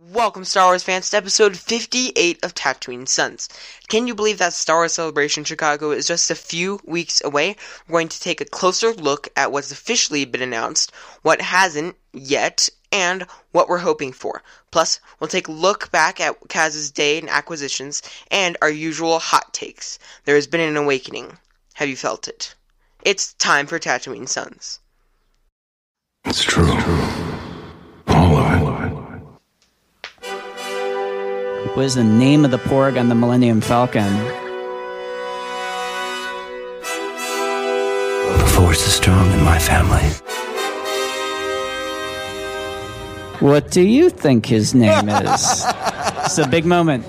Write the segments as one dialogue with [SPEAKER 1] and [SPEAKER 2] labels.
[SPEAKER 1] Welcome, Star Wars fans, to episode 58 of Tatooine Sons. Can you believe that Star Wars Celebration Chicago is just a few weeks away? We're going to take a closer look at what's officially been announced, what hasn't yet, and what we're hoping for. Plus, we'll take a look back at Kaz's day and acquisitions, and our usual hot takes. There has been an awakening. Have you felt it? It's time for Tatooine Sons.
[SPEAKER 2] It's true. All of it.
[SPEAKER 3] What is the name of the porg on the Millennium Falcon?
[SPEAKER 4] The force is strong in my family.
[SPEAKER 3] What do you think his name is? it's a big moment.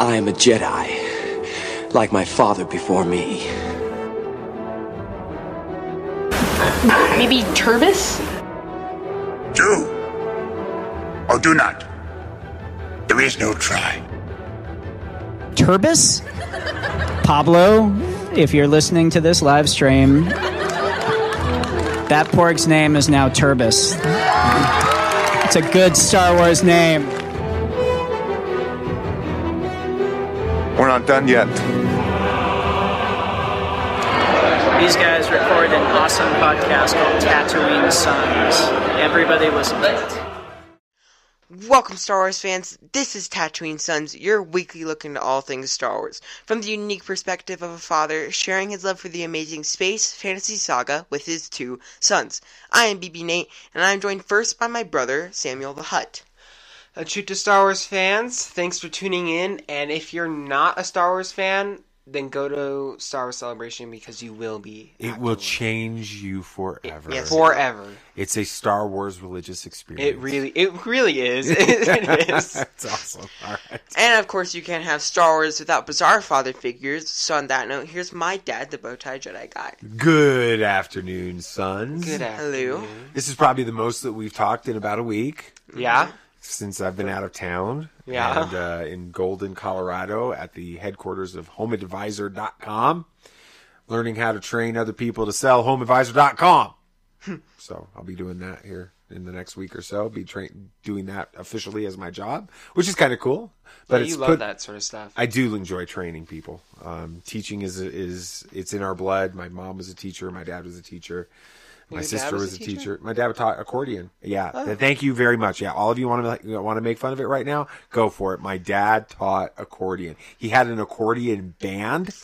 [SPEAKER 4] I am a Jedi, like my father before me.
[SPEAKER 5] Maybe Turbis?
[SPEAKER 6] Do or do not. There is no try.
[SPEAKER 3] Turbis? Pablo, if you're listening to this live stream, that porg's name is now Turbis. It's a good Star Wars name.
[SPEAKER 7] We're not done yet.
[SPEAKER 8] These guys record an awesome podcast called Tatooine Sons. Everybody listen to it.
[SPEAKER 1] Welcome, Star Wars fans. This is Tatooine Sons, your weekly look into all things Star Wars, from the unique perspective of a father sharing his love for the amazing space fantasy saga with his two sons. I am BB Nate, and I am joined first by my brother Samuel the Hutt.
[SPEAKER 9] A treat to Star Wars fans. Thanks for tuning in. And if you're not a Star Wars fan, then go to Star Wars Celebration because you will be
[SPEAKER 10] It will change you forever.
[SPEAKER 1] Yes.
[SPEAKER 9] forever.
[SPEAKER 10] It's a Star Wars religious experience.
[SPEAKER 9] It really, it really is. it is.
[SPEAKER 10] That's awesome. All right.
[SPEAKER 1] And of course, you can't have Star Wars without bizarre father figures. So, on that note, here's my dad, the Bowtie Jedi guy.
[SPEAKER 10] Mm-hmm. Good afternoon, sons.
[SPEAKER 9] Good
[SPEAKER 1] Hello.
[SPEAKER 9] afternoon.
[SPEAKER 10] This is probably the most that we've talked in about a week
[SPEAKER 9] Yeah.
[SPEAKER 10] since I've been out of town.
[SPEAKER 9] Yeah.
[SPEAKER 10] And uh, in Golden, Colorado, at the headquarters of HomeAdvisor.com, learning how to train other people to sell HomeAdvisor.com. so I'll be doing that here in the next week or so. Be tra- doing that officially as my job, which is kind of cool. But
[SPEAKER 9] But
[SPEAKER 10] it's
[SPEAKER 9] you love
[SPEAKER 10] put,
[SPEAKER 9] that sort of stuff.
[SPEAKER 10] I do enjoy training people. Um, teaching is is it's in our blood. My mom was a teacher. My dad was a teacher. My
[SPEAKER 9] Your dad
[SPEAKER 10] sister
[SPEAKER 9] was
[SPEAKER 10] was
[SPEAKER 9] a
[SPEAKER 10] a
[SPEAKER 9] teacher? Oh.
[SPEAKER 10] teacher. My dad taught accordion. Yeah. Th- Thank you very much. Yeah. All of you want to want to make fun of it right now? Go for it. My dad taught accordion. He had an accordion band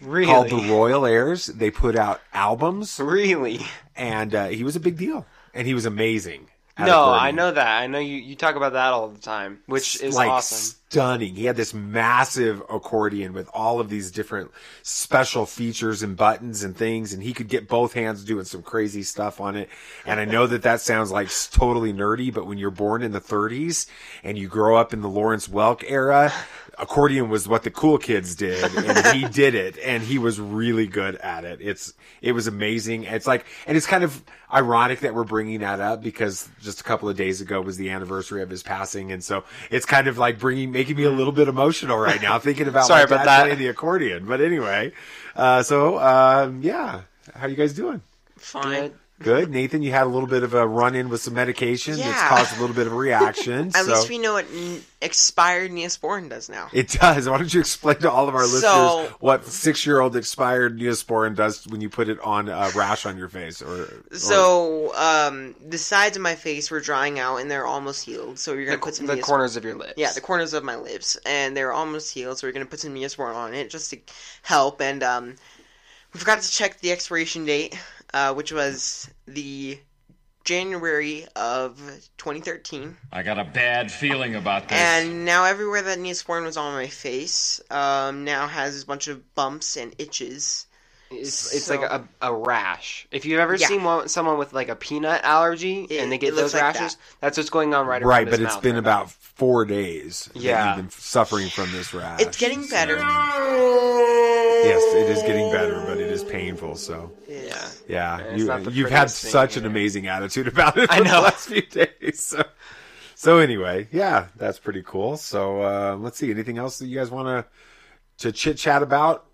[SPEAKER 10] called
[SPEAKER 9] really,
[SPEAKER 10] the Royal Airs. They put out albums,
[SPEAKER 9] really.
[SPEAKER 10] and uh, he was a big deal. And he was amazing. at
[SPEAKER 9] No, I
[SPEAKER 10] accordion.
[SPEAKER 9] know that. I know you. You talk about that all the time, which is
[SPEAKER 10] like
[SPEAKER 9] awesome.
[SPEAKER 10] stunning. He had this massive accordion with all of these different special features and buttons and things, and he could get both hands doing some crazy stuff on it. And I know that that sounds like s- totally nerdy, but when you're born in the 30s and you grow up in the Lawrence Welk era, accordion was what the cool kids did, and he did it, and he was really good at it. It's it was amazing. It's like, and it's kind of ironic that we're bringing that up because just a couple of days ago was the anniversary of his passing, and so it's kind of like bringing making me a little bit emotional right now thinking about
[SPEAKER 9] Sorry
[SPEAKER 10] my
[SPEAKER 9] about
[SPEAKER 10] dad
[SPEAKER 9] that.
[SPEAKER 10] playing the accordion. But anyway, uh, so um, yeah, how you guys doing?
[SPEAKER 1] Fine.
[SPEAKER 10] Good, Nathan. You had a little bit of a run in with some medication that's
[SPEAKER 1] Yeah.
[SPEAKER 10] caused a little bit of a reaction.
[SPEAKER 1] At
[SPEAKER 10] so.
[SPEAKER 1] least we know what n- expired Neosporin does now.
[SPEAKER 10] It does. Why don't you explain to all of our listeners
[SPEAKER 1] So-
[SPEAKER 10] what six-year-old expired Neosporin does when you put it on a rash on your face? Or, or-
[SPEAKER 1] So um, the sides of my face were drying out and they're almost healed. So you're
[SPEAKER 9] The,
[SPEAKER 1] gonna put some
[SPEAKER 9] the
[SPEAKER 1] Neosporin-
[SPEAKER 9] corners of your lips.
[SPEAKER 1] Yeah, the corners of my lips, and they're almost healed. So we're gonna put some Neosporin on it just to help. And um, we forgot to check the expiration date, uh, which was the January of 2013.
[SPEAKER 11] I got a bad feeling about this.
[SPEAKER 1] And now everywhere that Neosporin was on my face, um, now has a bunch of bumps and itches.
[SPEAKER 9] It's, it's
[SPEAKER 1] So-
[SPEAKER 9] like a, a rash. If you've ever
[SPEAKER 1] Yeah.
[SPEAKER 9] seen one, someone with like a peanut allergy
[SPEAKER 1] It-
[SPEAKER 9] and they
[SPEAKER 1] it
[SPEAKER 9] get
[SPEAKER 1] looks
[SPEAKER 9] those
[SPEAKER 1] like
[SPEAKER 9] rashes, that's what's going on right around
[SPEAKER 10] right,
[SPEAKER 9] his
[SPEAKER 10] but it's
[SPEAKER 9] mouth
[SPEAKER 10] been
[SPEAKER 9] right
[SPEAKER 10] about four days. that
[SPEAKER 9] Yeah.
[SPEAKER 10] you've been suffering from this rash.
[SPEAKER 1] It's getting better.
[SPEAKER 10] Yes, it is getting better, but it is painful. So
[SPEAKER 9] now. Yeah.
[SPEAKER 10] yeah,
[SPEAKER 9] It's not the
[SPEAKER 10] you, you've had
[SPEAKER 9] prettiest thing
[SPEAKER 10] such an
[SPEAKER 9] either.
[SPEAKER 10] amazing attitude about it.
[SPEAKER 9] I
[SPEAKER 10] I know. The
[SPEAKER 9] know.
[SPEAKER 10] last few days. So, so anyway, yeah, that's pretty cool. So uh, let's see. Anything else that you guys want to to chit chat about?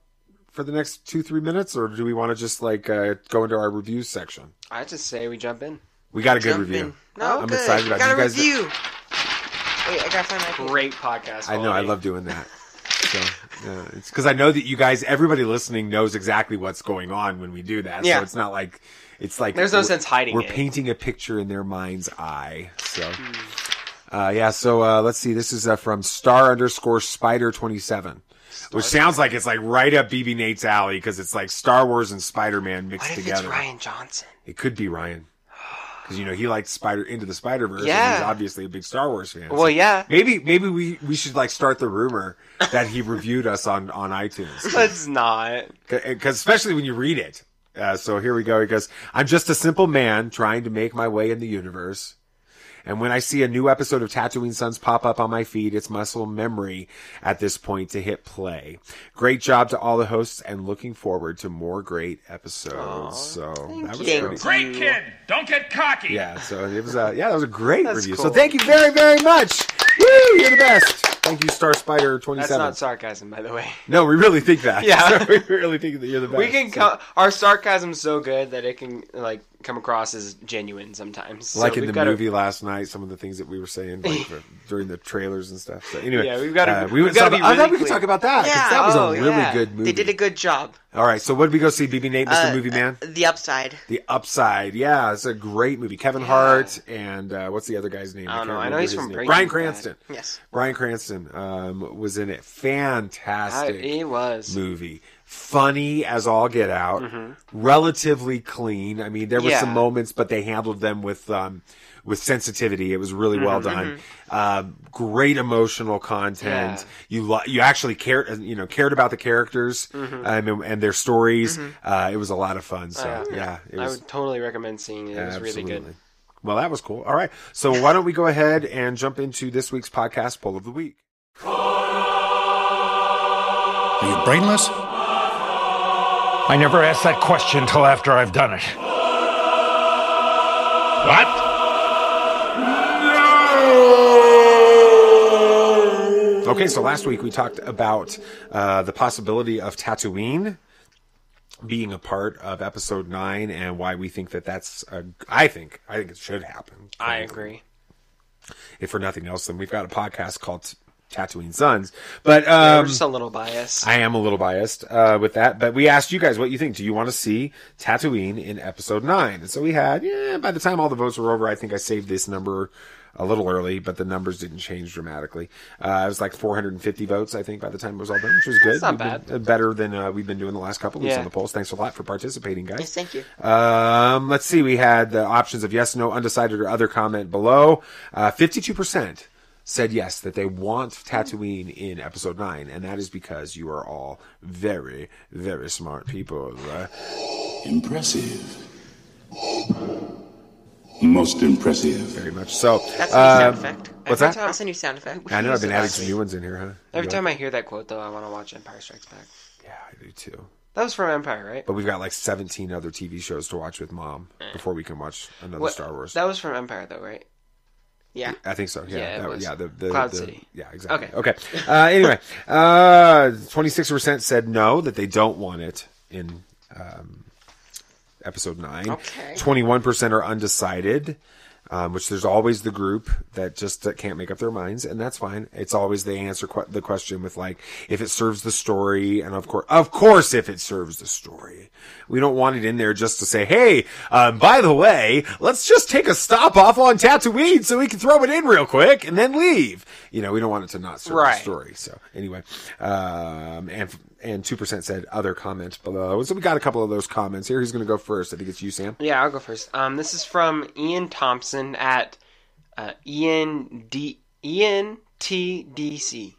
[SPEAKER 10] For the next two three minutes, or do we want to just like uh, go into our review section?
[SPEAKER 9] I just say we jump in.
[SPEAKER 10] We got a good
[SPEAKER 1] Jump
[SPEAKER 10] review.
[SPEAKER 1] in. No,
[SPEAKER 10] I'm
[SPEAKER 1] good.
[SPEAKER 10] excited about
[SPEAKER 1] got
[SPEAKER 10] you
[SPEAKER 1] a
[SPEAKER 10] guys-
[SPEAKER 1] review. Wait, I gotta find my paper.
[SPEAKER 9] Great podcast.
[SPEAKER 10] I know. I
[SPEAKER 9] quality.
[SPEAKER 10] love doing that. So yeah, it's because I know that you guys, everybody listening, knows exactly what's going on when we do that.
[SPEAKER 9] Yeah.
[SPEAKER 10] So it's not like it's like
[SPEAKER 9] There's no
[SPEAKER 10] we're-
[SPEAKER 9] sense hiding
[SPEAKER 10] We're
[SPEAKER 9] it.
[SPEAKER 10] painting a picture in their mind's eye. So.
[SPEAKER 9] Hmm.
[SPEAKER 10] Uh, yeah, so uh, let's see. This is uh, from star underscore spider twenty seven, which sounds like it's like right up BB Nate's alley because it's like Star Wars and Spider Man mixed
[SPEAKER 9] What if
[SPEAKER 10] together.
[SPEAKER 9] it's Ryan Johnson?
[SPEAKER 10] It could be Ryan. Because you know he likes Spider into the Spider Verse.
[SPEAKER 9] Yeah.
[SPEAKER 10] he's obviously a big Star Wars fan.
[SPEAKER 9] Well, yeah.
[SPEAKER 10] Maybe maybe we, we should like start the rumor that he reviewed us on on iTunes.
[SPEAKER 9] Let's not.
[SPEAKER 10] Because especially when you read it. Uh, so here we go. He goes, "I'm just a simple man trying to make my way in the universe." And when I see a new episode of Tatooine Sons pop up on my feed, it's muscle memory at this point to hit play. Great job to all the hosts and looking forward to more great episodes. so that was pretty
[SPEAKER 11] Great kid. Don't get cocky.
[SPEAKER 10] yeah, so it was a yeah, that was a great
[SPEAKER 11] That's
[SPEAKER 10] review. So
[SPEAKER 11] cool.
[SPEAKER 10] thank you very very much. Woo, you're the best. Thank you, Star Spider twenty
[SPEAKER 9] That's
[SPEAKER 10] seven.
[SPEAKER 9] not sarcasm, by the way.
[SPEAKER 10] No, we really think that.
[SPEAKER 9] Yeah.
[SPEAKER 10] we really think that you're the best.
[SPEAKER 9] We can
[SPEAKER 10] So-
[SPEAKER 9] co- our sarcasm's so good that it can like come across as genuine sometimes. So
[SPEAKER 10] like in
[SPEAKER 9] we've
[SPEAKER 10] the
[SPEAKER 9] gotta-
[SPEAKER 10] movie last night, some of the things that we were saying like, for- during the trailers and stuff. So anyway,
[SPEAKER 9] Yeah, we've gotta-
[SPEAKER 10] uh, we
[SPEAKER 9] we've
[SPEAKER 10] went-
[SPEAKER 9] gotta
[SPEAKER 10] so
[SPEAKER 9] be
[SPEAKER 10] I thought
[SPEAKER 9] really
[SPEAKER 10] we could
[SPEAKER 9] clear.
[SPEAKER 10] talk about that because
[SPEAKER 1] Yeah,
[SPEAKER 10] that was
[SPEAKER 1] oh,
[SPEAKER 10] a really
[SPEAKER 1] yeah.
[SPEAKER 10] good movie.
[SPEAKER 1] They did a good job.
[SPEAKER 10] All right, so what did we go see? BB Nate, Mr.
[SPEAKER 1] Uh,
[SPEAKER 10] movie Man,
[SPEAKER 1] The Upside.
[SPEAKER 10] The Upside. Yeah, it's a great movie. Kevin Hart and uh, what's the other guy's name?
[SPEAKER 9] I don't
[SPEAKER 10] can't
[SPEAKER 9] know. I know
[SPEAKER 10] remember
[SPEAKER 9] he's
[SPEAKER 10] his
[SPEAKER 9] from
[SPEAKER 10] name.
[SPEAKER 9] Breaking
[SPEAKER 10] Bryan
[SPEAKER 9] Bad.
[SPEAKER 10] Cranston.
[SPEAKER 1] Yes.
[SPEAKER 10] Brian Cranston um, was in it.
[SPEAKER 9] Uh,
[SPEAKER 10] Fantastic
[SPEAKER 9] he was.
[SPEAKER 10] movie. Funny as all get out. Relatively clean. I mean, there were
[SPEAKER 9] Mm-hmm. Yeah.
[SPEAKER 10] some moments, but they handled them with um, with sensitivity. It was really well
[SPEAKER 9] Mhm.
[SPEAKER 10] done. Um, great emotional content. You lo- you actually cared uh, you know cared about the characters
[SPEAKER 9] Mhm.
[SPEAKER 10] um, and, and their stories.
[SPEAKER 9] Mhm.
[SPEAKER 10] Uh, it was a lot of fun. So
[SPEAKER 9] Uh,
[SPEAKER 10] yeah, it
[SPEAKER 9] I
[SPEAKER 10] was
[SPEAKER 9] would totally recommend seeing it. It was really good.
[SPEAKER 10] Absolutely. Well, that was cool. All right. So why don't we go ahead and jump into this week's podcast poll of the week?
[SPEAKER 12] Are you brainless? I never ask that question till after I've done it. What?
[SPEAKER 10] Okay, so last week we talked about uh, the possibility of Tatooine being a part of episode 9 and why we think that that's a, I think I think it should happen.
[SPEAKER 9] I
[SPEAKER 10] Um,
[SPEAKER 9] agree.
[SPEAKER 10] If for nothing else then we've got a podcast called Tatooine Sons. But
[SPEAKER 9] Yeah,
[SPEAKER 10] um
[SPEAKER 9] we're just a little biased.
[SPEAKER 10] I am a little biased uh, with that, but we asked you guys what you think. Do you want to see Tatooine in episode nine? And so we had, yeah, by the time all the votes were over, I think I saved this number a little early, but the numbers didn't change dramatically. Uh, it was like 450 votes, I think, by the time it was all done, which was good.
[SPEAKER 9] That's not
[SPEAKER 10] We've been- uh, better than uh, we've been doing the last couple weeks
[SPEAKER 9] Yeah.
[SPEAKER 10] on the polls. Thanks a lot for participating, guys.
[SPEAKER 1] Yes, thank you.
[SPEAKER 10] Um, let's see. We had the options of yes, no, undecided, or other comment below. Uh, 52% said yes, that they want Tatooine in episode 9, and that is because you are all very, very smart people. Uh,
[SPEAKER 2] Impressive. Most impressive.
[SPEAKER 10] Very much so.
[SPEAKER 1] That's a new
[SPEAKER 10] Uh,
[SPEAKER 1] sound effect.
[SPEAKER 10] What's that?
[SPEAKER 1] That's a new sound effect.
[SPEAKER 10] I know, I've
[SPEAKER 1] Used
[SPEAKER 10] been
[SPEAKER 1] it
[SPEAKER 10] adding
[SPEAKER 1] last
[SPEAKER 10] some
[SPEAKER 1] week.
[SPEAKER 10] new ones in here, huh?
[SPEAKER 9] Every time I hear that quote, though, I want to watch Empire Strikes Back.
[SPEAKER 10] I do too.
[SPEAKER 9] That was from Empire, right?
[SPEAKER 10] But we've got like 17 other TV shows to watch with mom
[SPEAKER 1] Eh.
[SPEAKER 10] before we can watch another
[SPEAKER 9] What-
[SPEAKER 10] Star Wars.
[SPEAKER 9] That was from Empire, though, right? Yeah.
[SPEAKER 10] I think so. Yeah,
[SPEAKER 9] Yeah, it
[SPEAKER 10] that-
[SPEAKER 9] was.
[SPEAKER 10] yeah. The, the
[SPEAKER 9] Cloud
[SPEAKER 10] the-
[SPEAKER 9] City.
[SPEAKER 10] Yeah, exactly.
[SPEAKER 9] Okay.
[SPEAKER 10] Okay. Uh, anyway, uh, twenty-six percent said no that they don't want it in um, episode nine.
[SPEAKER 2] Okay.
[SPEAKER 10] Twenty-one percent are undecided. Um, which there's always the group that just uh, can't make up their minds, and that's fine. It's always they answer que- the question with like, if it serves the story, and of course, of course, if it serves the story, we don't want it in there just to say, hey, um, by the way, let's just take a stop off on Tatooine so we can throw it in real quick and then leave. You know, we don't want it to not serve
[SPEAKER 9] Right.
[SPEAKER 10] the story. So anyway, um, and and two percent said other comment below. So we got a couple of those comments here. Who's going to go first? I think it's you, Sam.
[SPEAKER 9] Yeah, I'll go first. Um, this is from Ian Thompson at uh, Ian D Ian T D C.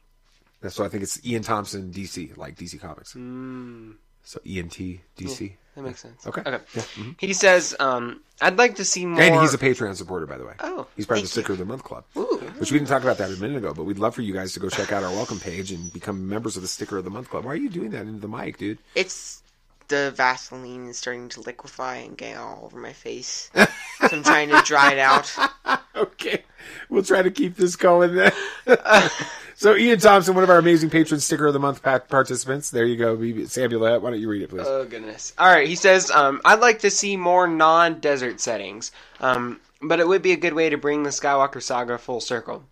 [SPEAKER 10] So I think it's Ian Thompson, DC, like DC Comics.
[SPEAKER 9] Hmm.
[SPEAKER 10] So ENT DC.
[SPEAKER 9] Yeah, that makes sense.
[SPEAKER 10] Okay.
[SPEAKER 9] Okay.
[SPEAKER 10] Yeah, mhm.
[SPEAKER 9] He says, um, "I'd like to see more."
[SPEAKER 10] And he's a Patreon supporter, by the way.
[SPEAKER 9] Oh,
[SPEAKER 10] he's part of
[SPEAKER 9] thank
[SPEAKER 10] the Sticker of the Month Club, which we didn't talk about that a minute ago. But we'd love for you guys to go check out our welcome page and become members of the Sticker of the Month Club. Why are you doing that into the mic, dude?
[SPEAKER 1] It's the Vaseline is starting to liquefy and get all over my face. so I'm trying to dry it out.
[SPEAKER 10] okay. We'll try to keep this going then. so Ian Thompson, one of our amazing patron Sticker of the Month pa- participants. There you go, Samulette. Why don't you read it, please?
[SPEAKER 9] Oh goodness! All right, he says, um, "I'd like to see more non-desert settings. Um, But it would be a good way to bring the Skywalker saga full circle.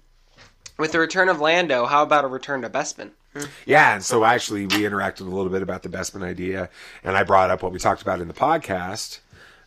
[SPEAKER 9] With the return of Lando, how about a return to Bespin?
[SPEAKER 10] Yeah, and so actually we interacted a little bit about the Bestman idea, and I brought up what we talked about in the podcast,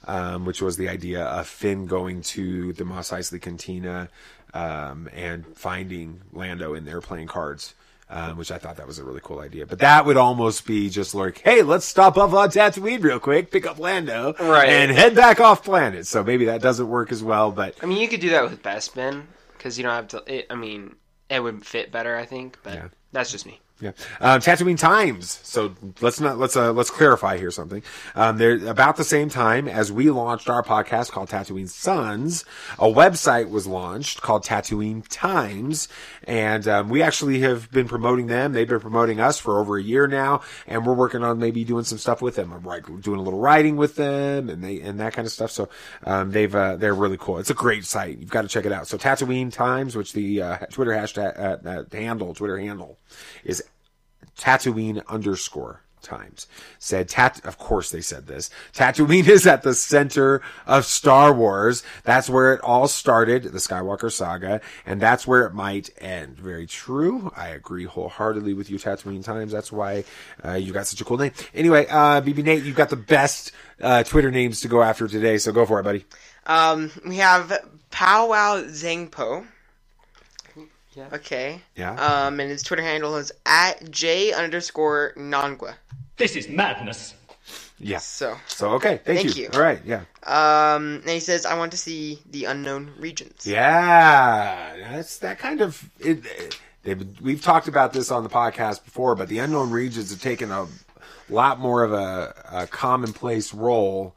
[SPEAKER 10] um, which was the idea of Finn going to the Mos Eisley Cantina um, and finding Lando in there playing cards. Um, which I thought that was a really cool idea, but that would almost be just like, "Hey, let's stop off on Tatooine real quick, pick up Lando,
[SPEAKER 9] Right.
[SPEAKER 10] and head back off planet." So maybe that doesn't work as well, but
[SPEAKER 9] I mean, you could do that with Bespin because you don't have to. It, I mean, it would fit better, I think. But that's just me.
[SPEAKER 10] Yeah, um, Tatooine times. So let's not let's uh, let's clarify here something. Um, they're about the same time as we launched our podcast called Tatooine Sons. A website was launched called Tatooine Times, and um, we actually have been promoting them. They've been promoting us for over a year now, and we're working on maybe doing some stuff with them. I'm like doing a little writing with them, and they and that kind of stuff. So um, they've uh, they're really cool. It's a great site. You've got to check it out. So Tatooine Times, which the uh, Twitter hashtag uh, uh, handle Twitter handle is Tatooine underscore times said tat of course they said this tatooine is at the center of star wars that's where it all started the skywalker saga and that's where it might end very true i agree wholeheartedly with you tatooine times that's why uh, you got such a cool name anyway uh bb nate you've got the best uh twitter names to go after today so go for it buddy
[SPEAKER 1] Um, we have Powwow Zangpo. Yeah. Okay.
[SPEAKER 10] Yeah.
[SPEAKER 1] Um, and his Twitter handle is at J underscore Nangua. This is madness.
[SPEAKER 10] yeah
[SPEAKER 1] so
[SPEAKER 10] so okay thank,
[SPEAKER 1] Thank
[SPEAKER 10] you.
[SPEAKER 1] you.
[SPEAKER 10] all right yeah
[SPEAKER 1] Um, and he says, I want to see the unknown regions.
[SPEAKER 10] Yeah, that's that kind of. It, it- they've, we've talked about this on the podcast before, but the unknown regions have taken a lot more of a, a commonplace role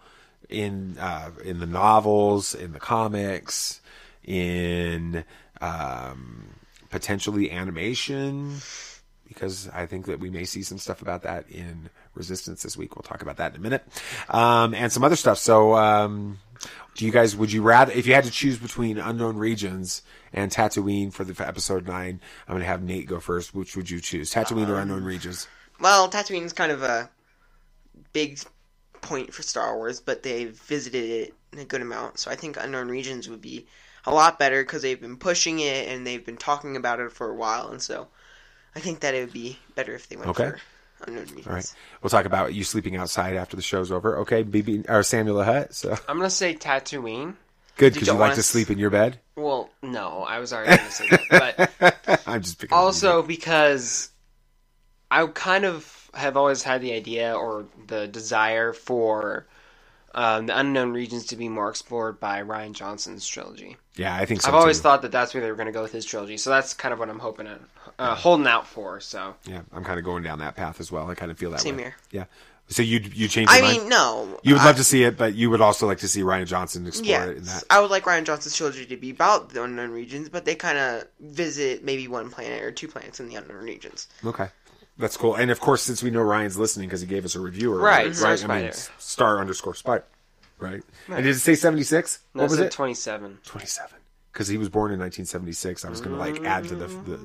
[SPEAKER 10] in uh, in the novels, in the comics, in um, potentially animation. Because I think that we may see some stuff about that in Resistance this week. We'll talk about that in a minute, um, and some other stuff. So, um, do you guys would you rather if you had to choose between unknown regions and Tatooine for the for episode nine? I'm gonna have Nate go first. Which would you choose, Tatooine
[SPEAKER 9] Um,
[SPEAKER 10] or unknown regions?
[SPEAKER 1] Well, Tatooine's kind of a big point for Star Wars, but they've visited it in a good amount, so I think Unknown Regions would be a lot better because they've been pushing it and they've been talking about it for a while, and so I think that it would be better if they went
[SPEAKER 10] Okay.
[SPEAKER 1] for Unknown Regions.
[SPEAKER 10] All right, we'll talk about you sleeping outside after the show's over. Okay, BB or Samuel the Hutt. So
[SPEAKER 9] I'm gonna say Tatooine.
[SPEAKER 10] good
[SPEAKER 9] You
[SPEAKER 10] because you,
[SPEAKER 9] don't
[SPEAKER 10] like
[SPEAKER 9] wanna
[SPEAKER 10] to
[SPEAKER 9] s-
[SPEAKER 10] sleep in your bed.
[SPEAKER 9] Well, no, I was already gonna say that, but
[SPEAKER 10] I'm just picking on you.
[SPEAKER 9] also because I kind of have always had the idea or the desire for um, the unknown regions to be more explored by Ryan Johnson's trilogy.
[SPEAKER 10] Yeah, I think so.
[SPEAKER 9] I've always
[SPEAKER 10] too.
[SPEAKER 9] thought that that's where they were going to go with his trilogy, so that's kind of what I'm hoping at, uh, holding out for. So
[SPEAKER 10] Yeah, I'm kind of going down that path as well. I kind of feel that
[SPEAKER 9] Same
[SPEAKER 10] way.
[SPEAKER 9] here.
[SPEAKER 10] Yeah. So you you change?
[SPEAKER 1] I
[SPEAKER 10] your mind?
[SPEAKER 1] mean, no,
[SPEAKER 10] You would
[SPEAKER 1] I-
[SPEAKER 10] love to see it, but you would also like to see Ryan Johnson explore it in
[SPEAKER 1] Yes,
[SPEAKER 10] that.
[SPEAKER 1] I would like Ryan Johnson's trilogy to be about the unknown regions, but they kind of visit maybe one planet or two planets in the unknown regions.
[SPEAKER 10] Okay. That's cool. And of course, since we know Ryan's listening because he gave us a review, earlier,
[SPEAKER 1] Right, Star
[SPEAKER 10] Right. I
[SPEAKER 1] Spider.
[SPEAKER 10] mean, s- star underscore spider. Right. And did it say 76?
[SPEAKER 9] No,
[SPEAKER 10] what was
[SPEAKER 9] it said
[SPEAKER 10] it?
[SPEAKER 9] 27.
[SPEAKER 10] 27. Because he was born in 1976. I was going to like add to the, the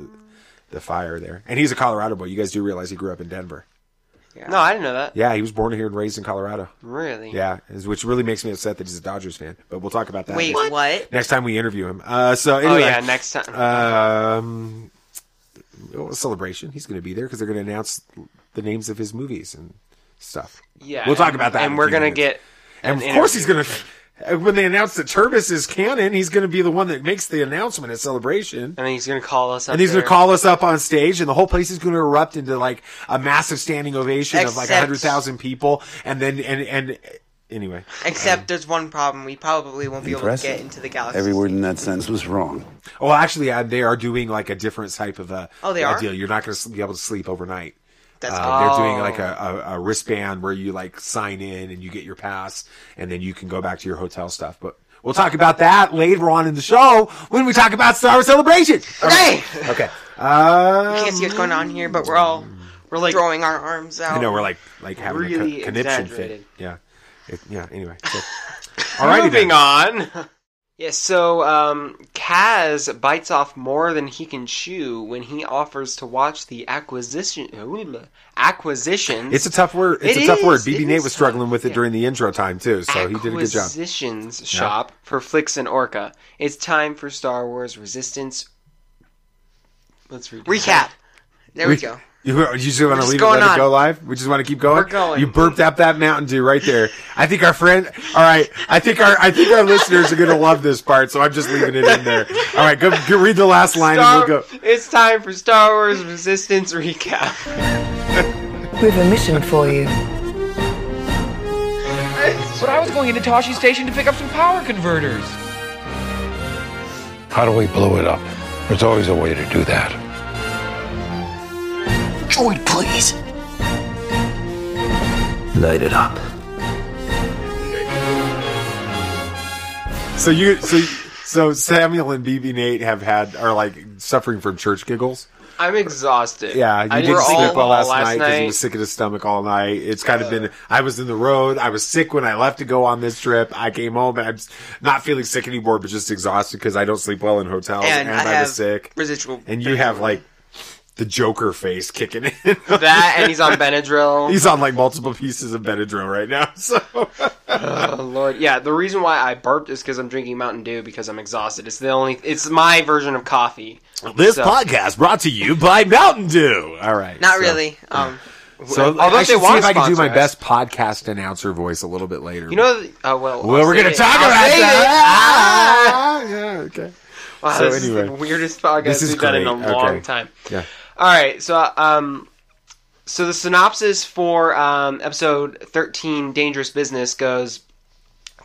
[SPEAKER 10] the fire there. And he's a Colorado boy. You guys do realize he grew up in Denver.
[SPEAKER 9] No, I didn't know that.
[SPEAKER 10] Yeah, he was born here and raised in Colorado.
[SPEAKER 9] Really?
[SPEAKER 10] Yeah, is- which really makes me upset that he's a Dodgers fan. But we'll talk about that.
[SPEAKER 9] Wait,
[SPEAKER 10] next-
[SPEAKER 9] what?
[SPEAKER 10] Next time we interview him. Uh, so anyway,
[SPEAKER 9] Oh,
[SPEAKER 10] uh,
[SPEAKER 9] yeah, next time.
[SPEAKER 10] Um, well, celebration. He's going to be there because they're going to announce the names of his movies and stuff.
[SPEAKER 9] Yeah,
[SPEAKER 10] we'll talk
[SPEAKER 9] and-
[SPEAKER 10] about that.
[SPEAKER 9] and
[SPEAKER 10] in a
[SPEAKER 9] we're
[SPEAKER 10] few
[SPEAKER 9] gonna
[SPEAKER 10] minutes.
[SPEAKER 9] get
[SPEAKER 10] And
[SPEAKER 9] an
[SPEAKER 10] of course, he's
[SPEAKER 9] interview
[SPEAKER 10] going to. When they announce that Turbis is canon, he's going to be the one that makes the announcement at celebration.
[SPEAKER 9] And then he's going to call us up.
[SPEAKER 10] And he's going
[SPEAKER 9] there.
[SPEAKER 10] to call us up on stage, and the whole place is going to erupt into like a massive standing ovation of like
[SPEAKER 1] Except-
[SPEAKER 10] hundred thousand people. And then and and anyway,
[SPEAKER 1] Except there's one problem: we probably won't be able to
[SPEAKER 10] Um, Impressive.
[SPEAKER 1] get into the galaxy.
[SPEAKER 10] Every word in that sentence was wrong. Well, actually, uh, they are doing like a different type of a
[SPEAKER 1] Oh, they are?
[SPEAKER 10] deal. You're not going to be able to sleep overnight.
[SPEAKER 1] That's
[SPEAKER 10] uh,
[SPEAKER 1] cool.
[SPEAKER 10] they're doing like
[SPEAKER 1] Oh.
[SPEAKER 10] a, a, a wristband where you like sign in and you get your pass, and then you can go back to your hotel stuff. But we'll talk about that later on in the show when we talk about Star Wars Celebration.
[SPEAKER 1] Okay.
[SPEAKER 10] Okay. Um,
[SPEAKER 1] You can't see what's going on here, but we're all we're like throwing our arms out.
[SPEAKER 10] I know we're like like having
[SPEAKER 1] Really
[SPEAKER 10] a co- conniption
[SPEAKER 1] exaggerated.
[SPEAKER 10] fit. Yeah. It- yeah. Anyway. So. Alrighty then.
[SPEAKER 9] Moving on. Yeah, so um, Kaz bites off more than he can chew when he offers to watch the acquisition. Acquisitions.
[SPEAKER 10] It's a tough word. It's
[SPEAKER 9] It
[SPEAKER 10] a tough word.
[SPEAKER 9] is,
[SPEAKER 10] BB
[SPEAKER 9] it
[SPEAKER 10] Nate
[SPEAKER 9] is
[SPEAKER 10] was struggling
[SPEAKER 9] tough,
[SPEAKER 10] with it
[SPEAKER 9] yeah.
[SPEAKER 10] during the intro time too, so he did a good job.
[SPEAKER 9] Acquisitions
[SPEAKER 10] Yeah.
[SPEAKER 9] shop for Flix and Orca. It's time for Star Wars Resistance. Let's read
[SPEAKER 1] Recap. There we,
[SPEAKER 10] We-
[SPEAKER 1] go.
[SPEAKER 10] You, you just want to
[SPEAKER 1] just
[SPEAKER 10] leave it,
[SPEAKER 1] going
[SPEAKER 10] let
[SPEAKER 1] on.
[SPEAKER 10] it go live. We just want to keep going.
[SPEAKER 1] We're going.
[SPEAKER 10] You burped up that Mountain Dew right there. I think our friend. All right, I think our I think our listeners are gonna love this part, so I'm just leaving it in there. All right, go, go read the last line
[SPEAKER 9] Star-
[SPEAKER 10] and we'll go.
[SPEAKER 9] It's time for Star Wars Resistance recap.
[SPEAKER 13] We've a mission for you.
[SPEAKER 14] But I was going into Toshi Station to pick up some power converters.
[SPEAKER 12] How do we blow it up? There's always a way to do that.
[SPEAKER 13] Joy, please.
[SPEAKER 4] Light it up.
[SPEAKER 10] So you so so Samuel and BB Nate have had are like suffering from church giggles.
[SPEAKER 9] I'm exhausted.
[SPEAKER 10] Yeah, you
[SPEAKER 9] I
[SPEAKER 10] didn't
[SPEAKER 9] were
[SPEAKER 10] sleep
[SPEAKER 9] all
[SPEAKER 10] well last, night
[SPEAKER 9] last
[SPEAKER 10] because he
[SPEAKER 9] night.
[SPEAKER 10] was sick in his stomach all night. It's kind of been. I was in the road. I was sick when I left to go on this trip. I came home and I'm s- not feeling sick anymore, but just exhausted because I don't sleep well in hotels and,
[SPEAKER 1] And I
[SPEAKER 10] I,
[SPEAKER 1] have
[SPEAKER 10] was sick.
[SPEAKER 1] Residual.
[SPEAKER 10] And you have like the Joker face kicking in.
[SPEAKER 9] that and he's on Benadryl.
[SPEAKER 10] He's on like multiple pieces of Benadryl right now. So
[SPEAKER 9] oh lord, yeah. The reason why I burped is because I'm drinking Mountain Dew because I'm exhausted. It's the only. It's my version of coffee.
[SPEAKER 10] this
[SPEAKER 9] So-
[SPEAKER 10] podcast brought to you by Mountain Dew. All right,
[SPEAKER 9] Not
[SPEAKER 10] so-
[SPEAKER 9] really. Um,
[SPEAKER 10] So
[SPEAKER 9] although
[SPEAKER 10] I
[SPEAKER 9] they
[SPEAKER 10] should
[SPEAKER 9] want
[SPEAKER 10] see if I can do
[SPEAKER 9] sponsor
[SPEAKER 10] my
[SPEAKER 9] us.
[SPEAKER 10] best podcast announcer voice a little bit later.
[SPEAKER 9] You know, oh well.
[SPEAKER 10] Well,
[SPEAKER 9] I'll
[SPEAKER 10] we're
[SPEAKER 9] save
[SPEAKER 10] gonna
[SPEAKER 9] it.
[SPEAKER 10] talk
[SPEAKER 9] I'll
[SPEAKER 10] about
[SPEAKER 9] save
[SPEAKER 10] that.
[SPEAKER 9] it.
[SPEAKER 10] Ah! yeah, okay.
[SPEAKER 9] Wow,
[SPEAKER 10] So
[SPEAKER 9] this is the
[SPEAKER 10] anyway.
[SPEAKER 9] weirdest podcast
[SPEAKER 10] This is
[SPEAKER 9] we've done in a
[SPEAKER 10] great.
[SPEAKER 9] long
[SPEAKER 10] Okay.
[SPEAKER 9] time.
[SPEAKER 10] Yeah.
[SPEAKER 9] All right, so um, so the synopsis for um, episode thirteen, "Dangerous Business," goes.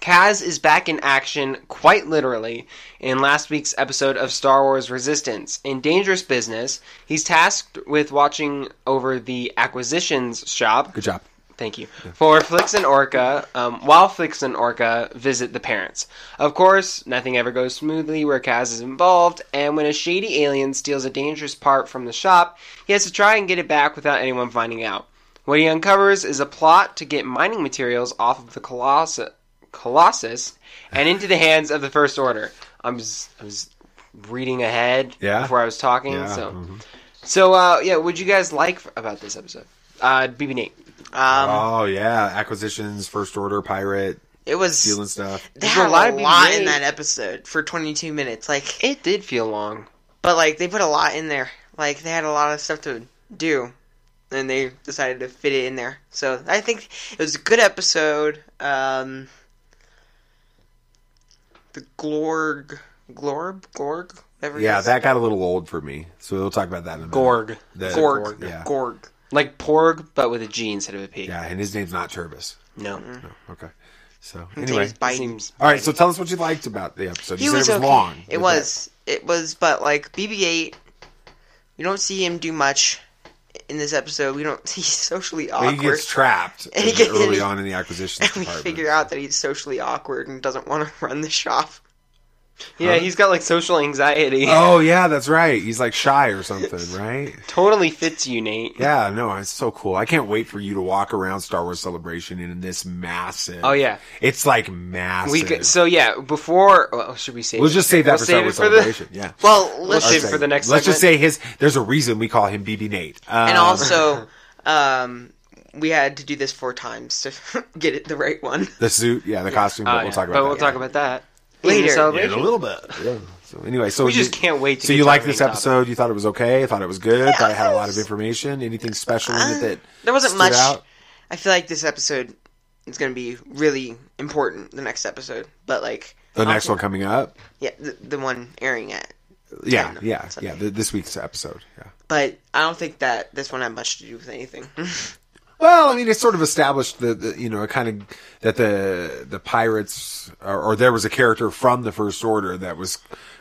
[SPEAKER 9] Kaz is back in action, quite literally, in last week's episode of Star Wars Resistance. In Dangerous Business, he's tasked with watching over the acquisitions shop. Good
[SPEAKER 10] job.
[SPEAKER 9] Thank you. For Flix and Orca, um, while Flix and Orca visit the parents. Of course, nothing ever goes smoothly where Kaz is involved, and when a shady alien steals a dangerous part from the shop, he has to try and get it back without anyone finding out. What he uncovers is a plot to get mining materials off of the Colossus, Colossus and into the hands of the First Order. I'm just, I was reading ahead
[SPEAKER 10] Yeah.
[SPEAKER 9] before I was talking,
[SPEAKER 10] Yeah,
[SPEAKER 9] so.
[SPEAKER 10] mhm.
[SPEAKER 9] So, uh, yeah, what'd you guys like f- about this episode? Uh, BB Nate. Um,
[SPEAKER 10] oh yeah, acquisitions, first order, pirate.
[SPEAKER 1] It was
[SPEAKER 10] stealing stuff.
[SPEAKER 1] They
[SPEAKER 9] There's
[SPEAKER 1] had a
[SPEAKER 9] a
[SPEAKER 1] lot,
[SPEAKER 9] lot of being
[SPEAKER 1] in
[SPEAKER 9] made.
[SPEAKER 1] that episode for 22 minutes. Like
[SPEAKER 9] it did feel long,
[SPEAKER 1] but like they put a lot in there. Like they had a lot of stuff to do, and they decided to fit it in there. So I think it was a good episode. Um, the Glorg, Glorb, Glorg, whatever. it
[SPEAKER 10] Yeah,
[SPEAKER 1] is.
[SPEAKER 10] that got a little old for me. So we'll talk about that in a minute.
[SPEAKER 9] Gorg.
[SPEAKER 10] The-
[SPEAKER 1] Gorg,
[SPEAKER 10] Yeah.
[SPEAKER 1] Gorg.
[SPEAKER 9] Like Porg, but with a G instead of a P.
[SPEAKER 10] Yeah, and his name's not Turbis.
[SPEAKER 9] No.
[SPEAKER 10] No. Okay. So
[SPEAKER 1] His
[SPEAKER 10] anyway,
[SPEAKER 1] name's Biden. Seems
[SPEAKER 10] all right. So tell us what you liked about the episode.
[SPEAKER 1] He
[SPEAKER 10] You said
[SPEAKER 1] was,
[SPEAKER 10] it was
[SPEAKER 1] okay.
[SPEAKER 10] long.
[SPEAKER 1] It was. It was, but like BB-8, you don't see him do much in this episode. We don't. He's socially
[SPEAKER 10] Well,
[SPEAKER 1] awkward.
[SPEAKER 10] he gets trapped
[SPEAKER 1] And he get-
[SPEAKER 10] early
[SPEAKER 1] and
[SPEAKER 10] on in the acquisitions
[SPEAKER 1] we
[SPEAKER 10] department.
[SPEAKER 1] figure out that he's socially awkward and doesn't want to run the shop.
[SPEAKER 9] Yeah, he's got like social anxiety.
[SPEAKER 10] Oh yeah, that's right. He's like shy or something, right?
[SPEAKER 9] Totally fits you, Nate.
[SPEAKER 10] Yeah, no, it's so cool. I can't wait for you to walk around Star Wars Celebration in this massive.
[SPEAKER 9] Oh, yeah.
[SPEAKER 10] it's like massive.
[SPEAKER 9] We could, so yeah, before well, should we save?
[SPEAKER 10] We'll
[SPEAKER 9] it?
[SPEAKER 10] just save that
[SPEAKER 9] We'll
[SPEAKER 10] for
[SPEAKER 9] save
[SPEAKER 10] Star
[SPEAKER 9] it
[SPEAKER 10] Wars
[SPEAKER 9] for the-
[SPEAKER 10] Celebration. Yeah.
[SPEAKER 1] Well,
[SPEAKER 9] let's
[SPEAKER 10] Or
[SPEAKER 9] save it
[SPEAKER 10] say-
[SPEAKER 9] for the next.
[SPEAKER 10] Let's just
[SPEAKER 9] segment.
[SPEAKER 10] say his. There's a reason we call him BB Nate.
[SPEAKER 1] and
[SPEAKER 10] Um,
[SPEAKER 1] also, um, we had to do this four times to get it the right one.
[SPEAKER 10] the suit. Yeah, the costume.
[SPEAKER 9] Oh,
[SPEAKER 10] but
[SPEAKER 9] yeah.
[SPEAKER 10] we'll talk
[SPEAKER 9] But
[SPEAKER 10] about.
[SPEAKER 9] we'll
[SPEAKER 10] that.
[SPEAKER 9] talk about that
[SPEAKER 1] Later.
[SPEAKER 9] the celebration.
[SPEAKER 10] Yeah, in a little bit. Yeah. So anyway, so
[SPEAKER 9] We just
[SPEAKER 10] you-
[SPEAKER 9] can't wait to
[SPEAKER 10] So
[SPEAKER 9] get
[SPEAKER 10] you
[SPEAKER 9] to
[SPEAKER 10] liked
[SPEAKER 9] our
[SPEAKER 10] this
[SPEAKER 9] main
[SPEAKER 10] episode? You thought it was okay? Thought it was good? thought it had a lot of information? Anything special
[SPEAKER 9] Uh,
[SPEAKER 10] in it that
[SPEAKER 1] There wasn't
[SPEAKER 10] stood
[SPEAKER 1] much.
[SPEAKER 10] out?
[SPEAKER 1] I feel like this episode is going to be really important. The next episode, but like
[SPEAKER 10] The next one coming up.
[SPEAKER 1] yeah, the, the one airing at.
[SPEAKER 10] Yeah, yeah, yeah. th this week's episode. Yeah.
[SPEAKER 1] But I don't think that this one had much to do with anything.
[SPEAKER 10] Well, I mean, it sort of established that the, you know, it kind of that the the pirates or, or there was a character from the First Order that was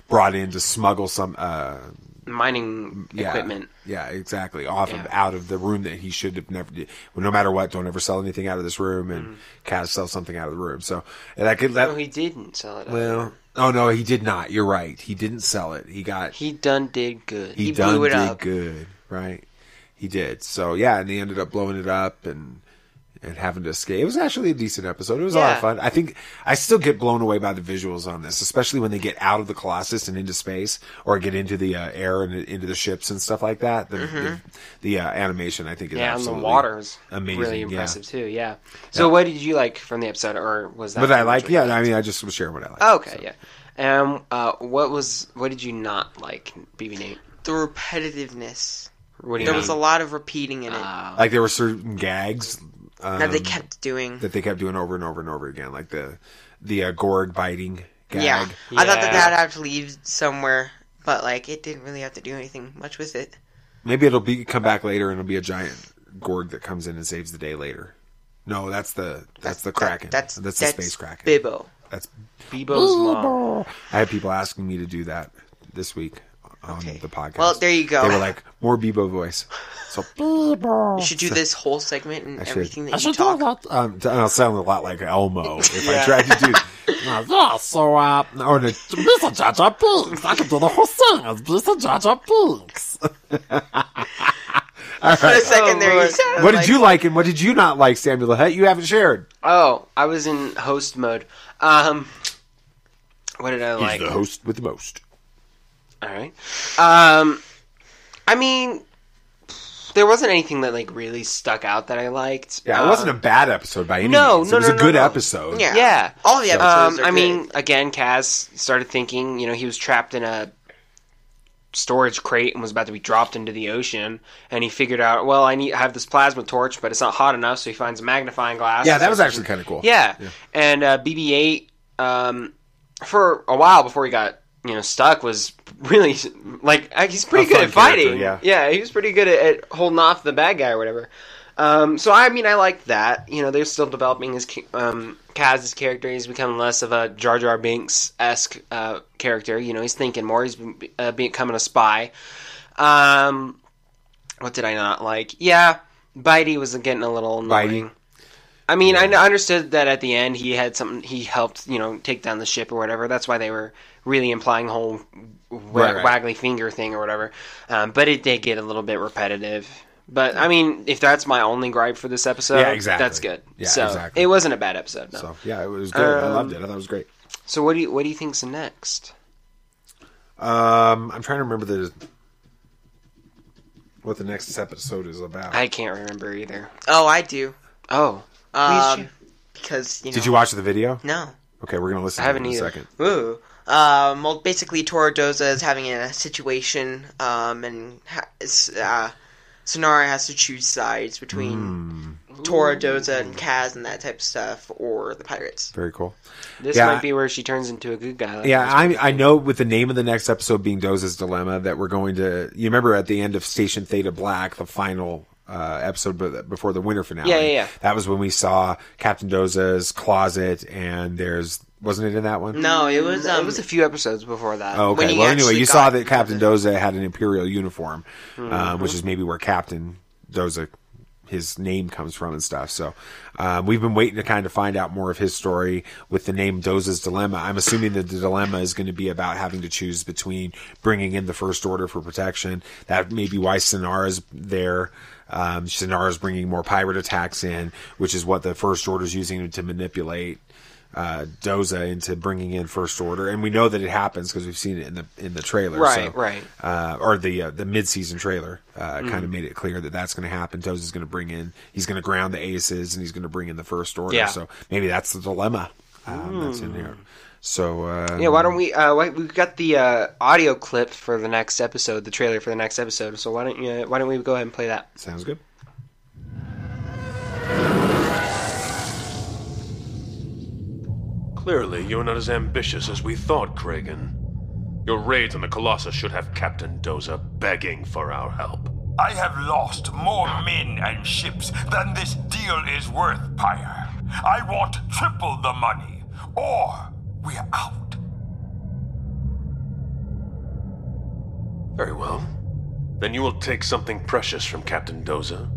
[SPEAKER 10] brought in to smuggle some uh,
[SPEAKER 9] mining
[SPEAKER 10] yeah,
[SPEAKER 9] equipment.
[SPEAKER 10] Yeah, exactly. Off of
[SPEAKER 9] Yeah.
[SPEAKER 10] out of the room that he should have never. Well, no matter what, don't ever sell anything out of this room, and Kaz sells something out of the room. So and that could
[SPEAKER 9] Mm-hmm. no,
[SPEAKER 10] that.
[SPEAKER 9] he didn't sell it.
[SPEAKER 10] Well, oh no, he did not. You're right. He didn't sell it. He got
[SPEAKER 9] he done did good.
[SPEAKER 10] he, done did good, right? He did. So yeah, and he ended up blowing it up, and and having to escape. It was actually a decent episode. It was a lot of
[SPEAKER 1] Yeah.
[SPEAKER 10] fun. I think I still get blown away by the visuals on this, especially when they get out of the Colossus and into space, or get into the uh, air and into the ships and stuff like that. The
[SPEAKER 9] Mhm.
[SPEAKER 10] the, the, uh, animation I think is
[SPEAKER 9] yeah, and the
[SPEAKER 10] absolutely
[SPEAKER 9] water's
[SPEAKER 10] amazing.
[SPEAKER 9] really
[SPEAKER 10] yeah.
[SPEAKER 9] impressive too. Yeah. So what did you like from the episode, or was that?
[SPEAKER 10] But I
[SPEAKER 9] pretty
[SPEAKER 10] like,
[SPEAKER 9] much what
[SPEAKER 10] yeah. I mean, I just was sharing what I like.
[SPEAKER 9] you- okay, yeah. Um, uh, what was what did you not like, BB Nate?
[SPEAKER 1] The repetitiveness.
[SPEAKER 9] What do you
[SPEAKER 1] there
[SPEAKER 9] mean?
[SPEAKER 1] was a lot of repeating in it.
[SPEAKER 10] Like there were certain gags um,
[SPEAKER 1] That they kept doing.
[SPEAKER 10] that they kept doing over and over and over again, like the the uh, Gorg biting gag.
[SPEAKER 1] Yeah. I thought that that would have to leave somewhere, but like it didn't really have to do anything much with it.
[SPEAKER 10] Maybe it'll be come back later and it'll be a giant Gorg that comes in and saves the day later. No, that's the that's the Kraken.
[SPEAKER 1] that's-
[SPEAKER 10] that's
[SPEAKER 1] that's
[SPEAKER 10] the space Kraken.
[SPEAKER 1] Bibbo.
[SPEAKER 10] That's
[SPEAKER 1] Bibbo's mom.
[SPEAKER 10] Bibbo. I had people asking me to do that this week on the podcast.
[SPEAKER 1] Well, there you go.
[SPEAKER 10] They were like more Bebo voice. So
[SPEAKER 1] You should do
[SPEAKER 10] So-
[SPEAKER 1] this whole segment and
[SPEAKER 10] I should.
[SPEAKER 1] everything
[SPEAKER 10] I
[SPEAKER 1] that you
[SPEAKER 10] should
[SPEAKER 1] talk.
[SPEAKER 10] um, t- I'll sound a lot like Elmo if
[SPEAKER 1] Yeah.
[SPEAKER 10] I tried to do. Uh, yeah, so uh, or the Mr. Jar Jar Binks. I can do the whole thing as Mr. Jar Jar Binks. All
[SPEAKER 1] For a second there, you sounded
[SPEAKER 10] What did
[SPEAKER 1] like-
[SPEAKER 10] you like and what did you not like, Samuel Hett? You haven't shared.
[SPEAKER 9] Oh, I was in host mode. Um, what did I like?
[SPEAKER 10] He's the host with the most.
[SPEAKER 9] All right. Um, I mean, there wasn't anything that like really stuck out that I liked.
[SPEAKER 10] Yeah, it
[SPEAKER 9] Um,
[SPEAKER 10] wasn't a bad episode by any
[SPEAKER 9] no,
[SPEAKER 10] means.
[SPEAKER 9] no,
[SPEAKER 10] it was
[SPEAKER 9] no,
[SPEAKER 10] a
[SPEAKER 9] no,
[SPEAKER 10] good
[SPEAKER 9] no.
[SPEAKER 10] episode.
[SPEAKER 9] Yeah. yeah,
[SPEAKER 1] all the episodes
[SPEAKER 9] Um,
[SPEAKER 1] are
[SPEAKER 9] I mean, again, Kaz started thinking. You know, he was trapped in a storage crate and was about to be dropped into the ocean, and he figured out, well, I need I have this plasma torch, but it's not hot enough, so he finds a magnifying glass.
[SPEAKER 10] Yeah, that was actually kind of cool.
[SPEAKER 9] Yeah. And uh, BB-8, um, for a while before he got you know stuck, was really like uh, he's pretty
[SPEAKER 10] A
[SPEAKER 9] good
[SPEAKER 10] fun
[SPEAKER 9] at fighting.
[SPEAKER 10] character, yeah.
[SPEAKER 9] yeah, he was pretty good at, at holding off the bad guy or whatever. Um, so I mean, I like that. You know, they're still developing his ca- um, Kaz's character. He's become less of a Jar Jar Binks esque uh, character. You know, he's thinking more. He's be- uh, becoming a spy. Um, what did I not like? Yeah, Bitey was getting a little annoying. I mean, I kn- understood that at the end he had something. He helped, you know, take down the ship or whatever. That's why they were really implying the whole wa-
[SPEAKER 10] Right, right.
[SPEAKER 9] waggly finger thing or whatever. Um, but it did get a little bit repetitive. But I mean, if that's my only gripe for this episode,
[SPEAKER 10] Yeah, exactly.
[SPEAKER 9] that's good.
[SPEAKER 10] Yeah,
[SPEAKER 9] so
[SPEAKER 10] exactly.
[SPEAKER 9] it wasn't a bad episode. No.
[SPEAKER 10] So
[SPEAKER 9] So,
[SPEAKER 10] yeah, it was good. I
[SPEAKER 9] Um,
[SPEAKER 10] loved it. I thought it was great.
[SPEAKER 9] what do you what do you think's next?
[SPEAKER 10] Um, I'm trying to remember the what the next episode is about.
[SPEAKER 9] I can't remember either.
[SPEAKER 1] Oh, I do.
[SPEAKER 9] Oh,
[SPEAKER 1] Um, because you know.
[SPEAKER 10] Did you watch the video?
[SPEAKER 1] No.
[SPEAKER 10] Okay, we're gonna listen.
[SPEAKER 9] I haven't
[SPEAKER 10] to it in
[SPEAKER 9] either.
[SPEAKER 10] A second.
[SPEAKER 1] Ooh. Um, well, basically, Toradoza is having a situation, um, and ha- s- uh, Sonara has to choose sides between
[SPEAKER 10] Hmm.
[SPEAKER 1] Toradoza and Kaz and that type of stuff, or the pirates.
[SPEAKER 10] Very cool.
[SPEAKER 9] This
[SPEAKER 10] Yeah,
[SPEAKER 9] might be where she turns into a good guy. like
[SPEAKER 10] Yeah,
[SPEAKER 9] this.
[SPEAKER 10] I I know with the name of the next episode being Doza's Dilemma that we're going to. You remember at the end of Station Theta Black, the final uh, episode be- before the winter finale.
[SPEAKER 9] Yeah, yeah, yeah.
[SPEAKER 10] That was when we saw Captain Doza's closet, and there's wasn't it in that one?
[SPEAKER 1] No, it was, um,
[SPEAKER 9] it was a few episodes before that.
[SPEAKER 10] Oh, okay.
[SPEAKER 1] he
[SPEAKER 10] Well, anyway,
[SPEAKER 1] actually
[SPEAKER 10] you saw
[SPEAKER 1] got Mm-hmm.
[SPEAKER 10] that Captain Doza had an Imperial uniform, um, which is maybe where Captain Doza, his name comes from and stuff. So um, we've been waiting to kind of find out more of his story with the name Doza's Dilemma. I'm assuming that the dilemma is going to be about having to choose between bringing in the First Order for protection. That may be why Sinara's there. Um, Sinara's bringing more pirate attacks in, which is what the First Order's using to manipulate uh, Doza into bringing in First Order, and we know that it happens because we've seen it in the in the trailer,
[SPEAKER 9] Right,
[SPEAKER 10] so,
[SPEAKER 9] right.
[SPEAKER 10] uh, or the uh, the mid season trailer uh, kind
[SPEAKER 9] Mhm.
[SPEAKER 10] of made it clear that that's going to happen. Doza's going to bring in, he's going to ground the aces, and he's going to bring in the First Order.
[SPEAKER 9] Yeah. Mm.
[SPEAKER 10] So maybe that's the dilemma um, that's in there. So uh,
[SPEAKER 9] Yeah, why don't we? Uh, why, we've got the uh, audio clip for the next episode, the trailer for the next episode. So why don't you? Why don't we go ahead and play that?
[SPEAKER 10] Sounds good.
[SPEAKER 15] Clearly, you're not as ambitious as we thought, Kragan. Your raids on the Colossus should have Captain Doza begging for our help.
[SPEAKER 11] I have lost more men and ships than this deal is worth, Pyre. I want triple the money, or we're out.
[SPEAKER 15] Very well. Then you will take something precious from Captain Doza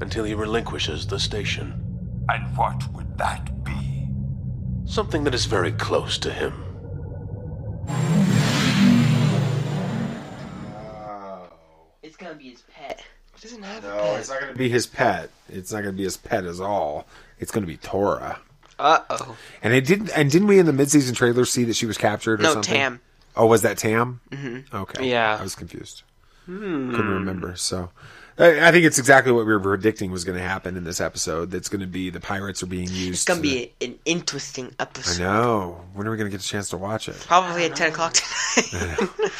[SPEAKER 15] until he relinquishes the station.
[SPEAKER 11] And what would that be?
[SPEAKER 15] Something that is very close to him.
[SPEAKER 1] It's gonna be his pet. He doesn't have a
[SPEAKER 10] No,
[SPEAKER 1] pet.
[SPEAKER 10] it's not going to be his pet. It's not going to be his pet at all. It's going to be Tora.
[SPEAKER 1] Uh oh.
[SPEAKER 10] And it didn't. And didn't we in the midseason trailer see that she was captured or
[SPEAKER 1] No,
[SPEAKER 10] something?
[SPEAKER 1] Tam.
[SPEAKER 10] Oh, was that Tam?
[SPEAKER 1] Mhm.
[SPEAKER 10] Okay.
[SPEAKER 1] Yeah.
[SPEAKER 10] I was confused.
[SPEAKER 1] Hmm.
[SPEAKER 10] Couldn't remember. So. I I think it's exactly what we were predicting was going to happen in this episode. That's going to be the pirates are being used.
[SPEAKER 1] It's gonna
[SPEAKER 10] to-
[SPEAKER 1] be an interesting
[SPEAKER 10] I
[SPEAKER 1] episode.
[SPEAKER 10] know. When are we going to get a chance to watch it?
[SPEAKER 1] Probably at ten o'clock tonight.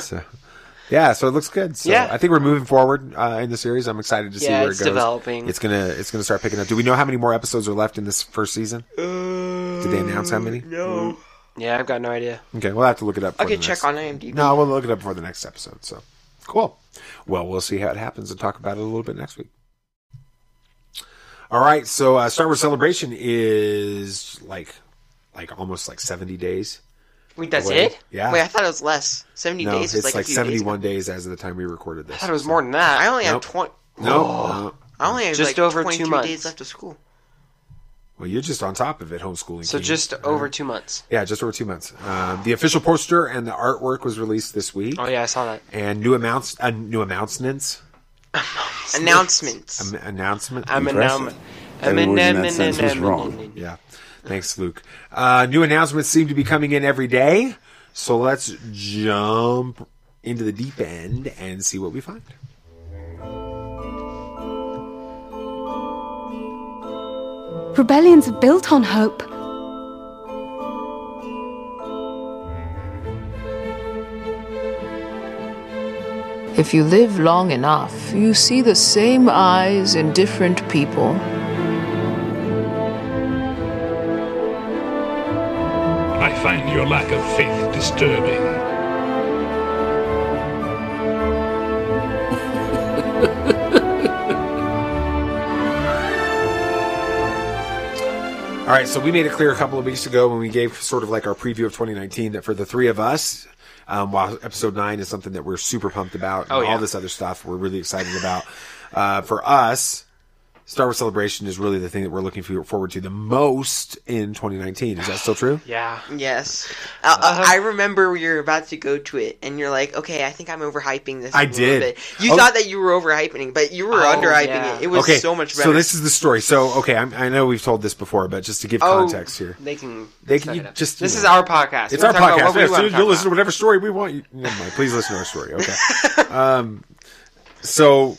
[SPEAKER 10] so, yeah, so it looks good. So
[SPEAKER 1] Yeah.
[SPEAKER 10] I think we're moving forward uh, in the series. I'm excited to see
[SPEAKER 1] Yeah,
[SPEAKER 10] where
[SPEAKER 1] it's
[SPEAKER 10] it goes.
[SPEAKER 1] developing.
[SPEAKER 10] It's gonna it's gonna start picking up. Do we know how many more episodes are left in this first season?
[SPEAKER 1] Uh,
[SPEAKER 10] Did they announce how many?
[SPEAKER 1] No.
[SPEAKER 9] Yeah, I've got no idea.
[SPEAKER 10] Okay, we'll have to look it up. for
[SPEAKER 1] Okay,
[SPEAKER 10] the
[SPEAKER 1] check
[SPEAKER 10] next-
[SPEAKER 1] on IMDb.
[SPEAKER 10] No, we'll look it up for the next episode. So cool. Well, we'll see how it happens and talk about it a little bit next week. All right, so uh, Star Wars Celebration is like like almost like 70 days.
[SPEAKER 1] Wait, that's
[SPEAKER 10] Wait,
[SPEAKER 1] it?
[SPEAKER 10] yeah.
[SPEAKER 1] Wait, I thought it was less. Seventy
[SPEAKER 10] No,
[SPEAKER 1] days is
[SPEAKER 10] it's
[SPEAKER 1] like,
[SPEAKER 10] like,
[SPEAKER 1] a few days.
[SPEAKER 10] 71 days as of the time we recorded this.
[SPEAKER 9] I thought it was more than that.
[SPEAKER 1] I only
[SPEAKER 10] Nope.
[SPEAKER 1] have twenty.
[SPEAKER 10] No.
[SPEAKER 1] Oh. I only have
[SPEAKER 9] Just
[SPEAKER 1] like
[SPEAKER 9] over two
[SPEAKER 1] 23
[SPEAKER 9] months.
[SPEAKER 1] days left of school.
[SPEAKER 10] Well, you're just on top of it, homeschooling.
[SPEAKER 9] So
[SPEAKER 10] Keith.
[SPEAKER 9] just over two months.
[SPEAKER 10] yeah, just over two months. Um, the official poster and the artwork was released this week,
[SPEAKER 9] Oh yeah, I saw that.
[SPEAKER 10] and new amounts, uh, new announcements,
[SPEAKER 1] Announcements.
[SPEAKER 10] um, announcement.
[SPEAKER 9] I'm an-
[SPEAKER 10] Impressive.
[SPEAKER 9] I'm- I'm Every an- word in that I'm an- sentence was I'm an- wrong.
[SPEAKER 10] Yeah. Thanks, Luke. Uh, new announcements seem to be coming in every day, so let's jump into the deep end and see what we find.
[SPEAKER 16] Rebellions are built on hope.
[SPEAKER 17] If you live long enough, you see the same eyes in different people.
[SPEAKER 12] I find your lack of faith disturbing.
[SPEAKER 10] All right, so we made it clear a couple of weeks ago when we gave sort of like our preview of 2019 that for the three of us, um, while episode nine is something that we're super pumped about, and
[SPEAKER 9] Oh, yeah.
[SPEAKER 10] all this other stuff we're really excited about, uh, for us, Star Wars Celebration is really the thing that we're looking for- forward to the most in 2019. Is that still true?
[SPEAKER 9] Yeah.
[SPEAKER 1] Yes. Uh,
[SPEAKER 10] Uh-huh.
[SPEAKER 1] uh, I remember you're about to go to it, and you're like, "Okay, I think I'm overhyping this."
[SPEAKER 10] I
[SPEAKER 1] a little
[SPEAKER 10] did.
[SPEAKER 1] Bit. You
[SPEAKER 10] Oh.
[SPEAKER 1] thought that you were overhyping, but you were
[SPEAKER 9] Oh,
[SPEAKER 1] underhyping
[SPEAKER 9] yeah.
[SPEAKER 1] it. It was
[SPEAKER 10] okay,
[SPEAKER 1] so much better.
[SPEAKER 10] So this is the story. So okay, I'm, I know we've told this before, but just to give context here,
[SPEAKER 9] They can.
[SPEAKER 10] They
[SPEAKER 9] set
[SPEAKER 10] can you
[SPEAKER 9] it up.
[SPEAKER 10] just.
[SPEAKER 9] Oh. This
[SPEAKER 10] you
[SPEAKER 9] is
[SPEAKER 10] know.
[SPEAKER 9] our podcast.
[SPEAKER 10] It's
[SPEAKER 9] We
[SPEAKER 10] our
[SPEAKER 9] talk about
[SPEAKER 10] podcast.
[SPEAKER 9] what we
[SPEAKER 10] Yeah, so
[SPEAKER 9] wanna
[SPEAKER 10] you
[SPEAKER 9] talk
[SPEAKER 10] listen
[SPEAKER 9] about.
[SPEAKER 10] to whatever story we want. You, never mind. Please listen to our story. Okay. um, so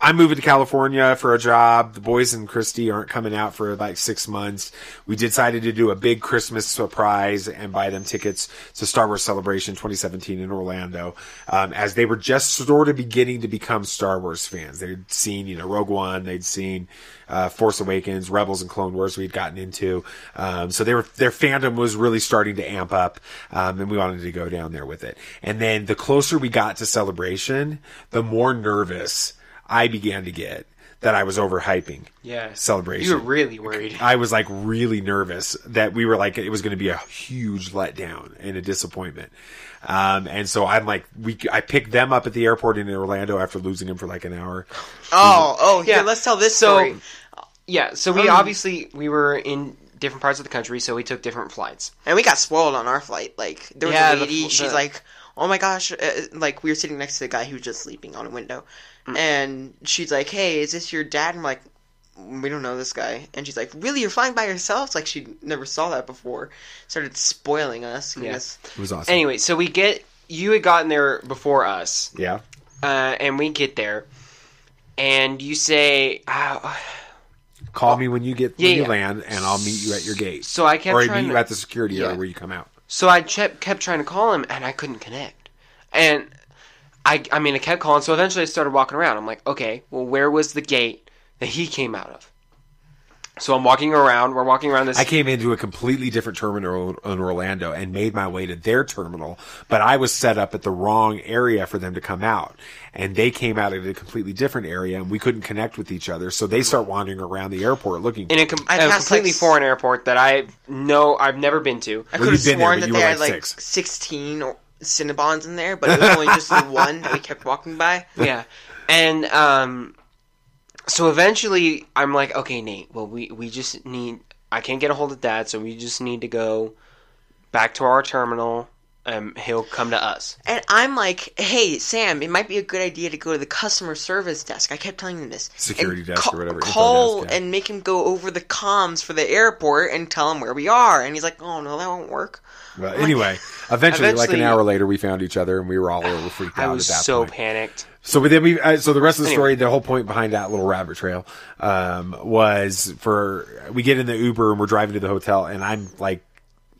[SPEAKER 10] I'm moving to California for a job. The boys and Christy aren't coming out for like six months. We decided to do a big Christmas surprise and buy them tickets to Star Wars Celebration 2017 in Orlando, um, as they were just sort of beginning to become Star Wars fans. They'd seen, you know, Rogue One, they'd seen uh, Force Awakens, Rebels, and Clone Wars. We'd gotten into, um, so they were their fandom was really starting to amp up, um, and we wanted to go down there with it. And then the closer we got to Celebration, the more nervous. I began to get that I was overhyping
[SPEAKER 9] Yeah.
[SPEAKER 10] celebration.
[SPEAKER 9] You were really worried.
[SPEAKER 10] I was like really nervous that we were like it was going to be a huge letdown and a disappointment. Um, and so I'm like, we I picked them up at the airport in Orlando after losing them for like an hour.
[SPEAKER 1] oh, oh, yeah. Let's tell this
[SPEAKER 9] So-
[SPEAKER 1] story.
[SPEAKER 9] Yeah. So we
[SPEAKER 1] Um,
[SPEAKER 9] obviously we were in different parts of the country, so we took different flights.
[SPEAKER 1] And we got spoiled on our flight. Like there was
[SPEAKER 9] Yeah,
[SPEAKER 1] a
[SPEAKER 9] the
[SPEAKER 1] lady.
[SPEAKER 9] fl-
[SPEAKER 1] she's
[SPEAKER 9] the-
[SPEAKER 1] like, "Oh my gosh!" Uh, like we were sitting next to the guy who was just sleeping on a window,
[SPEAKER 9] Mm.
[SPEAKER 1] and she's like, "Hey, is this your dad?" And I'm like, "We don't know this guy." And she's like, "Really? You're flying by yourself?" It's Like she never saw that before. Started spoiling us.
[SPEAKER 9] Yeah.
[SPEAKER 1] Yes.
[SPEAKER 10] It was awesome.
[SPEAKER 9] Anyway, so we get you had gotten there before us.
[SPEAKER 10] Yeah.
[SPEAKER 9] Uh, and we get there, and you say, "Ah,
[SPEAKER 10] Call me when you get when
[SPEAKER 9] Yeah,
[SPEAKER 10] you
[SPEAKER 9] yeah.
[SPEAKER 10] land, and I'll meet you at your gate.
[SPEAKER 9] So I kept
[SPEAKER 10] or I
[SPEAKER 9] trying
[SPEAKER 10] meet you
[SPEAKER 9] to-
[SPEAKER 10] at the security
[SPEAKER 9] Yeah.
[SPEAKER 10] area where you come out.
[SPEAKER 9] So I kept kept trying to call him, and I couldn't connect. And I, I mean, I kept calling. So eventually, I started walking around. I'm like, okay, well, where was the gate that he came out of? So I'm walking around. We're walking around this.
[SPEAKER 10] I came into a completely different terminal in Orlando and made my way to their terminal, but I was set up at the wrong area for them to come out. And they came out at a completely different area and we couldn't connect with each other. So they start wandering around the airport looking
[SPEAKER 9] in a,
[SPEAKER 10] for
[SPEAKER 9] com-
[SPEAKER 10] me.
[SPEAKER 9] a completely foreign airport that I know I've never been to.
[SPEAKER 1] I
[SPEAKER 10] Well,
[SPEAKER 1] could have
[SPEAKER 10] you've been there,
[SPEAKER 1] sworn
[SPEAKER 10] but
[SPEAKER 1] that
[SPEAKER 10] you
[SPEAKER 1] they
[SPEAKER 10] were
[SPEAKER 1] had
[SPEAKER 10] like
[SPEAKER 1] like
[SPEAKER 10] six.
[SPEAKER 1] sixteen or- Cinnabons in there, but it was only just the one that we kept walking by.
[SPEAKER 9] yeah. And um so eventually I'm like, okay, Nate, well we we just need I can't get a hold of dad, so we just need to go back to our terminal um, he'll come to us.
[SPEAKER 1] And I'm like, hey, Sam, it might be a good idea to go to the customer service desk. I kept telling them this.
[SPEAKER 10] Security
[SPEAKER 1] And
[SPEAKER 10] desk
[SPEAKER 1] ca-
[SPEAKER 10] or whatever, info
[SPEAKER 1] Call
[SPEAKER 10] desk, yeah.
[SPEAKER 1] and make him go over the comms for the airport and tell him where we are. And he's like, oh, no, that won't work.
[SPEAKER 10] Well,
[SPEAKER 1] I'm like,
[SPEAKER 10] anyway, eventually, like an
[SPEAKER 1] Eventually-
[SPEAKER 10] hour later, we found each other and we were all a little freaked
[SPEAKER 9] I
[SPEAKER 10] out
[SPEAKER 9] was
[SPEAKER 10] at that
[SPEAKER 9] so
[SPEAKER 10] point.
[SPEAKER 9] panicked.
[SPEAKER 10] So, but then we, uh, so the rest of the story, the whole point behind that little rabbit trail, um, was for, we get in the Uber and we're driving to the hotel and I'm like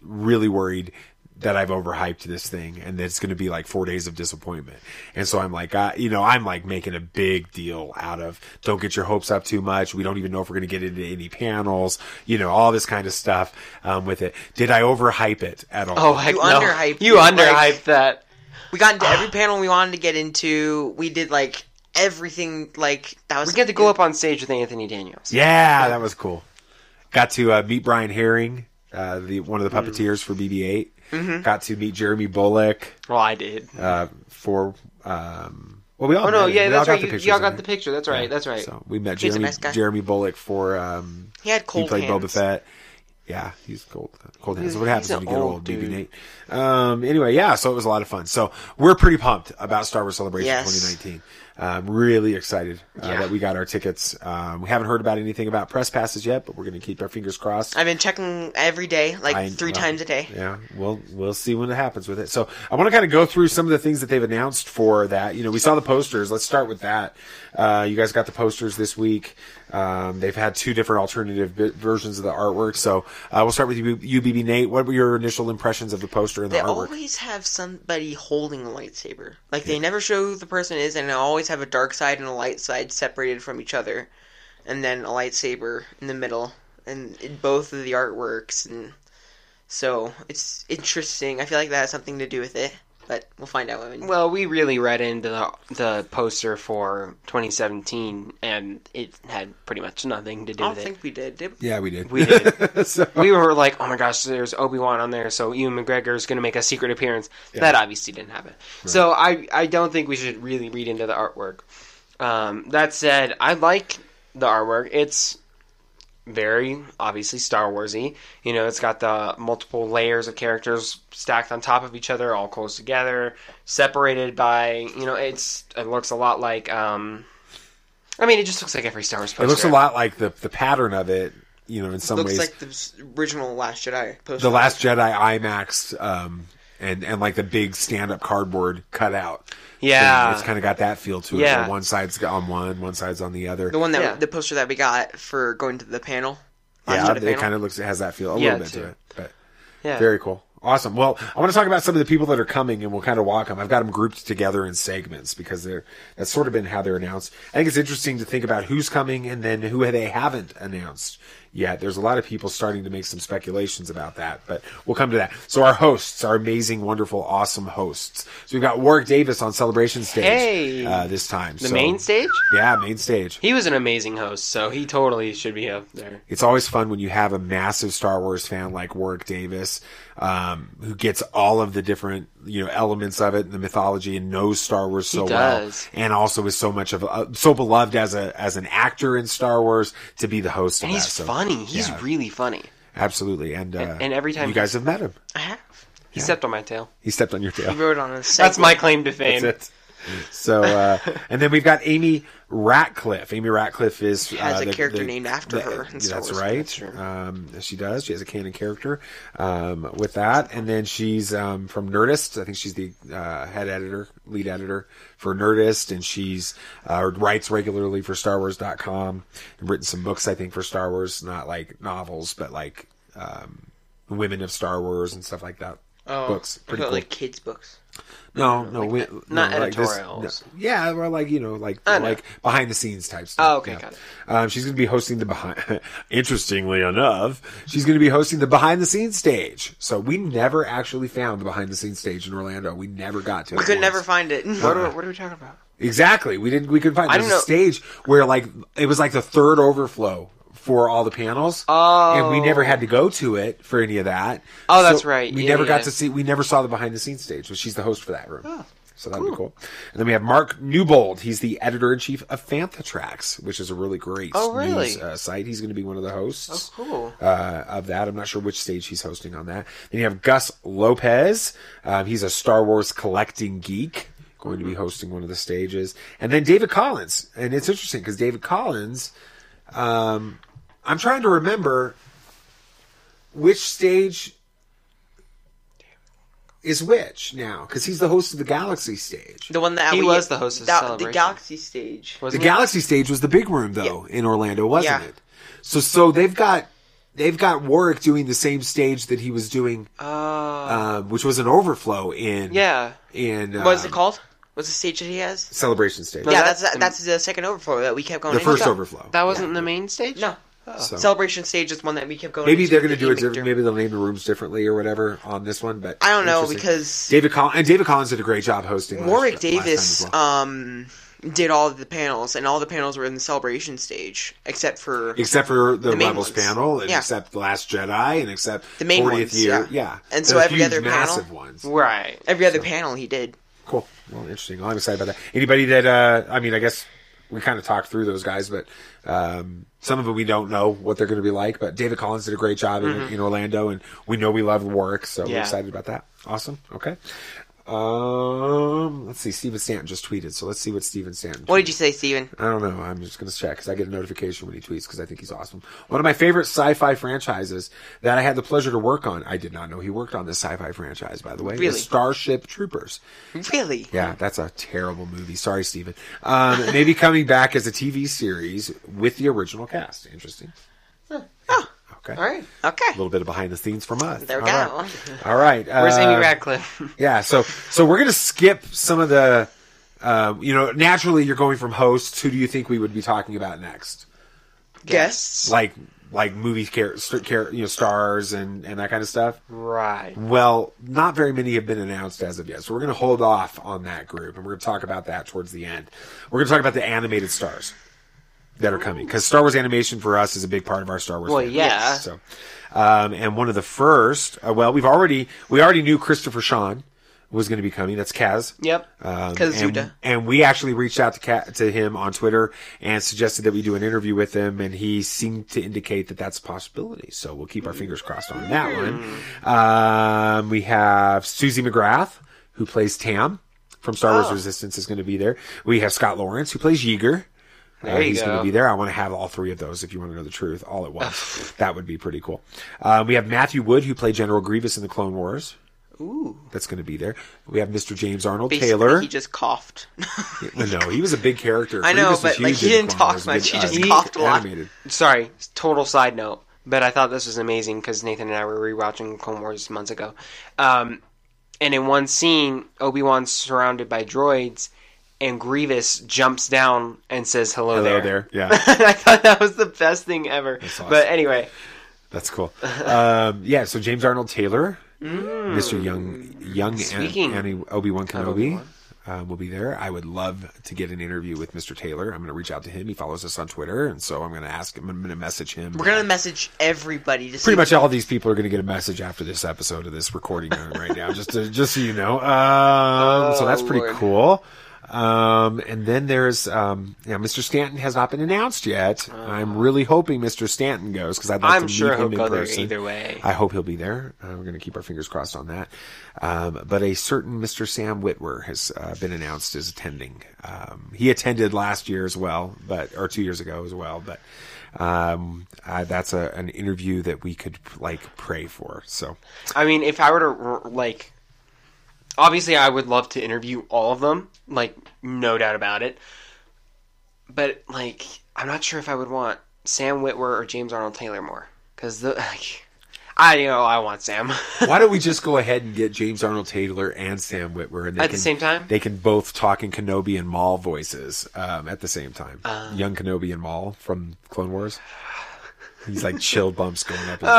[SPEAKER 10] really worried that I've overhyped this thing and that it's going to be like four days of disappointment. And so I'm like, I, you know, I'm like making a big deal out of don't get your hopes up too much. We don't even know if we're going to get into any panels, you know, all this kind of stuff, um, with it. Did I overhype it at all?
[SPEAKER 9] Oh, heck
[SPEAKER 1] You
[SPEAKER 9] no.
[SPEAKER 1] underhyped
[SPEAKER 9] You
[SPEAKER 1] it,
[SPEAKER 9] underhyped
[SPEAKER 1] like-
[SPEAKER 9] that.
[SPEAKER 1] We got into every panel we wanted to get into. We did, like, everything, like, that was.
[SPEAKER 9] We get to go up on stage with Anthony Daniels.
[SPEAKER 10] Yeah, that was cool. Got to uh, meet Brian Herring, uh, the one of the
[SPEAKER 9] Mm.
[SPEAKER 10] puppeteers for BB-8.
[SPEAKER 9] Mhm.
[SPEAKER 10] Got to meet Jeremy Bullock
[SPEAKER 9] Well, I did.
[SPEAKER 10] uh, for. Um, well, we all.
[SPEAKER 9] oh no,
[SPEAKER 10] met him.
[SPEAKER 9] yeah,
[SPEAKER 10] We
[SPEAKER 9] that's
[SPEAKER 10] all
[SPEAKER 9] right. You,
[SPEAKER 10] Got the
[SPEAKER 9] y'all
[SPEAKER 10] pictures
[SPEAKER 9] got
[SPEAKER 10] of
[SPEAKER 9] the
[SPEAKER 10] him.
[SPEAKER 9] picture. That's right. That's right.
[SPEAKER 10] So we met
[SPEAKER 9] He's a
[SPEAKER 10] Jeremy,
[SPEAKER 9] nice guy.
[SPEAKER 10] Jeremy Bullock for. Um,
[SPEAKER 1] He had cold
[SPEAKER 10] He played Boba
[SPEAKER 1] hands.
[SPEAKER 10] Fett. Yeah, he's cold. Cold hands.
[SPEAKER 1] He's-
[SPEAKER 10] what happens
[SPEAKER 1] he's
[SPEAKER 10] when
[SPEAKER 1] an
[SPEAKER 10] you get
[SPEAKER 1] old
[SPEAKER 10] old,
[SPEAKER 1] dude.
[SPEAKER 10] BB-8? Um, anyway, yeah. So it was a lot of fun. So we're pretty pumped about Star Wars Celebration
[SPEAKER 1] Yes.
[SPEAKER 10] 2019. I'm really excited uh,
[SPEAKER 1] Yeah.
[SPEAKER 10] that we got our tickets. Um, we haven't heard about anything about press passes yet, but we're going to keep our fingers crossed.
[SPEAKER 1] I've been checking every day, like,
[SPEAKER 10] I-
[SPEAKER 1] three
[SPEAKER 10] well,
[SPEAKER 1] times a day.
[SPEAKER 10] Yeah, we'll we'll see when it happens with it. So I want to kind of go through some of the things that they've announced for that. You know, we saw the posters. Let's start with that. Uh, you guys got the posters this week. Um, they've had two different alternative bi- versions of the artwork. So uh, we'll start with you, UBB Nate. What were your initial impressions of the poster and the
[SPEAKER 1] They
[SPEAKER 10] artwork?
[SPEAKER 1] always have somebody holding a lightsaber. Like they never show who the person is, and they always have a dark side and a light side separated from each other, and then a lightsaber in the middle, and in both of the artworks. And so it's interesting. I feel like that has something to do with it, but we'll find out. When
[SPEAKER 9] Well, we really read into the, the poster for 2017, and it had pretty much nothing to do
[SPEAKER 1] I
[SPEAKER 9] with
[SPEAKER 1] don't
[SPEAKER 9] it.
[SPEAKER 1] think we did. did
[SPEAKER 10] Yeah, we did.
[SPEAKER 9] We did. We were like, oh my gosh, there's Obi Wan on there, so Ewan McGregor is going to make a secret appearance.
[SPEAKER 1] Yeah.
[SPEAKER 9] That obviously didn't happen. So I, I don't think we should really read into the artwork. Um, that said, I like the artwork. It's very obviously Star Warsy. You know, it's got the multiple layers of characters stacked on top of each other, all close together, separated by you know, it's it looks a lot like. Um, I mean, it just looks like every Star Wars poster.
[SPEAKER 10] It looks a lot like the the pattern of it. You know, in some
[SPEAKER 1] Looks
[SPEAKER 10] ways,
[SPEAKER 1] like the s- original Last Jedi poster.
[SPEAKER 10] the Last Jedi IMAX, um, and and like the big stand up cardboard cutout.
[SPEAKER 1] Yeah.
[SPEAKER 10] thing. it's kind of got that feel to it.
[SPEAKER 1] Yeah.
[SPEAKER 10] where one side's on one, one side's on the other.
[SPEAKER 1] the one that the poster that we got for going to the panel.
[SPEAKER 10] yeah,
[SPEAKER 1] Last Jedi
[SPEAKER 10] it
[SPEAKER 1] panel.
[SPEAKER 10] kind of looks it has that feel a
[SPEAKER 1] Yeah,
[SPEAKER 10] little bit
[SPEAKER 1] too.
[SPEAKER 10] to it, but
[SPEAKER 1] Yeah.
[SPEAKER 10] very cool. Awesome. Well, I want to talk about some of the people that are coming, and we'll kind of walk them. I've got them grouped together in segments because they're that's sort of been how they're announced. I think it's interesting to think about who's coming and then who they haven't announced yet. There's a lot of people starting to make some speculations about that, but we'll come to that. So our hosts, our amazing, wonderful, awesome hosts. So we've got Warwick Davis on Celebration Stage
[SPEAKER 9] Hey.
[SPEAKER 10] uh, this time.
[SPEAKER 9] The
[SPEAKER 10] So-
[SPEAKER 9] main stage?
[SPEAKER 10] Yeah, main stage.
[SPEAKER 9] He was an amazing host, so he totally should be up there.
[SPEAKER 10] It's always fun when you have a massive Star Wars fan like Warwick Davis, um, who gets all of the different you know elements of it and the mythology and knows Star Wars
[SPEAKER 9] He
[SPEAKER 10] so
[SPEAKER 9] does.
[SPEAKER 10] well, and also is so much of uh, so beloved as a as an actor in Star Wars to be the host.
[SPEAKER 9] And
[SPEAKER 10] of
[SPEAKER 9] he's
[SPEAKER 10] that, so,
[SPEAKER 9] funny. He's
[SPEAKER 10] yeah,
[SPEAKER 9] really funny.
[SPEAKER 10] absolutely and, uh,
[SPEAKER 9] and every time
[SPEAKER 10] you guys have met him,
[SPEAKER 9] He stepped on my tail.
[SPEAKER 10] he stepped on your tail.
[SPEAKER 9] He wrote on a That's my claim to fame.
[SPEAKER 10] That's it. So, uh, and then we've got Amy Ratcliffe. Amy Ratcliffe is uh,
[SPEAKER 1] Has a
[SPEAKER 10] the-
[SPEAKER 1] character
[SPEAKER 10] the-
[SPEAKER 1] named after
[SPEAKER 10] the-
[SPEAKER 1] her in Star
[SPEAKER 10] that's
[SPEAKER 1] Wars.
[SPEAKER 10] right.
[SPEAKER 1] That's
[SPEAKER 10] Um, she does. She has a canon character um, with that, and then she's um, from Nerdist. I think she's the uh, head editor, lead editor for Nerdist, and she's uh, writes regularly for Star Wars.com and written some books, I think, for Star Wars, not like novels, but like um, Women of Star Wars and stuff like that.
[SPEAKER 1] Oh,
[SPEAKER 10] books,
[SPEAKER 1] I
[SPEAKER 10] pretty
[SPEAKER 1] thought,
[SPEAKER 10] cool.
[SPEAKER 1] like kids' books.
[SPEAKER 10] No, no, we,
[SPEAKER 9] not
[SPEAKER 10] no, like this-
[SPEAKER 9] editorials.
[SPEAKER 10] no. yeah, or like you know, like
[SPEAKER 9] I know.
[SPEAKER 10] like behind the scenes type stuff.
[SPEAKER 9] Oh, okay,
[SPEAKER 10] yeah.
[SPEAKER 9] got it.
[SPEAKER 10] Um, she's going to be hosting the behind. interestingly enough, she's going to be hosting the behind the scenes stage. So we never actually found the behind the scenes stage in Orlando. We never got to.
[SPEAKER 1] We
[SPEAKER 10] it
[SPEAKER 1] could
[SPEAKER 10] once.
[SPEAKER 1] never find it.
[SPEAKER 10] What are-
[SPEAKER 9] what are we talking about?
[SPEAKER 10] Exactly. We didn't. We could find.
[SPEAKER 1] I
[SPEAKER 10] There's a
[SPEAKER 1] don't know-
[SPEAKER 10] stage where like it was like the third overflow for all the panels.
[SPEAKER 9] Oh.
[SPEAKER 10] And we never had to go to it for any of that.
[SPEAKER 9] Oh, that's right.
[SPEAKER 10] We
[SPEAKER 9] Yeah,
[SPEAKER 10] never
[SPEAKER 9] yeah.
[SPEAKER 10] got to see. We never saw the behind the scenes stage. But she's the host for that room. So that'd be cool. And then we have Mark Newbold. He's the editor in chief of Fantatrax, which is a really great
[SPEAKER 1] Oh, really?
[SPEAKER 10] news uh, site. He's going to be one of the hosts
[SPEAKER 1] Oh, cool.
[SPEAKER 10] uh, of that. I'm not sure which stage he's hosting on that. Then you have Gus Lopez. Um, he's a Star Wars collecting geek, going to be hosting one of the stages. And then David Collins. And it's interesting because David Collins, um, I'm trying to remember which stage is which now because he's the host of the Galaxy stage.
[SPEAKER 1] The one that
[SPEAKER 9] He
[SPEAKER 1] we-
[SPEAKER 9] was the host of
[SPEAKER 1] that-
[SPEAKER 9] Celebration.
[SPEAKER 1] The Galaxy stage.
[SPEAKER 10] the Galaxy stage was the big room though in Orlando, wasn't
[SPEAKER 1] Yeah.
[SPEAKER 10] it? So so they've got they've got Warwick doing the same stage that he was doing, um, which was an overflow in
[SPEAKER 1] Oh. Yeah.
[SPEAKER 10] in
[SPEAKER 1] What is
[SPEAKER 10] um,
[SPEAKER 1] it called? What's the stage that he has?
[SPEAKER 10] Celebration stage.
[SPEAKER 1] yeah, that's that's, the second overflow that we kept going.
[SPEAKER 10] The
[SPEAKER 1] into.
[SPEAKER 10] first overflow. Oh.
[SPEAKER 1] That wasn't the main stage. No,
[SPEAKER 10] So-
[SPEAKER 1] celebration stage is one that we kept going.
[SPEAKER 10] Maybe
[SPEAKER 1] into
[SPEAKER 10] they're
[SPEAKER 1] with
[SPEAKER 10] going to
[SPEAKER 1] the
[SPEAKER 10] do it.
[SPEAKER 1] theming.
[SPEAKER 10] Different, maybe they'll name the rooms differently or whatever on this one. But
[SPEAKER 1] I don't know,
[SPEAKER 10] interesting.
[SPEAKER 1] because-
[SPEAKER 10] David Collins and David Collins did a great job hosting. last-
[SPEAKER 1] Warwick
[SPEAKER 10] last time as
[SPEAKER 1] Davis
[SPEAKER 10] well.
[SPEAKER 1] um, did all of the panels, and all the panels were in the celebration stage, except for
[SPEAKER 10] except for the,
[SPEAKER 1] the main
[SPEAKER 10] Rebels
[SPEAKER 1] ones.
[SPEAKER 10] panel, and
[SPEAKER 1] Yeah.
[SPEAKER 10] except the Last Jedi, and except
[SPEAKER 1] the main
[SPEAKER 10] 40th
[SPEAKER 1] ones,
[SPEAKER 10] year,
[SPEAKER 1] yeah.
[SPEAKER 10] yeah.
[SPEAKER 1] And
[SPEAKER 10] They're
[SPEAKER 1] so every
[SPEAKER 10] huge,
[SPEAKER 1] other panel,
[SPEAKER 10] massive ones,
[SPEAKER 1] right? Every other panel he did.
[SPEAKER 10] Cool. Well, interesting. Well, I'm excited about that. Anybody that, uh, I mean, I guess we kind of talked through those guys, but um, some of them we don't know what they're going to be like. But David Collins did a great job
[SPEAKER 12] Mhm.
[SPEAKER 1] Mm-hmm.
[SPEAKER 10] in, in Orlando, and we know we love Warwick, so we're
[SPEAKER 12] Yeah.
[SPEAKER 10] excited about that. Awesome. Okay. Um, let's see. Steven Stanton just tweeted, so let's see what Steven Stanton.
[SPEAKER 1] What did you say, Steven?
[SPEAKER 10] I don't know. I'm just going to check because I get a notification when he tweets because I think he's awesome. One of my favorite sci-fi franchises that I had the pleasure to work on. I did not know he worked on this sci-fi franchise, by the way. is
[SPEAKER 1] Really?
[SPEAKER 10] Starship Troopers.
[SPEAKER 1] Really?
[SPEAKER 10] Mm-hmm. Yeah, that's a terrible movie. Sorry, Steven. Um, maybe coming back as a TV series with the original cast. Interesting. Okay. All
[SPEAKER 1] Oh, right. Okay.
[SPEAKER 10] A little bit of behind the scenes from us.
[SPEAKER 1] There we
[SPEAKER 10] All
[SPEAKER 1] go.
[SPEAKER 10] right. All right.
[SPEAKER 9] Where's Amy
[SPEAKER 10] uh,
[SPEAKER 9] Radcliffe?
[SPEAKER 10] yeah so so we're gonna skip some of the um, you know naturally you're going from hosts who do you think we would be talking about next
[SPEAKER 1] Guests.
[SPEAKER 10] like like movie char- st- char- you know stars and and that kind of stuff
[SPEAKER 9] Right.
[SPEAKER 10] well not very many have been announced as of yet so we're gonna hold off on that group and we're gonna talk about that towards the end we're gonna talk about the animated stars that are coming because star wars animation for us is a big part of our star wars
[SPEAKER 9] Well,
[SPEAKER 10] fandom.
[SPEAKER 9] yeah.
[SPEAKER 10] so um, and one of the first uh, well we've already we already knew christopher sean was going to be coming that's kaz
[SPEAKER 9] Yep.
[SPEAKER 10] um, and,
[SPEAKER 9] Kazuda.
[SPEAKER 10] and we actually reached out to Ka- to him on Twitter and suggested that we do an interview with him, and he seemed to indicate that that's a possibility. So we'll keep our fingers crossed on that one. Um, we have Susie McGrath, who plays Tam from Star Wars
[SPEAKER 9] Oh.
[SPEAKER 10] Resistance, is going to be there. We have Scott Lawrence, who plays Yeager. Uh,
[SPEAKER 9] There you
[SPEAKER 10] he's going
[SPEAKER 9] go.
[SPEAKER 10] to be there. I want to have all three of those if you want to know the truth all at once. that would be pretty cool. Um, we have Matthew Wood, who played General Grievous in the Clone Wars.
[SPEAKER 1] Ooh.
[SPEAKER 10] That's going to be there. We have Mr. James Arnold
[SPEAKER 1] Basically,
[SPEAKER 10] Taylor.
[SPEAKER 1] He just coughed.
[SPEAKER 10] No, he was a big character.
[SPEAKER 1] I know,
[SPEAKER 10] Grievous was
[SPEAKER 1] but like
[SPEAKER 10] huge
[SPEAKER 1] he
[SPEAKER 10] in the
[SPEAKER 1] didn't
[SPEAKER 10] Clone
[SPEAKER 1] talk
[SPEAKER 10] Wars, big,
[SPEAKER 1] much. He
[SPEAKER 10] uh,
[SPEAKER 1] just coughed a lot.
[SPEAKER 10] animated.
[SPEAKER 9] Sorry, total side note, but I thought this was amazing because Nathan and I were rewatching Clone Wars months ago. Um, and in one scene, Obi Wan's surrounded by droids, and Grievous jumps down and says, Hello,
[SPEAKER 10] Hello there.
[SPEAKER 9] there.
[SPEAKER 10] Yeah.
[SPEAKER 9] and I thought that was the best thing ever. But anyway,
[SPEAKER 10] That's cool. Um, yeah, so James Arnold Taylor, Mr. Young, young
[SPEAKER 9] Mm. Speaking
[SPEAKER 10] Obi Wan Kenobi. Um, will be there. I would love to get an interview with Mr. Taylor. I'm going to reach out to him. He follows us on Twitter, and so I'm going to ask him. I'm going to message him.
[SPEAKER 1] We're gonna message everybody to see
[SPEAKER 10] Pretty much all these people are going to get a message after this episode of this recording going right now, just to, just so you know. Um, so that's pretty
[SPEAKER 9] Oh, Lord.
[SPEAKER 10] cool. Um, and then there's um, yeah, Mr. Stanton has not been announced yet. I'm really hoping Mr. Stanton goes because I'd like
[SPEAKER 9] Oh. I'm
[SPEAKER 10] to
[SPEAKER 9] sure
[SPEAKER 10] meet
[SPEAKER 9] he'll
[SPEAKER 10] him in
[SPEAKER 9] go there
[SPEAKER 10] person.
[SPEAKER 9] either way.
[SPEAKER 10] I hope he'll be there. Uh, we're going to keep our fingers crossed on that. Um, but a certain Mr. Sam Whitwer has uh, been announced as attending. Um, he attended last year as well, but or two years ago as well. But um, uh, that's a, an interview that we could like pray for. So
[SPEAKER 9] I mean, if I were to r- like, obviously, I would love to interview all of them, like no doubt about it. But like, I'm not sure if I would want Sam Whitwer or James Arnold Taylor more because the like, I you know I want Sam.
[SPEAKER 10] why don't we just go ahead and get James Arnold Taylor and Sam Whitwer and they
[SPEAKER 9] At the
[SPEAKER 10] can-
[SPEAKER 9] same time?
[SPEAKER 10] They can both talk in Kenobi and Maul voices um, at the same time.
[SPEAKER 9] Uh.
[SPEAKER 10] Young Kenobi and Maul from Clone Wars. He's like chill bumps going up. His back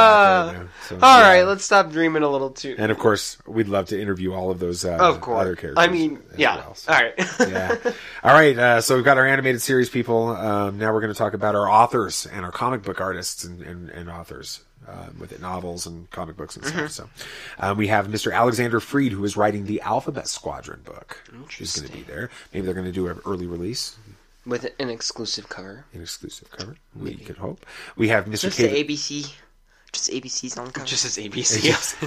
[SPEAKER 9] Uh,
[SPEAKER 10] right now. So,
[SPEAKER 9] all
[SPEAKER 10] yeah.
[SPEAKER 9] right, let's stop dreaming a little too.
[SPEAKER 10] And of course, we'd love to interview all of those uh,
[SPEAKER 9] Of course.
[SPEAKER 10] other characters.
[SPEAKER 9] I mean, yeah. All right.
[SPEAKER 10] yeah. All right. Uh, so we've got our animated series people. Um, now we're going to talk about our authors and our comic book artists and, and, and authors. uh, with it, novels and comic books and stuff. So um, we have Mr. Alexander Freed, who is writing the Alphabet Squadron book. She's going to be there. Maybe they're going to do an early release,
[SPEAKER 1] with an exclusive cover.
[SPEAKER 10] an exclusive cover. We could hope. We have Mr.
[SPEAKER 1] Just
[SPEAKER 10] Cave-
[SPEAKER 1] the ABC, just ABC's on cover. Just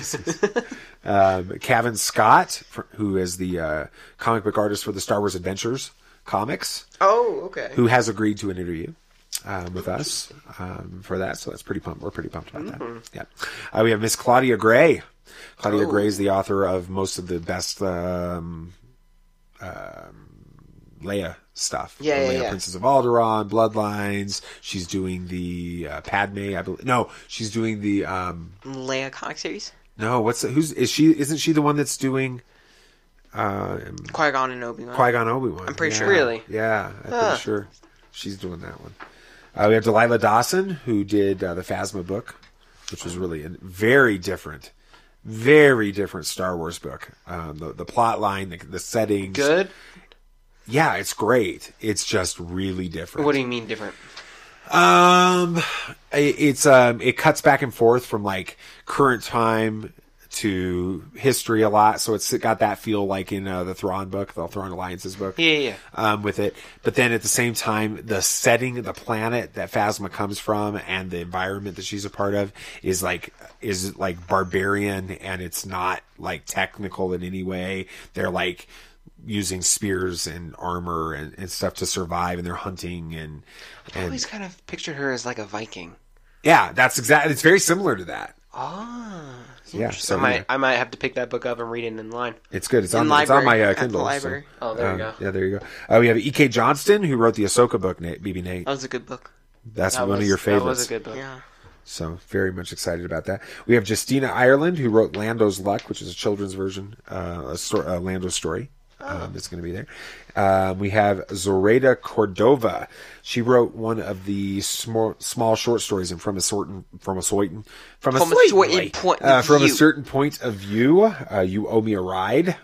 [SPEAKER 9] as
[SPEAKER 10] um, Kevin Scott, fr- who is the uh, comic book artist for the Star Wars Adventures comics,
[SPEAKER 1] oh, okay.
[SPEAKER 10] who has agreed to an interview um, with us um, for that. So that's pretty pumped. We're pretty pumped about
[SPEAKER 9] Mm-hmm.
[SPEAKER 1] Mhm.
[SPEAKER 10] that. Yeah, uh, we have Miss Claudia Gray. Claudia
[SPEAKER 1] Oh.
[SPEAKER 10] Gray is the author of most of the best um, um, Leia stuff.
[SPEAKER 9] Yeah,
[SPEAKER 10] Leia
[SPEAKER 9] yeah, yeah.
[SPEAKER 10] Princess of Alderaan, Bloodlines. She's doing the uh, Padme. I believe. No, she's doing the. Um,
[SPEAKER 1] Leia comic series?
[SPEAKER 10] no, what's the, who's is she? Isn't she the one that's doing uh,
[SPEAKER 1] Qui Gon and Obi Wan.
[SPEAKER 10] Qui Gon Obi Wan?
[SPEAKER 1] I'm pretty
[SPEAKER 10] yeah.
[SPEAKER 1] sure. Really?
[SPEAKER 10] Yeah, I'm
[SPEAKER 1] Huh.
[SPEAKER 10] pretty sure she's doing that one. Uh, we have Delilah Dawson who did uh, the Phasma book, which was really a very different, very different Star Wars book. Um, the the plot line, the, the settings,
[SPEAKER 9] good.
[SPEAKER 10] Yeah, it's great. It's just really different.
[SPEAKER 9] What do you mean different?
[SPEAKER 10] Um, i- it's um, it cuts back and forth from like current time to history a lot, so it's got that feel like in uh, the Thrawn book, the Thrawn Alliances book.
[SPEAKER 9] Yeah, yeah, yeah.
[SPEAKER 10] Um, with it, but then at the same time, the setting, the planet that Phasma comes from, and the environment that she's a part of is like is like barbarian, and it's not like technical in any way. They're like using spears and armor and, and stuff to survive and they're hunting and
[SPEAKER 9] I
[SPEAKER 10] and
[SPEAKER 9] always kind of pictured her as like a Viking.
[SPEAKER 10] yeah, that's exactly. It's very similar to that.
[SPEAKER 9] Ah.
[SPEAKER 10] Yeah, so
[SPEAKER 9] I might,
[SPEAKER 10] yeah.
[SPEAKER 9] I might have to pick that book up and read it in line.
[SPEAKER 10] It's good. It's
[SPEAKER 9] In
[SPEAKER 10] on. It's
[SPEAKER 9] library,
[SPEAKER 10] on my uh,
[SPEAKER 9] at the
[SPEAKER 10] Kindle. so,
[SPEAKER 9] library. Oh, there you
[SPEAKER 10] uh,
[SPEAKER 9] go.
[SPEAKER 10] Yeah, there you go. Uh, we have E.K. Johnston, who wrote the Ahsoka book, Nate, BB Nate.
[SPEAKER 1] That was a good book.
[SPEAKER 10] That's
[SPEAKER 9] That
[SPEAKER 10] one
[SPEAKER 9] was-
[SPEAKER 10] of your
[SPEAKER 9] that was
[SPEAKER 10] favorites.
[SPEAKER 9] a good book.
[SPEAKER 1] Yeah.
[SPEAKER 10] So very much excited about that. We have Justina Ireland, who wrote Lando's Luck, which is a children's version, uh, a, sto- a Lando story.
[SPEAKER 1] Oh.
[SPEAKER 10] Um, that's going to be there. Um, we have Zoraida Cordova. She wrote one of the small, small short stories in From a Certain From a Soitin From a
[SPEAKER 1] From a
[SPEAKER 10] Soitin
[SPEAKER 1] Certain Point of
[SPEAKER 10] uh, From a
[SPEAKER 1] View.
[SPEAKER 10] certain point of view. Uh, you owe me a ride.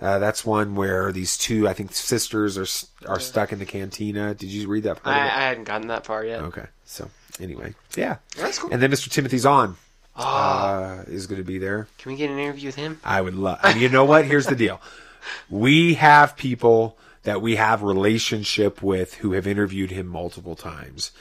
[SPEAKER 10] Uh, that's one where these two, I think, sisters are s- are stuck in the cantina. Did you read that part?
[SPEAKER 9] I,
[SPEAKER 10] of it?
[SPEAKER 9] I hadn't gotten that far yet.
[SPEAKER 10] Okay. So anyway, yeah, that's cool. And then Mr. Timothy Zahn uh, is going to be there.
[SPEAKER 9] Can we get an interview with him?
[SPEAKER 10] I would love. And you know what? Here's the deal: we have people that we have relationship with who have interviewed him multiple times.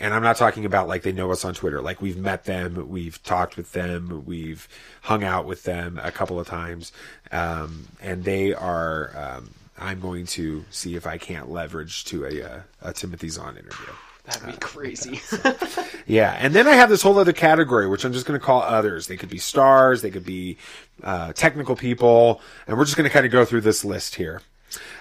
[SPEAKER 10] And I'm not talking about like they know us on Twitter. Like we've met them, we've talked with them, we've hung out with them a couple of times, um, and they are. Um, I'm going to see if I can't leverage to a, uh, a Timothy Zahn interview.
[SPEAKER 9] That'd be crazy.
[SPEAKER 10] Uh, Yeah, and then I have this whole other category, which I'm just going to call others. They could be stars, they could be uh, technical people, and we're just going to kind of go through this list here.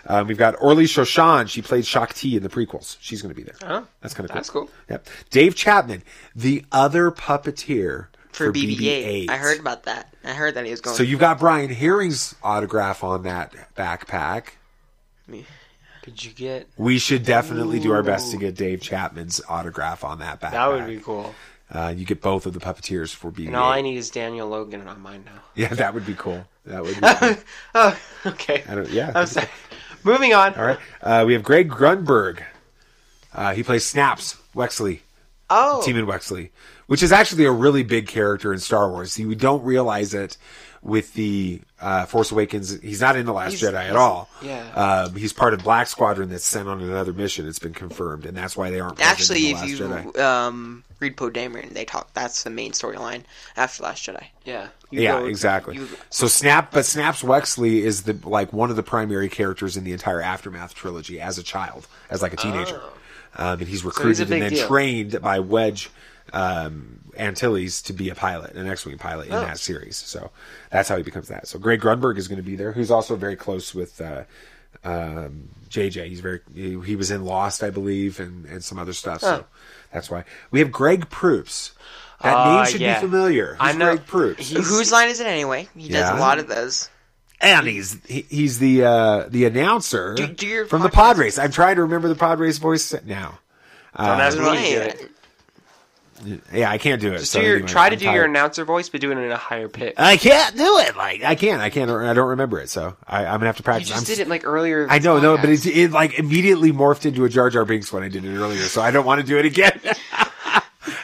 [SPEAKER 10] Um, we've got Orly Shoshan. She played Shakti in the prequels. She's going to be there.
[SPEAKER 9] Huh?
[SPEAKER 10] That's kind of
[SPEAKER 9] Uh-huh.
[SPEAKER 10] cool.
[SPEAKER 9] That's cool.
[SPEAKER 10] Yep. Dave Chapman, the other puppeteer
[SPEAKER 1] For, BB-8. I heard about that. I heard that he was going.
[SPEAKER 10] So you've got Brian Herring's autograph on that backpack.
[SPEAKER 9] Could you get?
[SPEAKER 10] We should definitely do our best to get Dave Chapman's autograph on that backpack.
[SPEAKER 9] That would be cool.
[SPEAKER 10] Uh, you get both of the puppeteers for BB-8.
[SPEAKER 9] And all I need is Daniel Logan on mine now.
[SPEAKER 10] Yeah, that would be cool. That would. Be cool.
[SPEAKER 9] Oh, okay.
[SPEAKER 10] I don't. Yeah.
[SPEAKER 9] I'm sorry. Moving on.
[SPEAKER 10] All right. Uh, we have Greg Grunberg. Uh, he plays Snaps Wexley.
[SPEAKER 9] Oh.
[SPEAKER 10] Team in Wexley, which is actually a really big character in Star Wars. You don't realize it with the uh, Force Awakens. He's not in the Last
[SPEAKER 9] He's-
[SPEAKER 10] Jedi at
[SPEAKER 9] he's-
[SPEAKER 10] all.
[SPEAKER 9] yeah.
[SPEAKER 10] Um, he's part of Black Squadron that's sent on another mission. It's been confirmed, and that's why they aren't present
[SPEAKER 1] Actually,
[SPEAKER 10] in
[SPEAKER 1] if
[SPEAKER 10] the Last Jedi.
[SPEAKER 1] you um, read Poe Dameron, they talk. That's the main storyline after Last Jedi.
[SPEAKER 9] Yeah.
[SPEAKER 10] yeah, exactly. so Snap, but Snaps Wexley is the like one of the primary characters in the entire Aftermath trilogy as a child, as like a teenager,
[SPEAKER 9] Oh.
[SPEAKER 10] um, and he's recruited
[SPEAKER 9] big
[SPEAKER 10] and then
[SPEAKER 9] deal.
[SPEAKER 10] trained by Wedge um, Antilles to be a pilot, an X-wing pilot in
[SPEAKER 9] Oh.
[SPEAKER 10] that series. So that's how he becomes that. So Greg Grunberg is going to be there, who's also very close with. Uh, um, JJ, he's very he, he was in Lost, I believe, and and some other stuff.
[SPEAKER 9] Oh.
[SPEAKER 10] So that's why we have Greg Proops. That
[SPEAKER 9] Uh,
[SPEAKER 10] name should
[SPEAKER 9] yeah.
[SPEAKER 10] be familiar. Who's
[SPEAKER 9] I know-
[SPEAKER 10] Greg Proops?
[SPEAKER 1] Whose line is it anyway? He does a
[SPEAKER 10] Yeah.
[SPEAKER 1] lot of those.
[SPEAKER 10] and he's he, he's the uh, the announcer
[SPEAKER 1] Do- do your
[SPEAKER 10] from the pod race. I'm trying to remember the pod race voice now.
[SPEAKER 9] Don't ask me
[SPEAKER 10] Uh,
[SPEAKER 9] to do it.
[SPEAKER 10] yeah, I can't do it.
[SPEAKER 9] Just
[SPEAKER 10] so
[SPEAKER 9] do your,
[SPEAKER 10] anyway,
[SPEAKER 9] try to
[SPEAKER 10] I'm
[SPEAKER 9] do your
[SPEAKER 10] tired.
[SPEAKER 9] announcer voice, but do it in a higher pitch.
[SPEAKER 10] I can't do it. Like I can't. I can't. I don't remember it. So I, I'm gonna have to
[SPEAKER 9] You
[SPEAKER 10] practice.
[SPEAKER 9] just
[SPEAKER 10] I'm,
[SPEAKER 9] did it like earlier. in
[SPEAKER 10] I
[SPEAKER 9] this
[SPEAKER 10] know, no, but
[SPEAKER 9] podcast.
[SPEAKER 10] it, it like immediately morphed into a Jar Jar Binks when I did it earlier. So I don't want to do it again.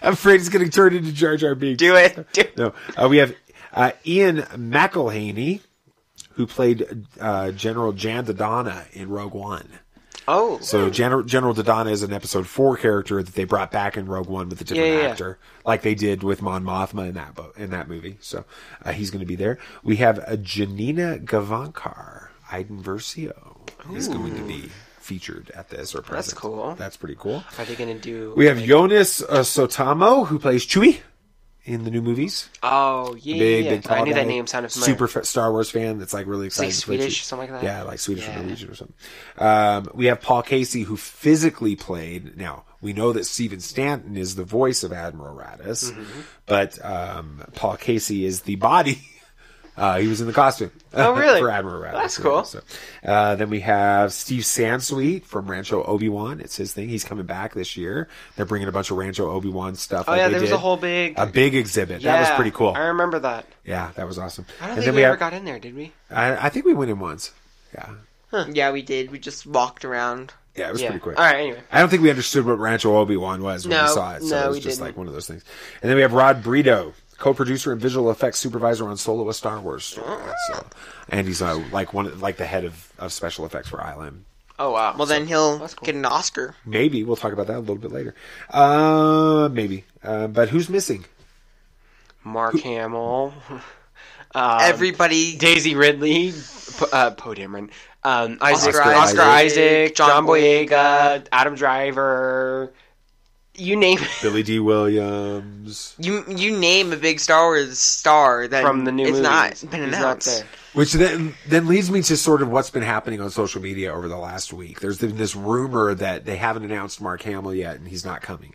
[SPEAKER 10] I'm afraid it's going to turn into Jar Jar Binks.
[SPEAKER 9] Do it. Do it.
[SPEAKER 10] No, uh, we have uh, Ian McElhaney, who played uh, General Jan Dodonna in Rogue One.
[SPEAKER 9] Oh,
[SPEAKER 10] So General General Dodonna is an episode four character that they brought back in Rogue One with a different
[SPEAKER 9] Yeah, yeah, yeah.
[SPEAKER 10] actor, like they did with Mon Mothma in that bo- in that movie. So uh, he's going to be there. We have uh, Janina Gavankar, Iden Versio, is going to be featured at this or present.
[SPEAKER 9] That's cool.
[SPEAKER 10] That's pretty cool.
[SPEAKER 9] Are they gonna do?
[SPEAKER 10] We have Jonas uh, Sotamo who plays Chewie in the new movies.
[SPEAKER 9] Oh yeah,
[SPEAKER 10] big,
[SPEAKER 9] yeah.
[SPEAKER 10] big
[SPEAKER 9] I knew
[SPEAKER 10] tall
[SPEAKER 9] that
[SPEAKER 10] guy,
[SPEAKER 9] name sounded familiar.
[SPEAKER 10] super fa- Star Wars fan that's like really
[SPEAKER 9] It's like
[SPEAKER 10] excited. to play
[SPEAKER 9] Swedish
[SPEAKER 10] Chewie.
[SPEAKER 9] or something like that?
[SPEAKER 10] Yeah, like Swedish
[SPEAKER 9] Yeah.
[SPEAKER 10] or Norwegian or something. Um, we have Paul Casey who physically played. Now we know that Stephen Stanton is the voice of Admiral Raddus,
[SPEAKER 9] Mhm.
[SPEAKER 10] but um, Paul Casey is the body. Uh, he was in the costume.
[SPEAKER 9] Oh, really?
[SPEAKER 10] for Admiral Raddus.
[SPEAKER 9] That's
[SPEAKER 10] yeah,
[SPEAKER 9] cool.
[SPEAKER 10] so. Uh, then we have Steve Sansweet from Rancho Obi Wan. It's his thing. He's coming back this year. They're bringing a bunch of Rancho Obi Wan stuff.
[SPEAKER 9] Oh,
[SPEAKER 10] like
[SPEAKER 9] yeah,
[SPEAKER 10] they
[SPEAKER 9] there was a
[SPEAKER 10] did.
[SPEAKER 9] whole big-
[SPEAKER 10] a big exhibit. that was
[SPEAKER 9] Yeah,
[SPEAKER 10] pretty cool.
[SPEAKER 9] I remember that.
[SPEAKER 10] Yeah, that was awesome.
[SPEAKER 9] I don't
[SPEAKER 10] and
[SPEAKER 9] think
[SPEAKER 10] then
[SPEAKER 9] we,
[SPEAKER 10] we
[SPEAKER 9] ever
[SPEAKER 10] have,
[SPEAKER 9] got in there, did we?
[SPEAKER 10] I, I think we went in once. Yeah,
[SPEAKER 1] Yeah, we did. We just walked around.
[SPEAKER 10] yeah, it was pretty quick.
[SPEAKER 1] All right, anyway.
[SPEAKER 10] I don't think we understood what Rancho Obi Wan was when
[SPEAKER 1] No,
[SPEAKER 10] we saw it, so
[SPEAKER 1] no,
[SPEAKER 10] it was
[SPEAKER 1] we
[SPEAKER 10] just
[SPEAKER 1] didn't.
[SPEAKER 10] like one of those things. And then we have Rod Brito, co-producer and visual effects supervisor on Solo: A Star Wars Story. So, and he's uh, like one, of- like the head of, of special effects for ILM.
[SPEAKER 1] Oh wow. Well, then he'll get an Oscar.
[SPEAKER 9] Um,
[SPEAKER 10] Maybe we'll talk about that a little bit later. Uh, maybe. Uh, but who's missing?
[SPEAKER 9] Mark Hamill. Um,
[SPEAKER 1] Everybody.
[SPEAKER 9] Daisy Ridley. P- uh, Poe Dameron. Um, Isaac,
[SPEAKER 1] Oscar Isaac,
[SPEAKER 9] Oscar, Isaac,
[SPEAKER 1] John
[SPEAKER 9] John, Boyega, Adam Driver. You name it.
[SPEAKER 10] Billy D. Williams.
[SPEAKER 1] You you name a big Star Wars star that
[SPEAKER 9] From the new
[SPEAKER 1] it's not
[SPEAKER 9] movies.
[SPEAKER 1] been
[SPEAKER 9] He's not
[SPEAKER 1] announced.
[SPEAKER 9] there.
[SPEAKER 10] Which then then leads me to sort of what's been happening on social media over the last week. There's been this rumor that they haven't announced Mark Hamill yet, and he's not coming.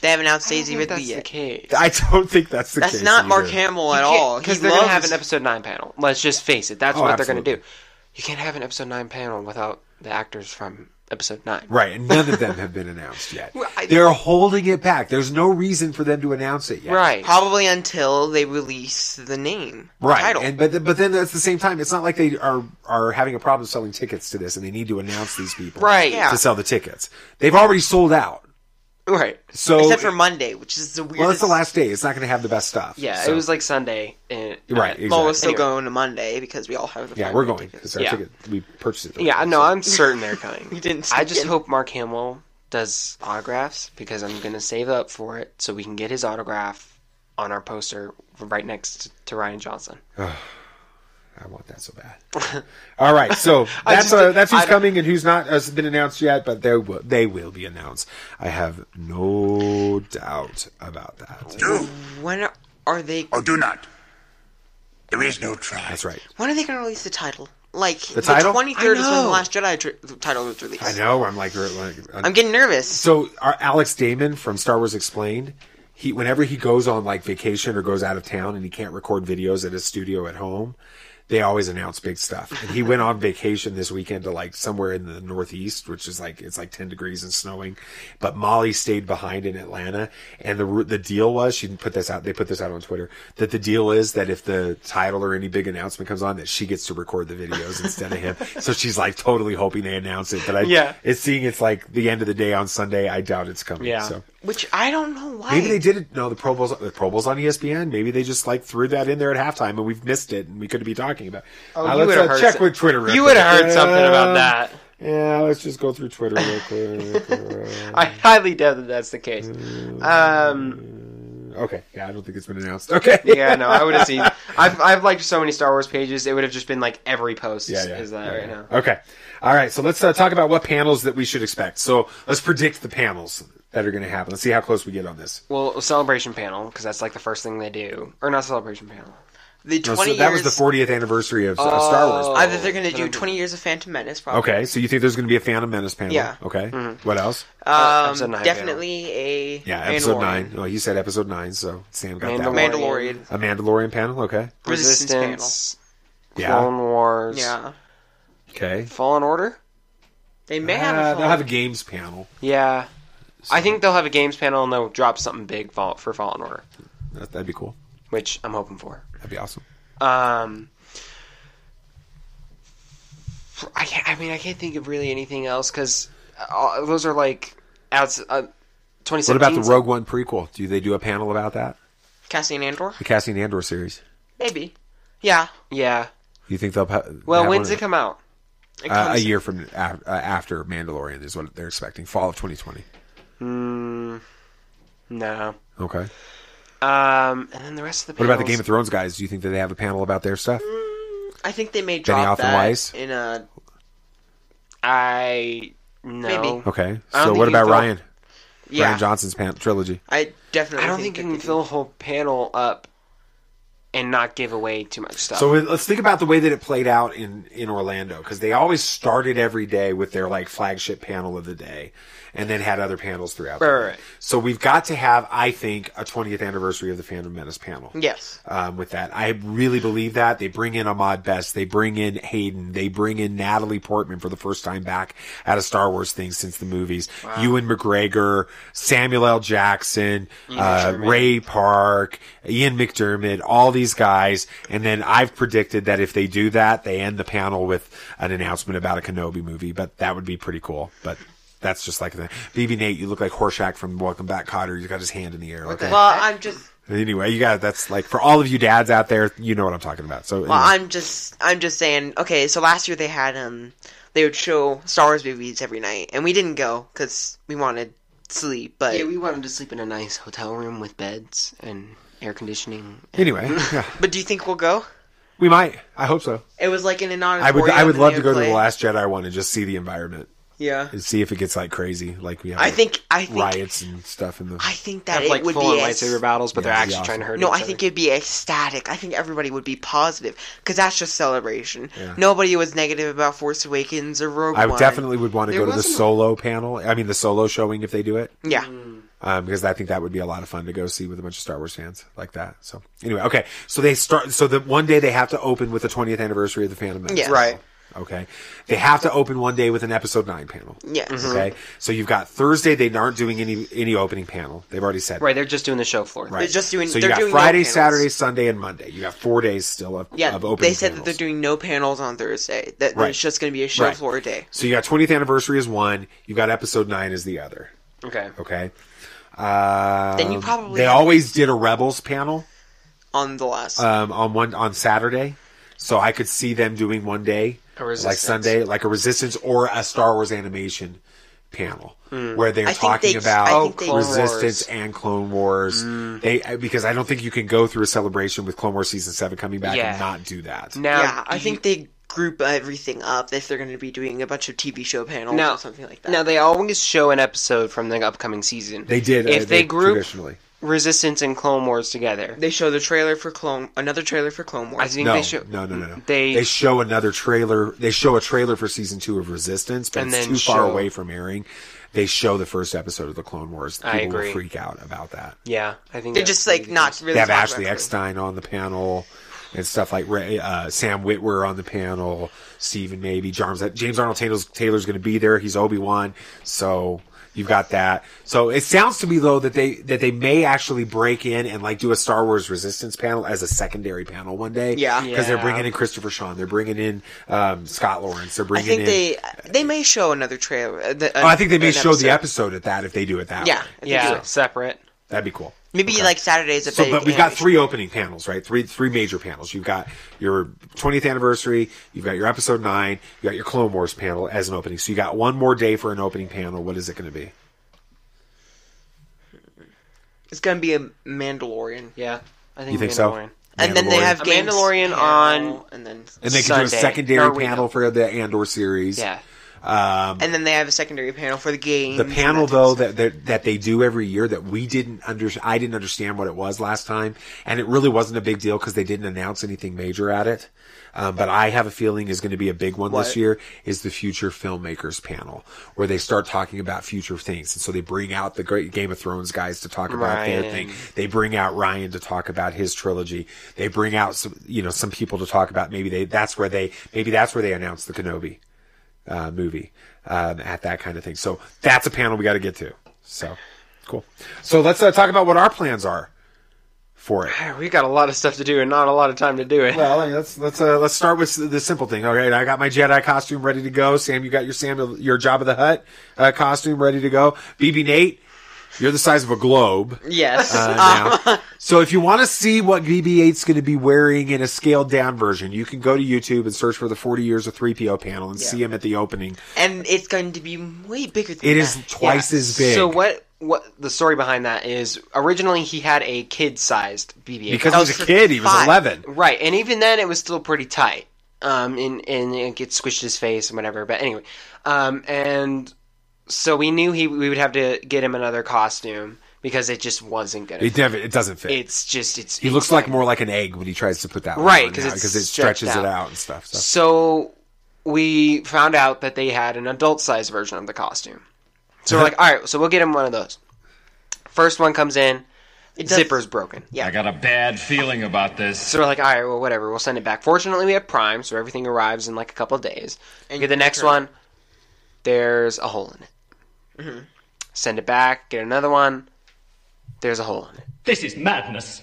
[SPEAKER 1] They haven't announced
[SPEAKER 9] I don't
[SPEAKER 1] Daisy
[SPEAKER 9] think
[SPEAKER 1] Ridley
[SPEAKER 9] that's
[SPEAKER 1] yet.
[SPEAKER 9] the case.
[SPEAKER 10] I don't think that's the
[SPEAKER 1] That's
[SPEAKER 10] case.
[SPEAKER 1] not Mark
[SPEAKER 10] either.
[SPEAKER 1] Hamill at all.
[SPEAKER 9] Because
[SPEAKER 1] He
[SPEAKER 9] they're going to have
[SPEAKER 1] loves-
[SPEAKER 9] an episode 9 panel. Let's just face it. That's
[SPEAKER 10] Oh,
[SPEAKER 9] what they're going
[SPEAKER 10] absolutely.
[SPEAKER 9] to do. You can't have an episode 9 panel without the actors from episode 9.
[SPEAKER 10] Right, and none of them have been announced yet.
[SPEAKER 9] Well, I-
[SPEAKER 10] They're holding it back. There's no reason for them to announce it yet.
[SPEAKER 9] Right.
[SPEAKER 1] Probably until they release the name,
[SPEAKER 10] Right,
[SPEAKER 1] Title.
[SPEAKER 10] and but th- but then at the same time, it's not like they are are having a problem selling tickets to this, and they need to announce these people,
[SPEAKER 1] Right.
[SPEAKER 10] to
[SPEAKER 1] Yeah.
[SPEAKER 10] sell the tickets. They've already sold out.
[SPEAKER 9] Right.
[SPEAKER 10] So
[SPEAKER 1] except for Monday, which is the weirdest.
[SPEAKER 10] well, it's the last day. It's not going to have the best stuff.
[SPEAKER 9] Yeah,
[SPEAKER 10] So-
[SPEAKER 9] it was like Sunday. uh, And,
[SPEAKER 10] Right,
[SPEAKER 1] Well, we're
[SPEAKER 10] exactly.
[SPEAKER 1] still going to Monday because we all have. The
[SPEAKER 10] Yeah,
[SPEAKER 1] Friday
[SPEAKER 10] we're going.
[SPEAKER 1] tickets.
[SPEAKER 10] It's our
[SPEAKER 9] Yeah.
[SPEAKER 10] ticket. We purchased it.
[SPEAKER 9] Yeah, no, I'm certain they're coming.
[SPEAKER 1] We didn't
[SPEAKER 9] I
[SPEAKER 1] sneak
[SPEAKER 9] just
[SPEAKER 1] in.
[SPEAKER 9] hope Mark Hamill does autographs because I'm gonna save up for it so we can get his autograph on our poster right next to Ryan Johnson.
[SPEAKER 10] Uh, I want that so bad. All right, so
[SPEAKER 9] I
[SPEAKER 10] that's
[SPEAKER 9] just-
[SPEAKER 10] uh, that's who's
[SPEAKER 9] I don't-
[SPEAKER 10] coming and who's not uh, has been announced yet, but they will they will be announced. I have no doubt about that.
[SPEAKER 1] When are, are they?
[SPEAKER 6] Or Oh, do not. There is no try.
[SPEAKER 10] That's right.
[SPEAKER 1] When are they going to release the title? Like the,
[SPEAKER 10] title?
[SPEAKER 1] 23rd is
[SPEAKER 10] I
[SPEAKER 1] when the
[SPEAKER 10] know.
[SPEAKER 1] Last Jedi tr- title was released.
[SPEAKER 10] I know. I'm like, like
[SPEAKER 1] I'm getting nervous.
[SPEAKER 10] So our Alex Damon from Star Wars Explained, he whenever he goes on like vacation or goes out of town and he can't record videos at his studio at home, they always announce big stuff. And he went on vacation this weekend to like somewhere in the northeast, which is like it's like 10 degrees and snowing, but Molly stayed behind in Atlanta and the ru- the deal was she put this out they put this out on Twitter that the deal is that if the title or any big announcement comes on that she gets to record the videos instead of him. So she's like totally hoping they announce it, but I
[SPEAKER 9] Yeah.
[SPEAKER 10] it's seeing it's like the end of the day on Sunday. I doubt it's coming.
[SPEAKER 9] Yeah.
[SPEAKER 10] So
[SPEAKER 1] Which I don't know why.
[SPEAKER 10] maybe they did it. No, the Pro Bowl's the Pro Bowl's on E ESPN. Maybe they just like threw that in there at halftime, and we've missed it, and we couldn't be talking about. it.
[SPEAKER 9] Oh,
[SPEAKER 10] Uh,
[SPEAKER 9] you
[SPEAKER 10] let's,
[SPEAKER 9] would've
[SPEAKER 10] uh,
[SPEAKER 9] heard
[SPEAKER 10] check
[SPEAKER 9] so-
[SPEAKER 10] with Twitter. real
[SPEAKER 9] you would've
[SPEAKER 10] quick.
[SPEAKER 9] heard something about
[SPEAKER 10] Um,
[SPEAKER 9] that.
[SPEAKER 10] Yeah, let's just go through Twitter real quick.
[SPEAKER 9] I highly doubt that that's the case. Um,
[SPEAKER 10] okay, yeah, I don't think it's been announced. Okay,
[SPEAKER 9] yeah, no, I would have seen. I've I've liked so many Star Wars pages. It would have just been like every post
[SPEAKER 10] Yeah, yeah,
[SPEAKER 9] is that
[SPEAKER 10] yeah,
[SPEAKER 9] right
[SPEAKER 10] yeah.
[SPEAKER 9] now.
[SPEAKER 10] Okay, all right. So let's uh, talk about what panels that we should expect. So let's predict the panels that are going to happen. Let's see how close we get on this.
[SPEAKER 9] Well, celebration panel because that's like the first thing they do, or not celebration panel.
[SPEAKER 1] The
[SPEAKER 10] No,
[SPEAKER 1] 20
[SPEAKER 10] so that was
[SPEAKER 1] years.
[SPEAKER 10] the 40th anniversary of, of Star Wars.
[SPEAKER 1] Either they're going to do 20 years of Phantom Menace, probably.
[SPEAKER 10] Okay, so you think there's going to be a Phantom Menace panel?
[SPEAKER 1] Yeah.
[SPEAKER 10] Okay.
[SPEAKER 9] Mm-hmm.
[SPEAKER 10] What else?
[SPEAKER 1] Um,
[SPEAKER 9] Episode nine
[SPEAKER 1] definitely a
[SPEAKER 10] Yeah, episode
[SPEAKER 1] Mandalorian.
[SPEAKER 10] nine. Well, you said episode nine, so Sam got that. one.
[SPEAKER 1] Mandalorian.
[SPEAKER 10] A Mandalorian panel. Okay.
[SPEAKER 1] Resistance panel.
[SPEAKER 9] Resistance,
[SPEAKER 10] Yeah.
[SPEAKER 9] Clone Wars,
[SPEAKER 1] Yeah,
[SPEAKER 10] Okay.
[SPEAKER 9] Fallen Order.
[SPEAKER 1] they may
[SPEAKER 10] Uh,
[SPEAKER 1] have.
[SPEAKER 10] they'll have a games panel.
[SPEAKER 9] Yeah. I think they'll have a games panel and they'll drop something big fall, for Fallen Order,
[SPEAKER 10] That, that'd be cool.
[SPEAKER 9] which I'm hoping for.
[SPEAKER 10] That'd be awesome.
[SPEAKER 9] Um, I can't, I mean, I can't think of really anything else because those are like outs uh,
[SPEAKER 10] What
[SPEAKER 1] 2017.
[SPEAKER 10] about the Rogue One prequel? Do they do a panel about that?
[SPEAKER 1] Cassian Andor?
[SPEAKER 10] The Cassian Andor series.
[SPEAKER 1] Maybe. Yeah.
[SPEAKER 9] Yeah.
[SPEAKER 10] You think they'll? Ha-
[SPEAKER 9] Well,
[SPEAKER 10] have
[SPEAKER 9] when's
[SPEAKER 10] one-
[SPEAKER 9] it come out? It
[SPEAKER 10] Uh, a
[SPEAKER 9] comes-
[SPEAKER 10] year from af- uh, after Mandalorian is what they're expecting. Fall of 2020.
[SPEAKER 9] Mm, no.
[SPEAKER 10] Okay.
[SPEAKER 9] Um, and then the rest of the.
[SPEAKER 10] What about the
[SPEAKER 9] panels-
[SPEAKER 10] Game of Thrones guys? Do you think that they have a panel about their stuff?
[SPEAKER 9] Mm-hmm.
[SPEAKER 1] I think they may
[SPEAKER 10] Benioff
[SPEAKER 1] drop
[SPEAKER 10] and Weiss?
[SPEAKER 1] that in a.
[SPEAKER 9] I no.
[SPEAKER 1] Maybe.
[SPEAKER 10] Okay.
[SPEAKER 9] I don't
[SPEAKER 10] So
[SPEAKER 9] think you
[SPEAKER 10] what
[SPEAKER 9] can
[SPEAKER 10] about
[SPEAKER 9] fill-
[SPEAKER 10] Ryan?
[SPEAKER 9] Yeah.
[SPEAKER 10] Ryan Johnson's pan- trilogy.
[SPEAKER 1] I definitely.
[SPEAKER 9] I don't think, you can fill a whole panel up and not give away too much stuff.
[SPEAKER 10] So we- let's think about the way that it played out in in Orlando because they always started every day with their like flagship panel of the day, and then had other panels throughout. the
[SPEAKER 9] Right, right,
[SPEAKER 10] day.
[SPEAKER 9] right.
[SPEAKER 10] So we've got to have, I think, a 20th anniversary of the Phantom Menace panel.
[SPEAKER 1] Yes.
[SPEAKER 10] Um, with that, I really believe that they bring in Ahmad Best, they bring in Hayden, they bring in Natalie Portman for the first time back at a Star Wars thing since the movies.
[SPEAKER 9] Wow.
[SPEAKER 10] Ewan McGregor, Samuel L. Jackson,
[SPEAKER 9] Ian
[SPEAKER 10] uh,
[SPEAKER 9] McDermott.
[SPEAKER 10] Ray Park, Ian McDermott, all these guys. And then I've predicted that if they do that, they end the panel with an announcement about a Kenobi movie, but that would be pretty cool. But that's just like the BB Nate, you look like Horshack from Welcome Back, Cotter. You got his hand in the air. okay.
[SPEAKER 1] Well, I'm just.
[SPEAKER 10] Anyway, you got that's like for all of you dads out there, you know what I'm talking about. So
[SPEAKER 1] Well,
[SPEAKER 10] anyway.
[SPEAKER 1] I'm just. I'm just saying. Okay, so last year they had um, they would show Star Wars movies every night, and we didn't go because we wanted sleep. But
[SPEAKER 9] yeah, we wanted to sleep in a nice hotel room with beds and air conditioning.
[SPEAKER 10] anyway, yeah.
[SPEAKER 1] But do you think we'll go?
[SPEAKER 10] we might. I hope so.
[SPEAKER 1] It was like in an
[SPEAKER 10] I
[SPEAKER 1] auditorium.
[SPEAKER 10] would. I would
[SPEAKER 1] and
[SPEAKER 10] love
[SPEAKER 1] they
[SPEAKER 10] to
[SPEAKER 1] would
[SPEAKER 10] go to
[SPEAKER 1] play-
[SPEAKER 10] the Last Jedi one and just see the environment.
[SPEAKER 1] Yeah.
[SPEAKER 10] and see if it gets like crazy, like we have.
[SPEAKER 1] I
[SPEAKER 10] like,
[SPEAKER 1] think- I think-
[SPEAKER 10] riots and stuff in the.
[SPEAKER 1] I think that
[SPEAKER 9] Have,
[SPEAKER 1] it
[SPEAKER 9] like,
[SPEAKER 1] would
[SPEAKER 9] full-on
[SPEAKER 1] be
[SPEAKER 9] lightsaber battles, but they're
[SPEAKER 10] Yeah, it'd be
[SPEAKER 9] actually trying to
[SPEAKER 10] awesome.
[SPEAKER 9] hurt.
[SPEAKER 1] No,
[SPEAKER 9] each
[SPEAKER 1] I
[SPEAKER 9] other.
[SPEAKER 1] think it'd be ecstatic. I think everybody would be positive because that's just celebration.
[SPEAKER 10] Yeah.
[SPEAKER 1] Nobody was negative about Force Awakens or Rogue
[SPEAKER 10] I
[SPEAKER 1] One.
[SPEAKER 10] definitely would want to
[SPEAKER 1] There
[SPEAKER 10] go to the
[SPEAKER 1] wasn't a-
[SPEAKER 10] solo panel. I mean, the solo showing if they do it.
[SPEAKER 1] Yeah.
[SPEAKER 10] Um, because I think that would be a lot of fun to go see with a bunch of Star Wars fans like that. So anyway, okay. So they start. So the one day they have to open with the 20th anniversary of the Phantom Menace.
[SPEAKER 1] Yes. Right.
[SPEAKER 10] Okay. They have to open one day with an episode nine panel.
[SPEAKER 1] Yes. Mhm.
[SPEAKER 10] Okay. So you've got Thursday. They aren't doing any any opening panel. They've already said
[SPEAKER 9] Right, they're just doing the show floor.
[SPEAKER 10] Right.
[SPEAKER 1] They're just doing-
[SPEAKER 10] So you
[SPEAKER 1] they're
[SPEAKER 10] got
[SPEAKER 1] doing no
[SPEAKER 10] Friday,
[SPEAKER 1] panels.
[SPEAKER 10] Saturday, Sunday, and Monday. You got four days still of,
[SPEAKER 1] Yeah,
[SPEAKER 10] of opening.
[SPEAKER 1] they said that
[SPEAKER 10] panels.
[SPEAKER 1] they're doing no panels on Thursday. That
[SPEAKER 10] Right.
[SPEAKER 1] it's just going to be a show
[SPEAKER 10] Right.
[SPEAKER 1] floor day.
[SPEAKER 10] So you got 20th anniversary is one. You got episode nine is the other.
[SPEAKER 9] Okay.
[SPEAKER 10] Okay. Uh,
[SPEAKER 1] Then you probably
[SPEAKER 10] they
[SPEAKER 1] have-
[SPEAKER 10] always did a Rebels panel
[SPEAKER 1] on the last.
[SPEAKER 10] um, on one on Saturday, so I could see them doing one day
[SPEAKER 9] A
[SPEAKER 10] like
[SPEAKER 9] Resistance.
[SPEAKER 10] Sunday, like a Resistance or a Star Wars animation panel
[SPEAKER 9] Mm.
[SPEAKER 10] where they're
[SPEAKER 9] I think
[SPEAKER 10] talking
[SPEAKER 9] they-
[SPEAKER 10] about
[SPEAKER 9] I think they- Clone
[SPEAKER 10] Resistance
[SPEAKER 9] Wars.
[SPEAKER 10] and Clone Wars.
[SPEAKER 9] Hmm.
[SPEAKER 10] They I- because I don't think you can go through a celebration with Clone Wars season seven coming back
[SPEAKER 1] Yeah.
[SPEAKER 10] and not do that.
[SPEAKER 1] yeah, I think
[SPEAKER 10] Mm-hmm.
[SPEAKER 1] they group everything up if they're going to be doing a bunch of TV show panels
[SPEAKER 9] Now-
[SPEAKER 1] or something like that.
[SPEAKER 9] Now they always show an episode from the upcoming season.
[SPEAKER 10] They did uh,
[SPEAKER 9] If they, group
[SPEAKER 10] traditionally.
[SPEAKER 9] Resistance and Clone Wars together,
[SPEAKER 1] they show the trailer for Clone, another trailer for Clone Wars.
[SPEAKER 9] I think
[SPEAKER 10] no,
[SPEAKER 9] they show.
[SPEAKER 10] no, no, no, no.
[SPEAKER 9] They-
[SPEAKER 10] they show another trailer. They show a trailer for season two of Resistance, but
[SPEAKER 9] And
[SPEAKER 10] it's
[SPEAKER 9] then
[SPEAKER 10] too far
[SPEAKER 9] show-
[SPEAKER 10] away from airing. They show the first episode of the Clone Wars. People
[SPEAKER 9] I
[SPEAKER 10] will
[SPEAKER 9] agree.
[SPEAKER 10] freak out about that.
[SPEAKER 9] Yeah, I think
[SPEAKER 1] They're
[SPEAKER 9] that's
[SPEAKER 1] just
[SPEAKER 9] gonna
[SPEAKER 1] like
[SPEAKER 9] be the
[SPEAKER 1] not
[SPEAKER 9] case.
[SPEAKER 1] really.
[SPEAKER 10] they have
[SPEAKER 1] talking
[SPEAKER 10] Ashley
[SPEAKER 1] about
[SPEAKER 10] Eckstein on the panel and stuff like Ray- uh, Sam Witwer on the panel. Stephen maybe James James Arnold Taylor's, Taylor's going to be there. He's Obi Wan, so you've got that. So it sounds to me though that they that they may actually break in and like do a Star Wars Resistance panel as a secondary panel one day.
[SPEAKER 1] Yeah.
[SPEAKER 10] because they're
[SPEAKER 1] Yeah.
[SPEAKER 10] bringing in Christopher Sean, they're bringing in um, Scott Lawrence, they're
[SPEAKER 1] I
[SPEAKER 10] bringing
[SPEAKER 1] think
[SPEAKER 10] in.
[SPEAKER 1] they they may show another trailer. uh, the-
[SPEAKER 10] oh, I think they may
[SPEAKER 1] an
[SPEAKER 10] show the episode at that if they do it that
[SPEAKER 1] Yeah,
[SPEAKER 10] way.
[SPEAKER 1] I think Yeah, so.
[SPEAKER 9] separate.
[SPEAKER 10] That'd be cool.
[SPEAKER 1] Maybe like Saturdays a
[SPEAKER 10] So,
[SPEAKER 1] big
[SPEAKER 10] but we've got
[SPEAKER 1] animation.
[SPEAKER 10] three opening panels, right? Three three major panels. You've got your 20th anniversary, you've got your episode nine, you got your Clone Wars panel as an opening. So you got one more day for an opening panel. What is it going to be?
[SPEAKER 1] It's going to be a Mandalorian.
[SPEAKER 9] Yeah, I
[SPEAKER 10] You think so?
[SPEAKER 1] And then they
[SPEAKER 10] Mandalorian.
[SPEAKER 1] have
[SPEAKER 9] A
[SPEAKER 1] games
[SPEAKER 9] Mandalorian
[SPEAKER 1] panel,
[SPEAKER 9] on-
[SPEAKER 1] and then
[SPEAKER 10] and they can do a
[SPEAKER 9] Sunday.
[SPEAKER 10] secondary
[SPEAKER 9] Or we-
[SPEAKER 10] panel for the Andor series.
[SPEAKER 1] Yeah.
[SPEAKER 10] Um,
[SPEAKER 1] and then they have a secondary panel for the games.
[SPEAKER 10] the
[SPEAKER 1] and
[SPEAKER 10] panel
[SPEAKER 1] that-
[SPEAKER 10] though that, that that they do every year that we didn't under I didn't understand what it was last time, and it really wasn't a big deal because they didn't announce anything major at it. Um, but I have a feeling is going to be a big one this
[SPEAKER 9] What?
[SPEAKER 10] year is the future filmmakers panel where they start talking about future things, and so they bring out the great Game of Thrones guys to talk about their
[SPEAKER 9] Ryan.
[SPEAKER 10] thing. They bring out Ryan to talk about his trilogy. They bring out some you know some people to talk about maybe they that's where they maybe that's where they announce the Kenobi uh, movie um, at that kind of thing. So that's a panel we got to get to. So cool. So let's uh, talk about what our plans are for it.
[SPEAKER 9] We got a lot of stuff to do and not a lot of time to do it.
[SPEAKER 10] Well, hey, let's let's uh, let's start with the simple thing. Okay, I got my Jedi costume ready to go. Sam, you got your Samuel your Job of the Hut uh, costume ready to go. BB Nate, You're the size of a globe.
[SPEAKER 1] Yes.
[SPEAKER 10] Uh, now. so if you want to see what BB-8's going to be wearing in a scaled down version, you can go to YouTube and search for the 40 years of 3PO panel and see him at the opening.
[SPEAKER 1] and it's going to be way bigger than
[SPEAKER 10] It
[SPEAKER 1] that.
[SPEAKER 10] is twice as big.
[SPEAKER 9] So what? What the story behind that is? Originally, he had a kid-sized BB-8
[SPEAKER 10] Because he was a kid, he was
[SPEAKER 9] Five.
[SPEAKER 10] 11.
[SPEAKER 9] right? And even then, it was still pretty tight. Um, and and it gets squished his face and whatever. But anyway, um, and so we knew he we would have to get him another costume because it just wasn't gonna.
[SPEAKER 10] It never, it doesn't fit.
[SPEAKER 9] It's just it's.
[SPEAKER 10] he looks like more like an egg when he tries to put that one
[SPEAKER 9] Right,
[SPEAKER 10] on
[SPEAKER 9] 'cause
[SPEAKER 10] now,
[SPEAKER 9] it's
[SPEAKER 10] it
[SPEAKER 9] stretched
[SPEAKER 10] stretches
[SPEAKER 9] out.
[SPEAKER 10] it out and stuff. So.
[SPEAKER 9] So we found out that they had an adult sized version of the costume. So
[SPEAKER 10] Uh-huh.
[SPEAKER 9] we're like, all right, so we'll get him one of those. First one comes in, zipper's broken.
[SPEAKER 1] Yeah.
[SPEAKER 18] I got a bad feeling about this.
[SPEAKER 9] So we're like, all right, well, whatever, we'll send it back. Fortunately, we have Prime, so everything arrives in like a couple of days.
[SPEAKER 1] And
[SPEAKER 9] get the
[SPEAKER 1] you
[SPEAKER 9] next
[SPEAKER 1] return
[SPEAKER 9] one, there's a hole in it.
[SPEAKER 1] Mhm.
[SPEAKER 9] Send it back, get another one, there's a hole in it.
[SPEAKER 18] This is madness.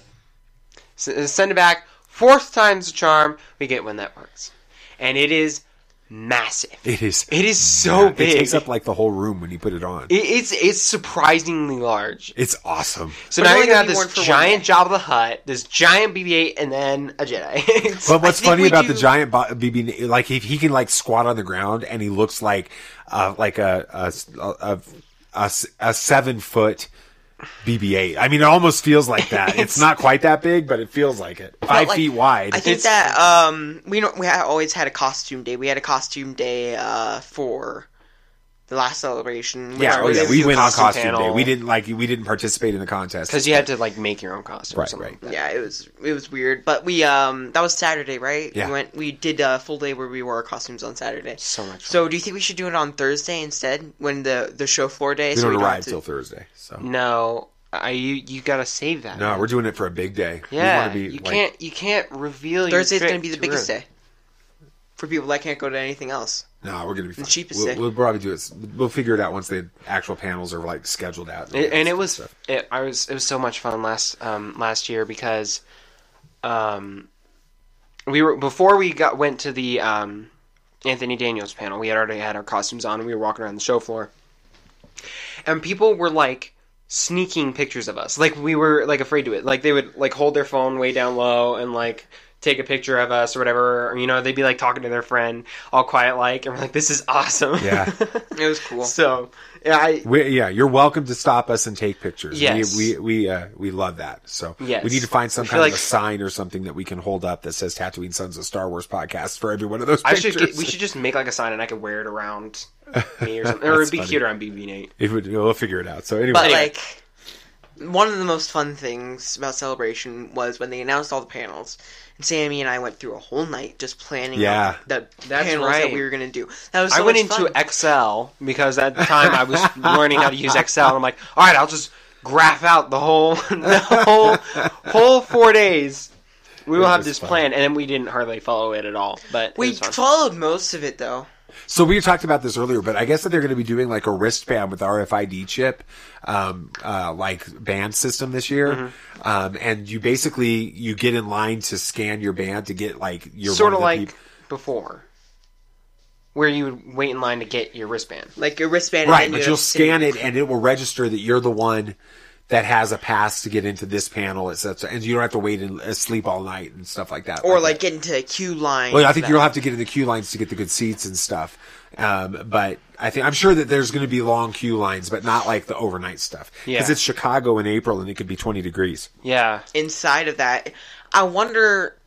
[SPEAKER 9] S- uh, send it back, fourth time's a charm, we get one that works. And it is massive.
[SPEAKER 10] It is.
[SPEAKER 9] It is so
[SPEAKER 10] It
[SPEAKER 9] big.
[SPEAKER 10] takes up like the whole room when you put it on.
[SPEAKER 9] It, it's it's surprisingly large.
[SPEAKER 10] It's awesome.
[SPEAKER 9] So
[SPEAKER 1] But
[SPEAKER 9] now
[SPEAKER 1] you
[SPEAKER 9] you
[SPEAKER 1] only
[SPEAKER 9] have
[SPEAKER 1] need one
[SPEAKER 9] this
[SPEAKER 1] for one
[SPEAKER 9] giant Jabba the Hutt, this giant BB-8, and then a Jedi. It's-
[SPEAKER 10] But what's
[SPEAKER 9] I think
[SPEAKER 10] funny
[SPEAKER 9] we
[SPEAKER 10] about
[SPEAKER 9] do-
[SPEAKER 10] the giant bo- BB, like if he can like squat on the ground and he looks like, uh, like a a a, a, a seven foot BB-8. I mean, it almost feels like that. it's, not quite that big, but it feels like it. Five
[SPEAKER 1] like-
[SPEAKER 10] feet wide.
[SPEAKER 1] I think
[SPEAKER 10] It's-
[SPEAKER 1] that um we don't we ha- always had a costume day. We had a costume day uh for the last celebration. which
[SPEAKER 10] yeah, oh,
[SPEAKER 1] was-
[SPEAKER 10] yeah. We went on costume day.
[SPEAKER 9] panel.
[SPEAKER 10] We didn't like we didn't participate in the contest
[SPEAKER 9] 'Cause you had to like make your own costume. or
[SPEAKER 10] Right,
[SPEAKER 9] something.
[SPEAKER 10] right.
[SPEAKER 1] Yeah, it was it was weird, but we um that was Saturday, right?
[SPEAKER 10] Yeah.
[SPEAKER 1] We went we did a full day where we wore our costumes on Saturday.
[SPEAKER 9] So much.
[SPEAKER 1] So do you think we should do it on Thursday instead when the the show floor day?
[SPEAKER 10] We
[SPEAKER 1] so
[SPEAKER 10] don't
[SPEAKER 1] have
[SPEAKER 10] arrive
[SPEAKER 1] to-
[SPEAKER 10] till Thursday, so
[SPEAKER 9] No, I, you you gotta save that.
[SPEAKER 10] no, we're doing it for a big day. We
[SPEAKER 9] yeah,
[SPEAKER 10] wanna be,
[SPEAKER 9] you
[SPEAKER 10] like-
[SPEAKER 9] can't you can't reveal.
[SPEAKER 1] Thursday's
[SPEAKER 9] your
[SPEAKER 1] gonna be the biggest day for people that can't go to anything else.
[SPEAKER 10] No, we're gonna be fine.
[SPEAKER 1] cheapest
[SPEAKER 10] We'll,
[SPEAKER 1] day.
[SPEAKER 10] we'll probably do it. We'll figure it out once the actual panels are like scheduled out.
[SPEAKER 9] It, and it was it, I was it was so much fun last um last year because, um, we were before we got went to the um Anthony Daniels panel. We had already had our costumes on. and We were walking around the show floor, and people were like sneaking pictures of us. Like we were like afraid to it. Like they would like hold their phone way down low and like take a picture of us or whatever. Or, you know, they'd be like talking to their friend, all quiet like, and we're like, "This is awesome."
[SPEAKER 10] Yeah.
[SPEAKER 1] It was cool.
[SPEAKER 9] so yeah, I
[SPEAKER 10] We, yeah, you're welcome to stop us and take pictures.
[SPEAKER 9] Yes.
[SPEAKER 10] we we we, uh, we love that. So
[SPEAKER 9] Yes.
[SPEAKER 10] we need to find some
[SPEAKER 9] I
[SPEAKER 10] kind
[SPEAKER 9] feel
[SPEAKER 10] of
[SPEAKER 9] like-
[SPEAKER 10] a sign or something that we can hold up that says Tatooine Sons of Star Wars podcast for every one of those
[SPEAKER 9] I
[SPEAKER 10] pictures.
[SPEAKER 9] should get, we should just make like a sign and I could wear it around me or something. or
[SPEAKER 10] That's
[SPEAKER 9] it'd be
[SPEAKER 10] funny.
[SPEAKER 9] cuter on BB Nate.
[SPEAKER 10] It would, we'll figure it out. So anyway,
[SPEAKER 1] But like, one of the most fun things about celebration was when they announced all the panels, and Sammy and I went through a whole night just planning
[SPEAKER 10] Yeah.
[SPEAKER 1] out the
[SPEAKER 9] That's
[SPEAKER 1] panels that
[SPEAKER 9] right.
[SPEAKER 1] we were gonna do. That was so
[SPEAKER 9] I went
[SPEAKER 1] much
[SPEAKER 9] into
[SPEAKER 1] fun.
[SPEAKER 9] Excel because at the time I was learning how to use Excel. And I'm like, all right, I'll just graph out the whole the whole whole four days. We will
[SPEAKER 10] It
[SPEAKER 9] have
[SPEAKER 10] was
[SPEAKER 9] this
[SPEAKER 10] fun.
[SPEAKER 9] plan, and then we didn't hardly follow it at all. But it
[SPEAKER 1] we
[SPEAKER 9] was fun.
[SPEAKER 1] followed most of it though.
[SPEAKER 10] so we talked about this earlier, but I guess that they're going to be doing like a wristband with RFID chip, um, uh, like band system this year, um, and you basically you get in line to scan your band to get like your
[SPEAKER 9] sort
[SPEAKER 10] one
[SPEAKER 9] of
[SPEAKER 10] the
[SPEAKER 9] like
[SPEAKER 10] peop-
[SPEAKER 9] before, where you would wait in line to get your wristband.
[SPEAKER 1] Like your wristband,
[SPEAKER 10] Right,
[SPEAKER 1] and
[SPEAKER 10] but
[SPEAKER 1] then
[SPEAKER 10] you'll
[SPEAKER 1] have to sit-
[SPEAKER 10] scan it and it will register that you're the one that has a pass to get into this panel, etc. And you don't have to wait and uh, sleep all night and stuff like that.
[SPEAKER 1] or
[SPEAKER 10] Like-
[SPEAKER 1] like get into a queue line.
[SPEAKER 10] well, I think
[SPEAKER 1] that-
[SPEAKER 10] you'll have to get in the queue lines to get the good seats and stuff. Um, but I think I'm sure that there's going to be long queue lines, but not like the overnight stuff because
[SPEAKER 9] Yeah.
[SPEAKER 10] it's Chicago in April and it could be 20 degrees.
[SPEAKER 9] Yeah,
[SPEAKER 1] inside of that. I wonder,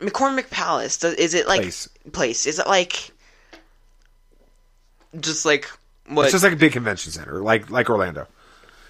[SPEAKER 1] McCormick Palace does, is it like
[SPEAKER 10] Place.
[SPEAKER 1] place. Is it like just like what?
[SPEAKER 10] It's just like a big convention center, like like Orlando,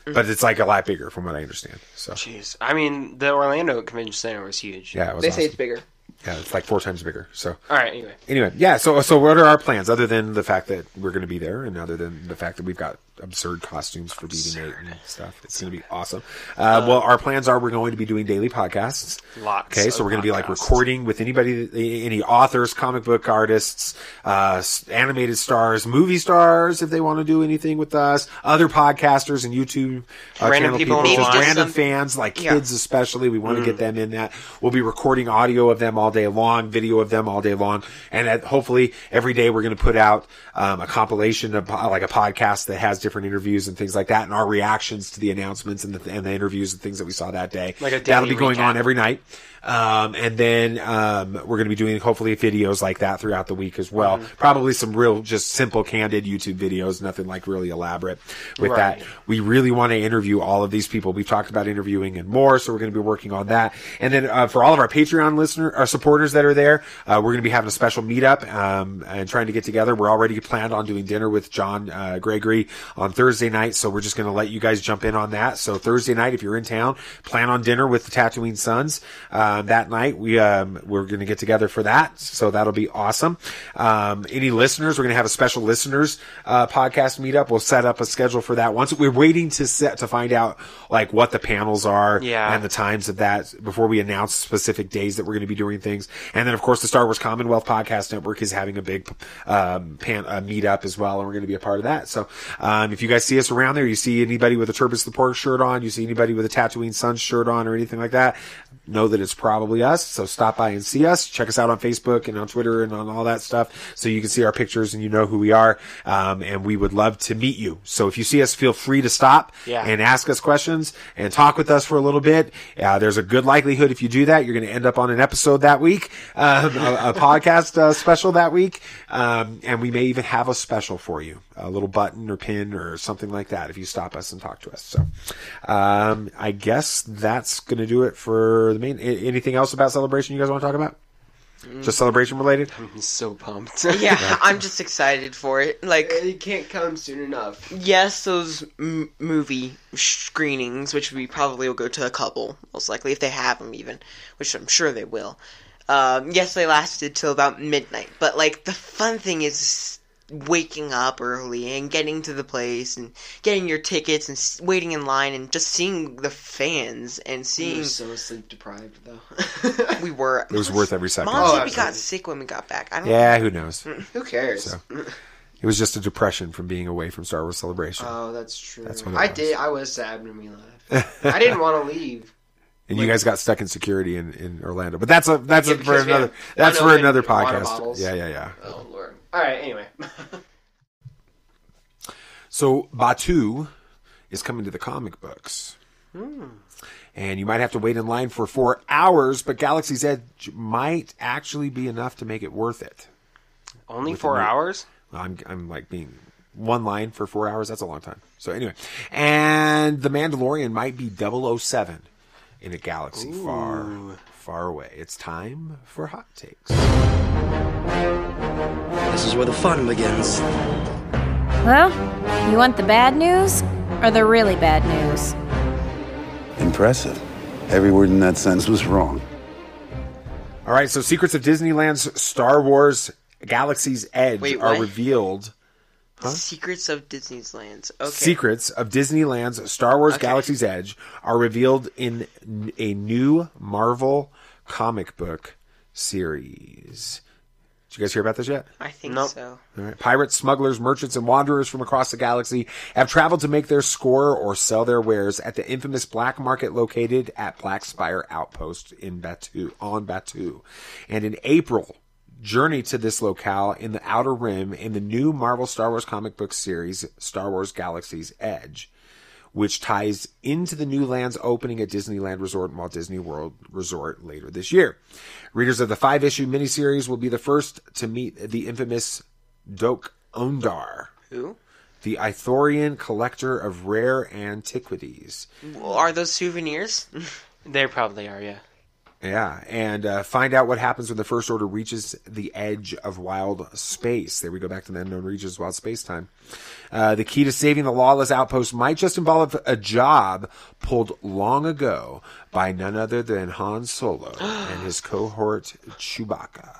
[SPEAKER 10] but it's like a lot bigger from what I understand. So
[SPEAKER 9] jeez. I mean, the Orlando Convention Center was huge.
[SPEAKER 10] yeah, it was
[SPEAKER 1] they
[SPEAKER 10] awesome.
[SPEAKER 1] say it's bigger.
[SPEAKER 10] yeah, it's like four times bigger. So
[SPEAKER 9] All right. Anyway.
[SPEAKER 10] anyway, yeah. So, so what are our plans other than the fact that we're going to be there, and other than the fact that we've got absurd costumes for BB-8 and stuff? It's going to be awesome. Uh, well, our plans are we're going to be doing daily podcasts.
[SPEAKER 9] Lots
[SPEAKER 10] Okay, so
[SPEAKER 9] of
[SPEAKER 10] we're going to be like
[SPEAKER 9] podcasts.
[SPEAKER 10] recording with anybody, that- any authors, comic book artists, uh, s- animated stars, movie stars, if they want to do anything with us, other podcasters and YouTube uh,
[SPEAKER 9] Random
[SPEAKER 10] channel
[SPEAKER 9] people
[SPEAKER 10] people,
[SPEAKER 9] online.
[SPEAKER 10] just
[SPEAKER 9] Maybe just
[SPEAKER 10] random
[SPEAKER 1] some-
[SPEAKER 10] fans, like
[SPEAKER 1] Yeah.
[SPEAKER 10] kids especially. We want to get them in that. We'll be recording audio of them all all day long, video of them all day long. And at, hopefully every day we're going to put out um, a compilation of po- like a podcast that has different interviews and things like that and our reactions to the announcements and the, and the interviews and things that we saw that day.
[SPEAKER 9] Like a
[SPEAKER 10] That'll be
[SPEAKER 9] daily
[SPEAKER 10] going
[SPEAKER 9] recap.
[SPEAKER 10] on every night. Um, and then um, we're going to be doing hopefully videos like that throughout the week as well.
[SPEAKER 9] Mhm.
[SPEAKER 10] Probably some real, just simple, candid YouTube videos, nothing like really elaborate with
[SPEAKER 9] Right.
[SPEAKER 10] that. We really want to interview all of these people. We've talked about interviewing and more, so we're going to be working on that. And then uh, for all of our Patreon listener, our supporters that are there, uh, we're going to be having a special meetup um, and trying to get together. We're already planned on doing dinner with John uh, Gregory on Thursday night, so we're just going to let you guys jump in on that. So Thursday night, if you're in town, plan on dinner with the Tatooine Sons um, that night. We um, we're going to get together for that, so that'll be awesome. Um, any listeners, we're going to have a special listeners uh, podcast meetup. We'll set up a schedule for that. Once we're waiting to set to find out like what the panels are
[SPEAKER 9] Yeah.
[SPEAKER 10] and the times of that before we announce specific days that we're going to be doing things. And then of course the Star Wars Commonwealth Podcast Network is having a big um, pan uh, meetup as well, and we're going to be a part of that. So um, if you guys see us around there, you see anybody with a Turbis the Pork shirt on, you see anybody with a Tatooine Suns shirt on, or anything like that, know that it's probably us. So stop by and see us. Check us out on Facebook and on Twitter and on all that stuff. So you can see our pictures and you know who we are. Um, and we would love to meet you. So if you see us, feel free to stop
[SPEAKER 9] Yeah.
[SPEAKER 10] and ask us questions and talk with us for a little bit. Uh, there's a good likelihood if you do that, you're going to end up on an episode that week, um, a, a podcast uh, special that week. Um, and we may even have a special for you, a little button or pin or something like that if you stop us and talk to us. So um, I guess that's going to do it for the main. a- Anything else about celebration you guys want to talk about? Just celebration related?
[SPEAKER 9] I'm so pumped.
[SPEAKER 1] yeah, I'm just excited for it. Like
[SPEAKER 9] it can't come soon enough.
[SPEAKER 10] Mm.
[SPEAKER 1] Yes, those m- movie screenings, which we probably will go to a couple, most likely if they have them even, which I'm sure they will. Um, yes, they lasted till about midnight, but like the fun thing is waking up early and getting to the place and getting your tickets and s- waiting in line and just seeing the fans and
[SPEAKER 9] You're
[SPEAKER 1] seeing
[SPEAKER 9] so sleep deprived though.
[SPEAKER 1] we were.
[SPEAKER 10] It was worth every second.
[SPEAKER 1] Mom
[SPEAKER 9] Oh,
[SPEAKER 1] said we got
[SPEAKER 9] absolutely.
[SPEAKER 1] sick when we got back. I don't.
[SPEAKER 10] Yeah, who knows?
[SPEAKER 9] Who cares?
[SPEAKER 10] So. It was just a depression from being away from Star Wars Celebration.
[SPEAKER 9] Oh, that's true.
[SPEAKER 10] That's what it
[SPEAKER 9] I
[SPEAKER 10] was.
[SPEAKER 9] did. I was sad when we left. I didn't want to leave.
[SPEAKER 10] And you guys got stuck in security in, in Orlando, but that's a that's
[SPEAKER 9] Yeah,
[SPEAKER 10] a, for
[SPEAKER 9] because we had
[SPEAKER 10] another that's for
[SPEAKER 9] unopened
[SPEAKER 10] another
[SPEAKER 9] water
[SPEAKER 10] podcast.
[SPEAKER 9] bottles.
[SPEAKER 10] Yeah, yeah, yeah.
[SPEAKER 9] Oh lord. All right. Anyway.
[SPEAKER 10] So Batu is coming to the comic books,
[SPEAKER 9] Hmm.
[SPEAKER 10] and you might have to wait in line for four hours, but Galaxy's Edge might actually be enough to make it worth it.
[SPEAKER 9] Only
[SPEAKER 10] With the
[SPEAKER 9] four
[SPEAKER 10] new-
[SPEAKER 9] hours.
[SPEAKER 10] I'm I'm like being one line for four hours. That's a long time. So anyway, and the Mandalorian might be 007 in a galaxy far far away. It's time for hot takes.
[SPEAKER 19] This is where the fun begins.
[SPEAKER 20] Well, you want the bad news or the really bad news?
[SPEAKER 2] Impressive. Every word in that sentence was wrong.
[SPEAKER 10] All right, so Secrets of Disneyland's Star Wars Galaxy's Edge
[SPEAKER 1] Wait,
[SPEAKER 10] are
[SPEAKER 1] what?
[SPEAKER 10] revealed. Huh?
[SPEAKER 1] Secrets of Disney's Lands. Okay.
[SPEAKER 10] Secrets of Disneyland's Star Wars
[SPEAKER 1] Okay.
[SPEAKER 10] Galaxy's Edge are revealed in n- a new Marvel comic book series. Did you guys hear about this yet?
[SPEAKER 1] I think so.
[SPEAKER 10] All right. Pirates, smugglers, merchants, and wanderers from across the galaxy have traveled to make their score or sell their wares at the infamous black market located at Black Spire Outpost in Batu, on Batu. And in April, journey to this locale in the Outer Rim in the new Marvel Star Wars comic book series, Star Wars Galaxy's Edge which ties into the new lands opening at Disneyland Resort and Walt Disney World Resort later this year. Readers of the five issue miniseries will be the first to meet the infamous Dok Ondar,
[SPEAKER 1] Who?
[SPEAKER 10] the Ithorian collector of rare antiquities.
[SPEAKER 1] Well, are those souvenirs?
[SPEAKER 9] They probably are. Yeah.
[SPEAKER 10] Yeah, and uh, find out what happens when the First Order reaches the edge of wild space. There we go back to the unknown regions of wild space time. Uh, the key to saving the lawless outpost might just involve a job pulled long ago by none other than Han Solo and his cohort Chewbacca.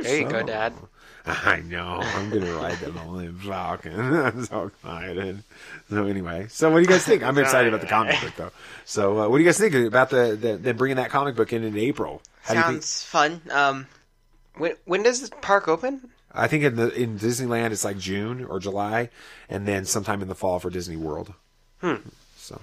[SPEAKER 9] There you go,
[SPEAKER 10] So-
[SPEAKER 9] Dad.
[SPEAKER 10] I know. I'm gonna ride the Millennium Falcon. I'm so excited. So anyway, so what do you guys think? I'm excited about the comic book though. So uh, what do you guys think about the, the them bringing that comic book in in April? How do you think?
[SPEAKER 1] Sounds fun. Um,
[SPEAKER 9] when when does the park open?
[SPEAKER 10] I think in the in Disneyland it's like June or July, and then sometime in the fall for Disney World.
[SPEAKER 9] Hmm.
[SPEAKER 10] So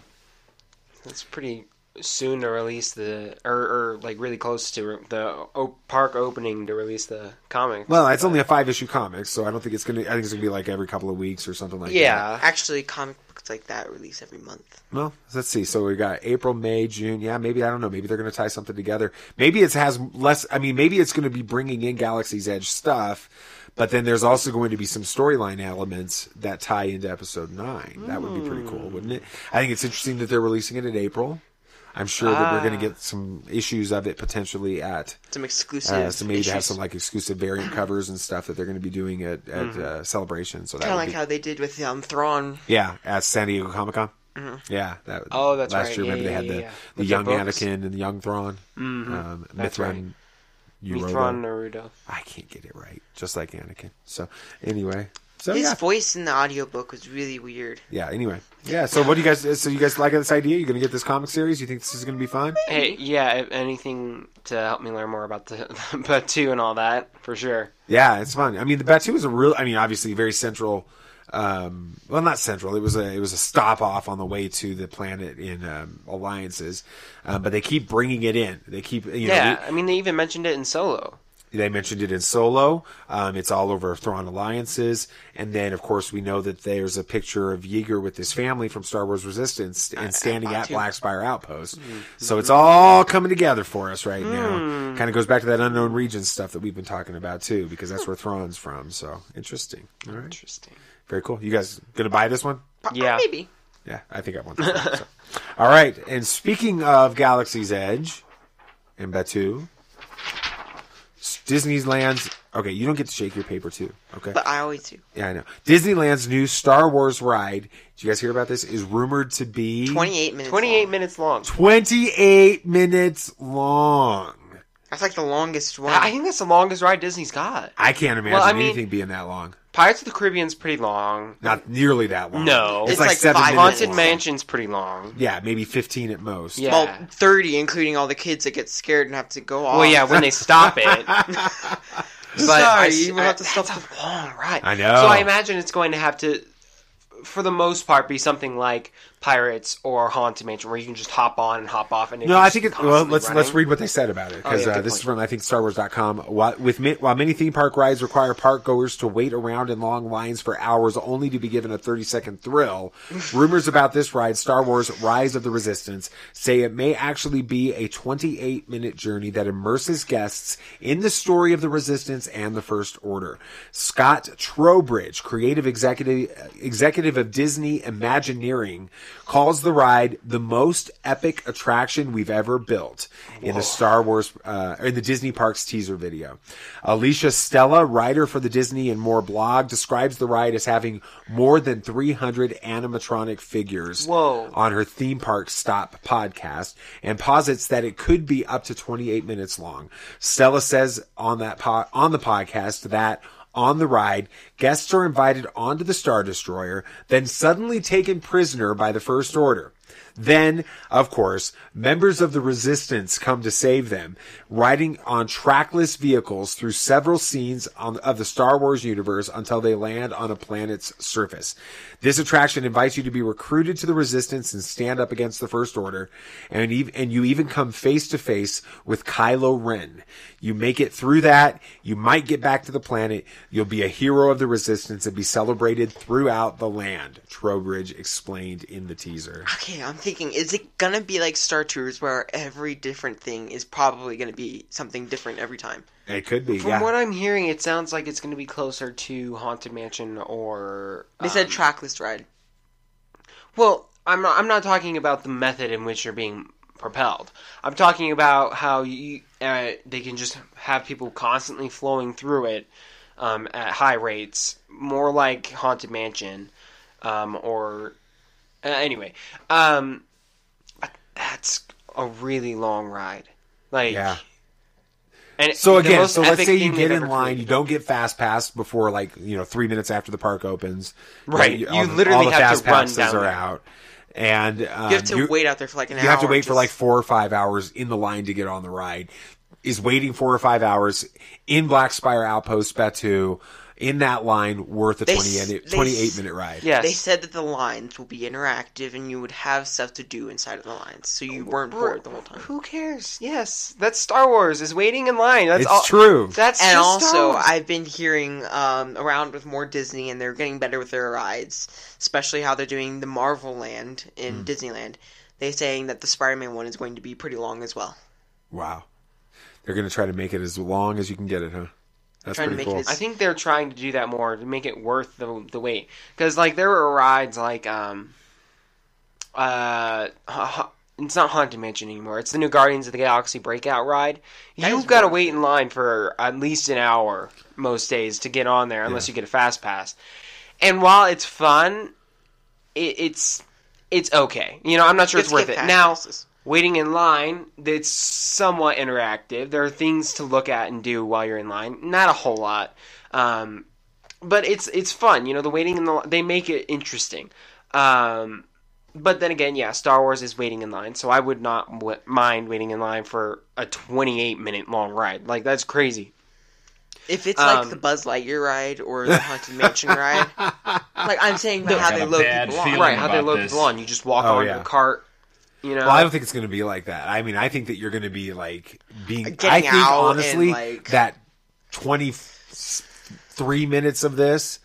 [SPEAKER 9] That's pretty soon to release the or, or like really close to the o- park opening to release the comic.
[SPEAKER 10] Well, it's only a five issue comic, so I don't think it's gonna. I think it's gonna be like every couple of weeks or something like that.
[SPEAKER 1] yeah, actually, comic books like that release every month.
[SPEAKER 10] Well, let's see. So we got April, May, June. Yeah, maybe I don't know. Maybe they're going to tie something together. Maybe it has less. I mean, maybe it's going to be bringing in Galaxy's Edge stuff, but then there's also going to be some storyline elements that tie into Episode Nine. That would be pretty
[SPEAKER 1] Hmm.
[SPEAKER 10] cool, wouldn't it? I think it's interesting that they're releasing it in April. I'm sure that we're going
[SPEAKER 1] Ah.
[SPEAKER 10] to get some issues of it potentially at
[SPEAKER 1] Some exclusive.
[SPEAKER 10] uh, so maybe they have
[SPEAKER 1] issues.
[SPEAKER 10] some like exclusive variant covers and stuff that they're going to be doing at, at
[SPEAKER 1] Mhm.
[SPEAKER 10] uh, Celebration. So that
[SPEAKER 1] Kind of
[SPEAKER 10] would
[SPEAKER 1] like
[SPEAKER 10] be,
[SPEAKER 1] how they did with um, Thrawn.
[SPEAKER 10] yeah, at San Diego Comic Con.
[SPEAKER 1] Mhm.
[SPEAKER 10] Yeah. That,
[SPEAKER 1] Oh, that's
[SPEAKER 10] last
[SPEAKER 1] right.
[SPEAKER 10] year,
[SPEAKER 1] Yeah,
[SPEAKER 10] remember they
[SPEAKER 1] yeah,
[SPEAKER 10] had
[SPEAKER 1] yeah,
[SPEAKER 10] the,
[SPEAKER 1] yeah.
[SPEAKER 10] the
[SPEAKER 1] With the
[SPEAKER 10] young
[SPEAKER 1] books. Mm-hmm.
[SPEAKER 10] Anakin and the young Thrawn,
[SPEAKER 9] Mhm.
[SPEAKER 10] um,
[SPEAKER 9] That's
[SPEAKER 10] Mithran, Urobo.
[SPEAKER 9] Mithran Naruto.
[SPEAKER 10] I can't get it right, just like Anakin. So anyway, so
[SPEAKER 1] His
[SPEAKER 10] Oh, yeah,
[SPEAKER 1] voice in the audiobook was really weird.
[SPEAKER 10] yeah. Anyway, yeah. So what do you guys? So you guys like this idea? You're gonna get this comic series? You think this is gonna be fun?
[SPEAKER 9] Hey, yeah, if anything to help me learn more about the but two and all that for sure.
[SPEAKER 10] Yeah, it's fun. I mean, the Batu is a real. I mean, obviously, very central. Um, well, not central. It was a it was a stop off on the way to the planet in um, alliances, um, but they keep bringing it in. They keep you know
[SPEAKER 9] yeah,
[SPEAKER 10] they-
[SPEAKER 9] I mean they even mentioned it in Solo.
[SPEAKER 10] They mentioned it in Solo. Um, it's all over Thrawn Alliances. And then, of course, we know that there's a picture of Yeager with his family from Star Wars Resistance and standing at
[SPEAKER 9] Batu.
[SPEAKER 10] Black Spire Outpost. So it's all coming together for us right now.
[SPEAKER 9] Hmm.
[SPEAKER 10] Kind of goes back to that unknown region stuff that we've been talking about, too, because that's where Thrawn's from. So interesting. All right.
[SPEAKER 9] Interesting.
[SPEAKER 10] Very cool. You guys going to buy this one?
[SPEAKER 9] Yeah,
[SPEAKER 1] oh, maybe.
[SPEAKER 10] Yeah, I think I want this one. so. All right. And speaking of Galaxy's Edge and Batu, s- Disneyland's. Okay, you don't get to shake your paper too. Okay.
[SPEAKER 1] But I always do.
[SPEAKER 10] yeah, I know. Disneyland's new Star Wars ride. Did you guys hear about this? Is rumored to be
[SPEAKER 1] 28 minutes.
[SPEAKER 9] 28 minutes long.
[SPEAKER 10] 28 minutes long.
[SPEAKER 1] That's like the longest one.
[SPEAKER 9] I I think that's the longest ride Disney's got.
[SPEAKER 10] I can't imagine
[SPEAKER 9] Well, I mean-
[SPEAKER 10] anything being that long.
[SPEAKER 9] Pirates of the Caribbean's pretty long.
[SPEAKER 10] Not nearly that long.
[SPEAKER 9] No,
[SPEAKER 10] it's, like, seven minutes.
[SPEAKER 9] Haunted
[SPEAKER 10] long.
[SPEAKER 9] Mansion's pretty long.
[SPEAKER 10] Yeah, maybe 15 at most.
[SPEAKER 1] Well, 30, including all the kids that get scared and have to go off.
[SPEAKER 9] Well, yeah, when they stop it.
[SPEAKER 1] Sorry,
[SPEAKER 9] I-
[SPEAKER 1] you will
[SPEAKER 9] I-
[SPEAKER 1] have to stop the
[SPEAKER 9] long ride.
[SPEAKER 10] I know.
[SPEAKER 9] So I imagine it's going to have to, for the most part, be something like Pirates or Haunted Mansion, where you can just hop on and hop off. And
[SPEAKER 10] No, I
[SPEAKER 9] it's
[SPEAKER 10] think
[SPEAKER 9] just
[SPEAKER 10] it, well,
[SPEAKER 9] constantly
[SPEAKER 10] let's let's
[SPEAKER 9] running.
[SPEAKER 10] read what they said about it
[SPEAKER 9] Oh,
[SPEAKER 10] because
[SPEAKER 9] yeah,
[SPEAKER 10] uh,
[SPEAKER 9] good
[SPEAKER 10] this is
[SPEAKER 9] point.
[SPEAKER 10] from I think StarWars.com. While, with mi- while many theme park rides require park goers to wait around in long lines for hours only to be given a 30 second thrill, rumors about this ride, Star Wars: Rise of the Resistance, say it may actually be a 28 minute journey that immerses guests in the story of the Resistance and the First Order. Scott Trowbridge, creative executive executive of Disney Imagineering, calls the ride the most epic attraction we've ever built in the Star Wars uh, in the Disney Parks teaser video. Alicia Stella, writer for the Disney and More blog, describes the ride as having more than 300 animatronic figures
[SPEAKER 9] Whoa.
[SPEAKER 10] on her theme park stop podcast and posits that it could be up to 28 minutes long. Stella says on that po- on the podcast that on the ride, guests are invited onto the Star Destroyer, then suddenly taken prisoner by the First Order. Then, of course, members of the resistance come to save them, riding on trackless vehicles through several scenes on, of the Star Wars universe until they land on a planet's surface. This attraction invites you to be recruited to the resistance and stand up against the First Order, and, ev- and you even come face to face with Kylo Ren. You make it through that, you might get back to the planet, you'll be a hero of the resistance and be celebrated throughout the land, Trowbridge explained in the teaser.
[SPEAKER 1] Okay, I'm thinking, is it gonna be like Star Tours where every different thing is probably gonna be something different every time?
[SPEAKER 10] It could be,
[SPEAKER 9] From
[SPEAKER 10] yeah.
[SPEAKER 9] what I'm hearing, it sounds like it's going to be closer to Haunted Mansion or. uh,
[SPEAKER 1] They
[SPEAKER 10] Um,
[SPEAKER 1] said trackless ride.
[SPEAKER 9] Well, I'm not, I'm not talking about the method in which you're being propelled. I'm talking about how you uh, they can just have people constantly flowing through it um, at high rates, more like Haunted Mansion, um, or uh, anyway. Um, that's a really long ride. Like
[SPEAKER 10] Yeah.
[SPEAKER 9] And
[SPEAKER 10] so
[SPEAKER 9] the
[SPEAKER 10] again,
[SPEAKER 9] most
[SPEAKER 10] so let's
[SPEAKER 9] epic
[SPEAKER 10] say you
[SPEAKER 9] thing
[SPEAKER 10] get
[SPEAKER 9] they've
[SPEAKER 10] in
[SPEAKER 9] ever
[SPEAKER 10] line, you don't get fast pass before like you know three minutes after the park opens.
[SPEAKER 9] Right.
[SPEAKER 10] Then
[SPEAKER 9] You
[SPEAKER 10] the-
[SPEAKER 9] literally
[SPEAKER 10] the
[SPEAKER 9] have to
[SPEAKER 10] fast
[SPEAKER 9] run
[SPEAKER 10] passes
[SPEAKER 9] down
[SPEAKER 10] are
[SPEAKER 9] there.
[SPEAKER 10] out, and um,
[SPEAKER 1] You have to wait out there for like an
[SPEAKER 10] you have to
[SPEAKER 1] hour,
[SPEAKER 10] wait for like
[SPEAKER 1] just-
[SPEAKER 10] four or five hours in the line to get on the ride. Is waiting four or five hours in Black Spire Outpost Batu. in that line worth a
[SPEAKER 1] They
[SPEAKER 10] 20
[SPEAKER 1] s-
[SPEAKER 10] minute,
[SPEAKER 1] they
[SPEAKER 10] 28
[SPEAKER 1] s-
[SPEAKER 10] minute ride.
[SPEAKER 1] They said that the lines will be interactive and you would have stuff to do inside of the lines, so you weren't bored the whole time.
[SPEAKER 9] Who cares? Yes, that's Star Wars is waiting in line. That's
[SPEAKER 1] It's
[SPEAKER 9] all.
[SPEAKER 1] true.
[SPEAKER 9] That's
[SPEAKER 1] and
[SPEAKER 9] just Star
[SPEAKER 1] also,
[SPEAKER 9] Wars.
[SPEAKER 1] I've been hearing um, around with more Disney, and they're getting better with their rides, especially how they're doing the Marvel Land in
[SPEAKER 10] Mm.
[SPEAKER 1] Disneyland. They're saying that the Spider-Man one is going to be pretty long as well.
[SPEAKER 10] Wow. They're going to try to make it as long as you can get it, huh? That's
[SPEAKER 9] trying to
[SPEAKER 10] pretty
[SPEAKER 9] make
[SPEAKER 10] cool.
[SPEAKER 9] it. I think they're trying to do that more to make it worth the the wait. Because like there were rides like um, uh, ha- ha- it's not haunted mansion anymore. It's the new Guardians of the Galaxy Breakout ride. You've got to wait in line for at least an hour most days to get on there, unless you get a fast pass. And while it's fun, it, it's it's okay. You know, I'm not sure it's,
[SPEAKER 1] Let's
[SPEAKER 9] worth
[SPEAKER 1] get fast
[SPEAKER 9] it. Now,
[SPEAKER 1] passes.
[SPEAKER 9] waiting in line, it's somewhat interactive. There are things to look at and do while you're in line. Not a whole lot, um, but it's it's fun. You know, the waiting in the li- they make it interesting. Um, but then again, yeah, Star Wars is waiting in line, so I would not w- mind waiting in line for a 28 minute long ride. Like that's crazy.
[SPEAKER 1] If it's
[SPEAKER 9] Um,
[SPEAKER 1] like the Buzz Lightyear ride or the Haunted Mansion ride, like I'm saying, about
[SPEAKER 9] No.
[SPEAKER 1] how
[SPEAKER 9] I
[SPEAKER 1] they
[SPEAKER 9] got a
[SPEAKER 1] load
[SPEAKER 9] bad
[SPEAKER 1] people on.
[SPEAKER 9] feeling Right, how they about load this. Oh, people on. You just walk on your cart, you know.
[SPEAKER 10] Well, I don't think it's going to be like that. I mean, I think that you're going to be like being.
[SPEAKER 9] Getting
[SPEAKER 10] I think
[SPEAKER 9] out
[SPEAKER 10] honestly
[SPEAKER 9] and, like-
[SPEAKER 10] that twenty three minutes of this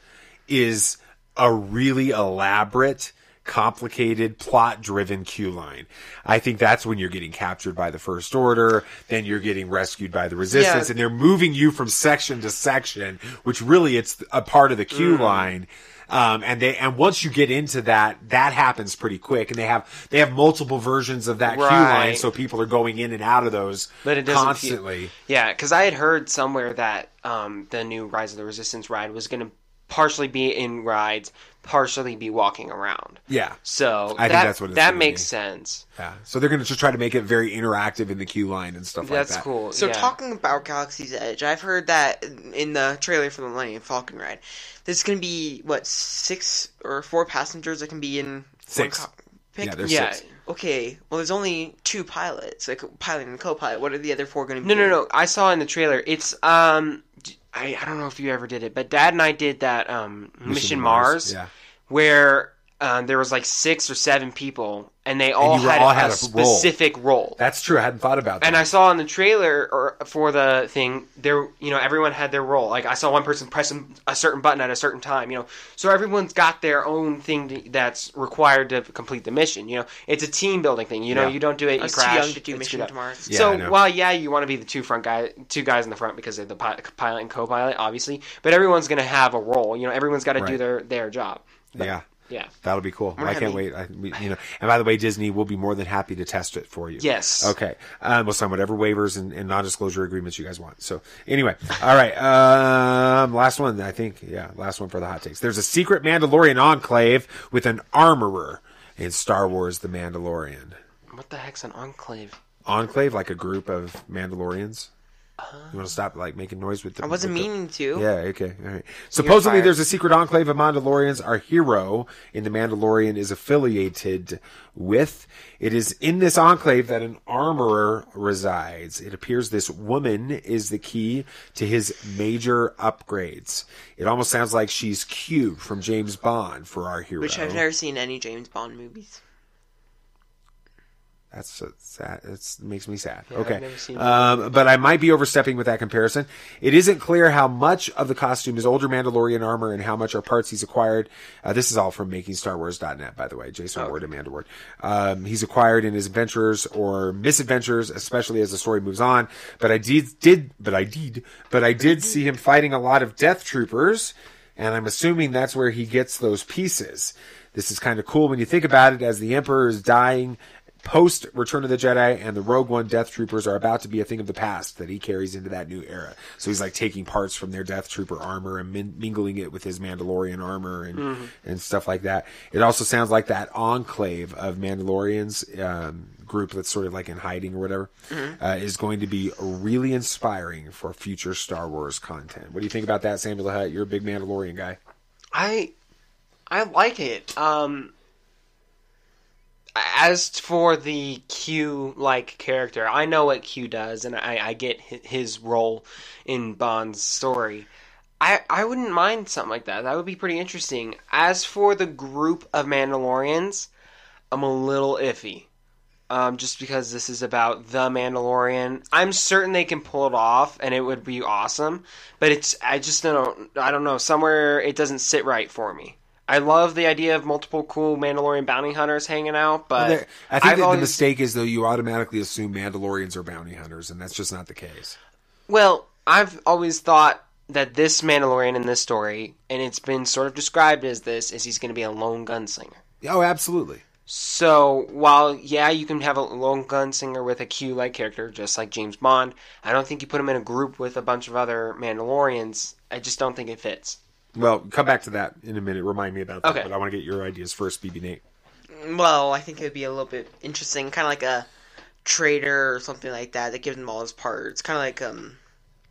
[SPEAKER 10] is a really elaborate, complicated, plot driven cue line. I think that's when you're getting captured by the First Order, then you're getting rescued by the Resistance,
[SPEAKER 9] Yeah.
[SPEAKER 10] and they're moving you from section to section, which really it's a part of the cue
[SPEAKER 9] Mm.
[SPEAKER 10] line. Um, and they and once you get into that, that happens pretty quick, and they have they have multiple versions of that cue line,
[SPEAKER 9] Right.
[SPEAKER 10] so people are going in and out of those
[SPEAKER 9] But it doesn't feel-
[SPEAKER 10] constantly.
[SPEAKER 9] Yeah, because I had heard somewhere that um, the new Rise of the Resistance ride was going to partially be in rides, partially be walking around.
[SPEAKER 10] yeah,
[SPEAKER 9] So
[SPEAKER 10] I think
[SPEAKER 9] that,
[SPEAKER 10] that's what it's
[SPEAKER 9] that
[SPEAKER 10] gonna
[SPEAKER 9] makes
[SPEAKER 10] be.
[SPEAKER 9] sense.
[SPEAKER 10] yeah. So they're going to just try to make it very interactive in the queue line and stuff like that.
[SPEAKER 9] That's cool.
[SPEAKER 1] So
[SPEAKER 9] yeah.
[SPEAKER 1] talking about Galaxy's Edge, I've heard that in the trailer for the Millennium Falcon ride, there's going to be what six or four passengers that can be in one
[SPEAKER 10] Six.
[SPEAKER 1] cockpit?
[SPEAKER 10] Yeah, there's Yeah. six.
[SPEAKER 1] Okay, well, there's only two pilots, like a pilot and a co-pilot. What are the other four going to
[SPEAKER 9] No,
[SPEAKER 1] be?
[SPEAKER 9] no, no. I saw in the trailer. It's um, d- I, I don't know if you ever did it, but Dad and I did that um Mission, Mars,
[SPEAKER 10] Yeah.
[SPEAKER 9] where um, there was like six or seven people, and they all,
[SPEAKER 10] you
[SPEAKER 9] had,
[SPEAKER 10] all
[SPEAKER 9] a,
[SPEAKER 10] had a role.
[SPEAKER 9] specific role.
[SPEAKER 10] That's true. I hadn't thought about that.
[SPEAKER 9] And I saw in the trailer or for the thing there, you know, everyone had their role. Like I saw one person pressing a certain button at a certain time, you know. So everyone's got their own thing to, that's required to complete the mission. You know, it's a team building thing. You know,
[SPEAKER 1] Yeah.
[SPEAKER 9] you don't do
[SPEAKER 1] I
[SPEAKER 9] it, you
[SPEAKER 1] was too
[SPEAKER 9] crash.
[SPEAKER 1] young to do
[SPEAKER 9] it's
[SPEAKER 1] Mission
[SPEAKER 9] screwed up.
[SPEAKER 1] to Mars.
[SPEAKER 10] Yeah, I
[SPEAKER 9] so
[SPEAKER 10] know.
[SPEAKER 9] while yeah, you want to be the two front guy, two guys in the front because they're the pi- pilot and co-pilot, obviously. But everyone's gonna have a role. You know, everyone's got to do
[SPEAKER 10] Right.
[SPEAKER 9] their their job.
[SPEAKER 10] yeah.
[SPEAKER 9] Yeah.
[SPEAKER 10] That'll be cool.
[SPEAKER 9] We're
[SPEAKER 10] I can't
[SPEAKER 9] happy.
[SPEAKER 10] wait. I, we- you know, and by the way, Disney will be more than happy to test it for you.
[SPEAKER 9] Yes.
[SPEAKER 10] Okay. Um, we'll sign whatever waivers and, and non-disclosure agreements you guys want. So anyway, all right. Um, last one, I think. Yeah, last one for the hot takes. There's a secret Mandalorian enclave with an armorer in Star Wars: The Mandalorian.
[SPEAKER 9] What the heck's an enclave?
[SPEAKER 10] Enclave, like a group of Mandalorians. You want to stop like making noise with the?
[SPEAKER 1] I wasn't
[SPEAKER 10] with the-
[SPEAKER 1] meaning to.
[SPEAKER 10] Yeah. Okay. All right. Supposedly,
[SPEAKER 1] fired.
[SPEAKER 10] there's a secret enclave of Mandalorians. Our hero in the Mandalorian is affiliated with. It is in this enclave that an armorer resides. It appears this woman is the key to his major upgrades. It almost sounds like she's Q from James Bond for our hero.
[SPEAKER 1] Which I've never seen any James Bond movies.
[SPEAKER 10] That's so sad. It makes me sad.
[SPEAKER 1] Yeah, I've
[SPEAKER 10] okay.
[SPEAKER 1] never seen
[SPEAKER 10] Um, but I might be overstepping with that comparison. It isn't clear how much of the costume is older Mandalorian armor and how much are parts he's acquired. Uh, this is all from makingstarwars.net, by the way.
[SPEAKER 1] Oh,
[SPEAKER 10] Jason Ward and Amanda Ward. Um, he's acquired in his adventures or misadventures, especially as the story moves on. But I did, did, but I did, but I did see him fighting a lot of death troopers. And I'm assuming that's where he gets those pieces. This is kind of cool when you think about it as the Emperor is dying post Return of the Jedi and the Rogue One Death Troopers are about to be a thing of the past that he carries into that new era. So he's like taking parts from their Death Trooper armor and min- mingling it with his Mandalorian armor and
[SPEAKER 9] Mhm.
[SPEAKER 10] and stuff like that. It also sounds like that enclave of Mandalorians um, group that's sort of like in hiding or whatever
[SPEAKER 9] Mhm.
[SPEAKER 10] uh, is going to be really inspiring for future Star Wars content. What do you think about that, Samuel the Hutt? You're a big Mandalorian guy.
[SPEAKER 9] I I like it. Um as for the Q like character, I know what Q does and I, I get hi- his role in Bond's story. I, I wouldn't mind something like that. That would be pretty interesting. As for the group of Mandalorians, I'm a little iffy. Um, just because this is about the Mandalorian, I'm certain they can pull it off, and it would be awesome. But it's I just don't I don't know somewhere it doesn't sit right for me. I love the idea of multiple cool Mandalorian bounty hunters hanging out, but
[SPEAKER 10] Well, there- I think
[SPEAKER 9] Uh, I've
[SPEAKER 10] that
[SPEAKER 9] always-
[SPEAKER 10] the mistake is though you automatically assume Mandalorians are bounty hunters, and that's just not the case.
[SPEAKER 9] Well, I've always thought that this Mandalorian in this story, and it's been sort of described as this, is he's going to be a lone gunslinger.
[SPEAKER 10] Oh, absolutely.
[SPEAKER 9] So while yeah, you can have a lone gunslinger with a Q-like character, just like James Bond, I don't think you put him in a group with a bunch of other Mandalorians. I just don't think it fits.
[SPEAKER 10] Well, come back to that in a minute. Remind me about that,
[SPEAKER 9] Okay.
[SPEAKER 10] but I want to get your ideas first, BB Nate.
[SPEAKER 1] Well, I think it would be a little bit interesting, kind of like a trader or something like that that gives him all his parts. Kind of like um,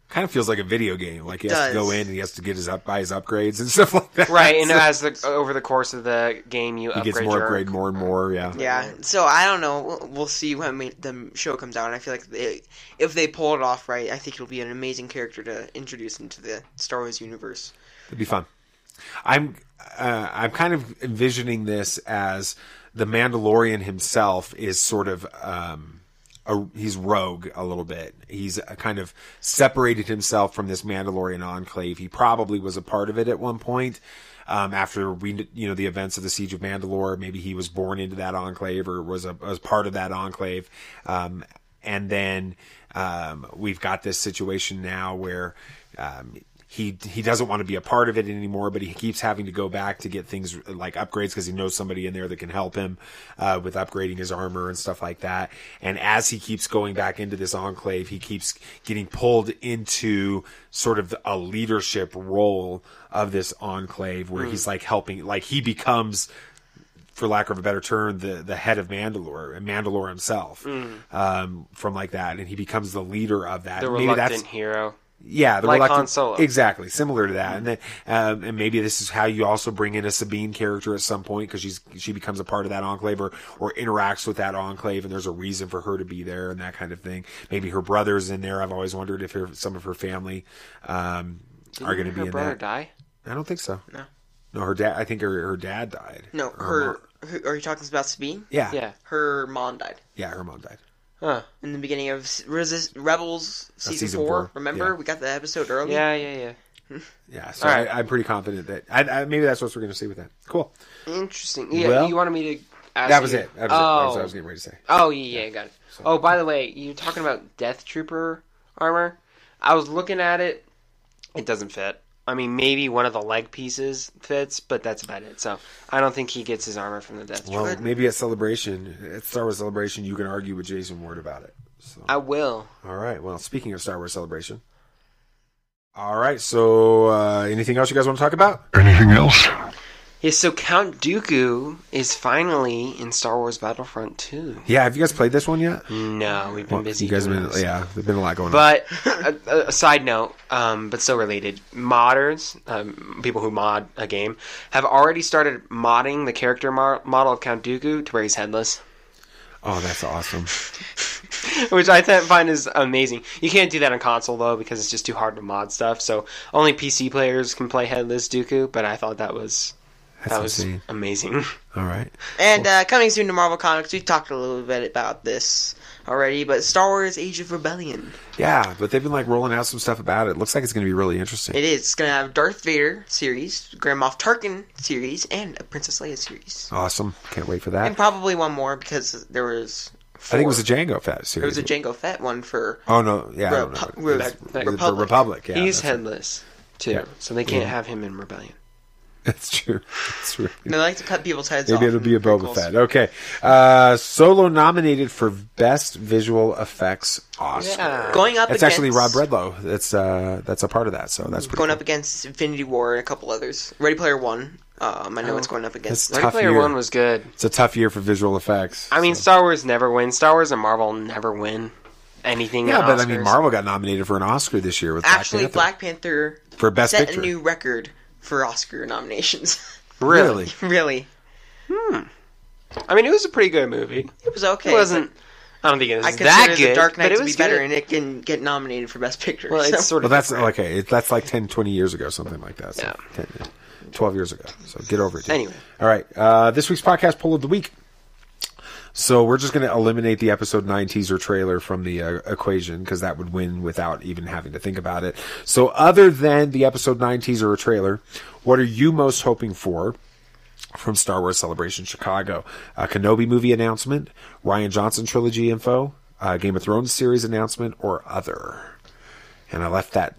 [SPEAKER 10] Kind of feels like a video game. Like he
[SPEAKER 1] It
[SPEAKER 10] has to
[SPEAKER 1] does.
[SPEAKER 10] go in and he has to get his up buy his upgrades and stuff like that.
[SPEAKER 9] Right, and
[SPEAKER 10] So
[SPEAKER 9] as the over the course of the game, you
[SPEAKER 10] he
[SPEAKER 9] upgrade
[SPEAKER 10] gets more
[SPEAKER 9] your
[SPEAKER 10] upgrade, more and more. Yeah.
[SPEAKER 1] yeah. So I don't know. We'll, we'll see when we, the show comes out. And I feel like they, if they pull it off right, I think it'll be an amazing character to introduce into the Star Wars universe.
[SPEAKER 10] It'd be fun. I'm uh, I'm kind of envisioning this as the Mandalorian himself is sort of um, a, he's rogue a little bit. He's a kind of separated himself from this Mandalorian enclave. He probably was a part of it at one point. Um, after we, you know, the events of the siege of Mandalore, maybe he was born into that enclave or was a was part of that enclave. Um, and then um, we've got this situation now where um, he he doesn't want to be a part of it anymore, but he keeps having to go back to get things like upgrades because he knows somebody in there that can help him uh, with upgrading his armor and stuff like that. And as he keeps going back into this enclave, he keeps getting pulled into sort of a leadership role of this enclave where
[SPEAKER 12] Mm.
[SPEAKER 9] Hmm.
[SPEAKER 10] he's like helping, like he becomes, for lack of a better term, the the head of Mandalore, Mandalore himself,
[SPEAKER 9] Hmm.
[SPEAKER 10] um, from like that, and he becomes the leader of that.
[SPEAKER 9] the
[SPEAKER 10] And maybe that's
[SPEAKER 9] reluctant hero.
[SPEAKER 10] yeah,
[SPEAKER 9] like
[SPEAKER 10] reluctant-
[SPEAKER 9] Han Solo.
[SPEAKER 10] Exactly, similar to that, and then um, and maybe this is how you also bring in a Sabine character at some point because she's she becomes a part of that enclave or, or interacts with that enclave, and there's a reason for her to be there and that kind of thing. Maybe her brother's in there. I've always wondered if her, some of her family um,
[SPEAKER 9] Didn't
[SPEAKER 10] are going to
[SPEAKER 9] her
[SPEAKER 10] be in
[SPEAKER 9] brother
[SPEAKER 10] there.
[SPEAKER 9] die?
[SPEAKER 10] I don't think so.
[SPEAKER 1] No.
[SPEAKER 10] No, her dad. I think her her dad died.
[SPEAKER 1] No,
[SPEAKER 10] mom-
[SPEAKER 1] her. her are you talking about Sabine?
[SPEAKER 10] Yeah. Yeah.
[SPEAKER 1] Her mom died.
[SPEAKER 10] Yeah, her mom died.
[SPEAKER 9] Huh.
[SPEAKER 1] In the beginning of S- Resist, Rebels
[SPEAKER 10] Uh,
[SPEAKER 1] season,
[SPEAKER 10] season
[SPEAKER 1] four,
[SPEAKER 10] four,
[SPEAKER 1] Remember,
[SPEAKER 10] yeah.
[SPEAKER 1] we got the episode early.
[SPEAKER 9] Yeah, yeah,
[SPEAKER 1] yeah.
[SPEAKER 10] Yeah, so
[SPEAKER 9] All right.
[SPEAKER 10] I, I'm pretty confident that I, I, maybe that's what we're going to see with that. Cool.
[SPEAKER 9] Interesting. Yeah,
[SPEAKER 10] Well,
[SPEAKER 9] you wanted me to. ask
[SPEAKER 10] that was
[SPEAKER 9] you-
[SPEAKER 10] it. That was it. That
[SPEAKER 9] oh.
[SPEAKER 10] was what I was getting ready to say.
[SPEAKER 9] Oh yeah, yeah, got it. Oh, by the way, you talking about Death Trooper armor? I was looking at it. It doesn't fit. I mean, maybe one of the leg pieces fits, but that's about it. So I don't think he gets his armor from the Death
[SPEAKER 10] Well,
[SPEAKER 9] Trooper.
[SPEAKER 10] maybe at Celebration, at Star Wars Celebration, you can argue with Jason Ward about it. So,
[SPEAKER 9] I will.
[SPEAKER 10] all right. Well, speaking of Star Wars Celebration, all right. So, uh, anything else you guys want to talk about?
[SPEAKER 9] Anything else? Yeah, so Count Dooku is finally in Star Wars Battlefront 2.
[SPEAKER 10] Yeah. Have you guys played this one yet?
[SPEAKER 1] Mm,
[SPEAKER 9] No, we've been
[SPEAKER 10] Well,
[SPEAKER 9] busy.
[SPEAKER 10] You guys have
[SPEAKER 9] doing
[SPEAKER 10] been,
[SPEAKER 9] this.
[SPEAKER 10] yeah. There's been a lot going on.
[SPEAKER 9] But a, a- a side note, um, but still related, modders, um, people who mod a game, have already started modding the character mo- model of Count Dooku to where he's headless,
[SPEAKER 10] Oh, that's awesome.
[SPEAKER 9] which I th- find is amazing. You can't do that on console though because it's just too hard to mod stuff. So only PC players can play headless Dooku. But I thought that was that was
[SPEAKER 10] insane.
[SPEAKER 9] amazing.
[SPEAKER 10] All right.
[SPEAKER 1] And uh, coming soon to Marvel Comics, we've talked a little bit about this already, but Star Wars: Age of Rebellion.
[SPEAKER 10] Yeah, but they've been like rolling out some stuff about it. Looks like it's going to be really interesting.
[SPEAKER 1] It is going to have Darth Vader series, Grand Moff Tarkin series, and a Princess Leia series,
[SPEAKER 10] Awesome. Can't wait for
[SPEAKER 1] and
[SPEAKER 10] that.
[SPEAKER 1] probably one more because there was.
[SPEAKER 10] I think it was a Django Fat
[SPEAKER 1] There was
[SPEAKER 10] series.
[SPEAKER 1] a Jango Fett one for.
[SPEAKER 10] Oh no! Yeah, I don't
[SPEAKER 1] Repu-
[SPEAKER 10] know.
[SPEAKER 1] Re-
[SPEAKER 10] It's-
[SPEAKER 1] Re-
[SPEAKER 10] the- the
[SPEAKER 1] Republic.
[SPEAKER 10] Republic. Yeah,
[SPEAKER 9] he's
[SPEAKER 10] that's right.
[SPEAKER 9] headless too,
[SPEAKER 10] Yeah.
[SPEAKER 9] so they can't
[SPEAKER 10] Yeah.
[SPEAKER 9] have him in Rebellion.
[SPEAKER 10] That's true. That's right.
[SPEAKER 1] And they like to cut people's heads off.
[SPEAKER 10] Maybe it'll
[SPEAKER 1] in
[SPEAKER 10] be a Boba
[SPEAKER 1] prequels.
[SPEAKER 10] Fett. Okay. Uh, Solo nominated for Best Visual Effects Oscar.
[SPEAKER 1] Yeah. Going up
[SPEAKER 10] It's actually Rob
[SPEAKER 1] against-
[SPEAKER 10] Redlow. That's uh, that's a part of that. So that's pretty.
[SPEAKER 1] Going up against Infinity War and a couple others. Ready Player One. Um, I know
[SPEAKER 9] Oh.
[SPEAKER 1] it's going up
[SPEAKER 10] It's
[SPEAKER 1] against.
[SPEAKER 10] a tough year.
[SPEAKER 9] One was good.
[SPEAKER 10] It's a tough year for visual effects.
[SPEAKER 9] I mean, Star Wars never wins. Star Wars and Marvel never win anything.
[SPEAKER 10] Yeah,
[SPEAKER 9] at
[SPEAKER 10] but I mean,
[SPEAKER 9] Oscars.
[SPEAKER 10] Marvel got nominated for an Oscar this year with
[SPEAKER 1] Actually,
[SPEAKER 10] Black
[SPEAKER 1] Black Panther
[SPEAKER 10] Panther for Best
[SPEAKER 1] set
[SPEAKER 10] Picture.
[SPEAKER 1] a new record for Oscar nominations.
[SPEAKER 10] Really?
[SPEAKER 1] really.
[SPEAKER 9] I mean, it was a pretty good movie.
[SPEAKER 1] It was okay.
[SPEAKER 9] It wasn't I don't think it is
[SPEAKER 1] I
[SPEAKER 9] that
[SPEAKER 1] consider
[SPEAKER 9] good.
[SPEAKER 1] The Dark Knight
[SPEAKER 9] but it
[SPEAKER 1] to
[SPEAKER 9] was
[SPEAKER 1] be better,
[SPEAKER 9] good.
[SPEAKER 1] and it can get nominated for Best Picture.
[SPEAKER 9] Well, it's
[SPEAKER 1] so-
[SPEAKER 9] sort
[SPEAKER 10] Well,
[SPEAKER 9] of
[SPEAKER 10] that's okay. It, that's like 10, 20 years ago, something like that. So 10, 12 years ago. So get over it. dude.
[SPEAKER 9] Anyway.
[SPEAKER 10] All right. Uh, this week's podcast poll of the week. So we're just going to eliminate the episode 9 teaser trailer from the uh, equation because that would win without even having to think about it. So other than the episode 9 teaser or trailer, what are you most hoping for? From Star Wars Celebration Chicago, a Kenobi movie announcement, Ryan Johnson trilogy info, uh, Game of Thrones series announcement, or other and I left that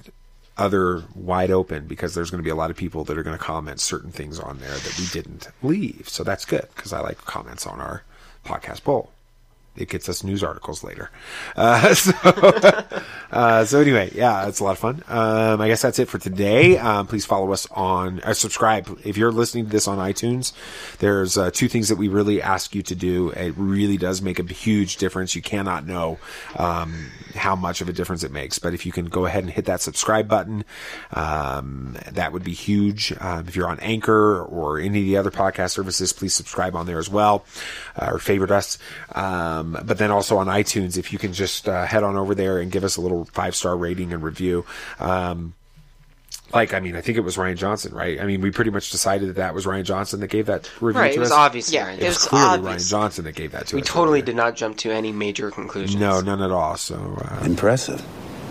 [SPEAKER 10] other wide open because there's going to be a lot of people that are going to comment certain things on there that we didn't leave. So that's good because I like comments on our podcast poll. It gets us news articles later. Uh, so, uh, so anyway, yeah, it's a lot of fun. Um, I guess that's it for today. Um, please follow us on, uh, subscribe. If you're listening to this on iTunes, there's uh, two things that we really ask you to do. It really does make a huge difference. You cannot know um, how much of a difference it makes, but if you can go ahead and hit that subscribe button, um, that would be huge. Um, if you're on Anchor or any of the other podcast services, please subscribe on there as well uh, or favorite us. Um, but then also on iTunes, if you can just uh, head on over there and give us a little five star rating and review. Um, like, I mean, I think it was Ryan Johnson, right? I mean, we pretty much decided that that was Ryan Johnson that gave that review
[SPEAKER 9] Right,
[SPEAKER 10] to
[SPEAKER 9] it was
[SPEAKER 10] us.
[SPEAKER 9] obviously Yeah, Ryan
[SPEAKER 10] it was,
[SPEAKER 9] Johnson.
[SPEAKER 10] clearly
[SPEAKER 9] obvious.
[SPEAKER 10] Ryan Johnson that gave that to
[SPEAKER 9] we
[SPEAKER 10] us.
[SPEAKER 9] totally did not jump to any major conclusions.
[SPEAKER 10] No, none at all. So uh,
[SPEAKER 2] Impressive.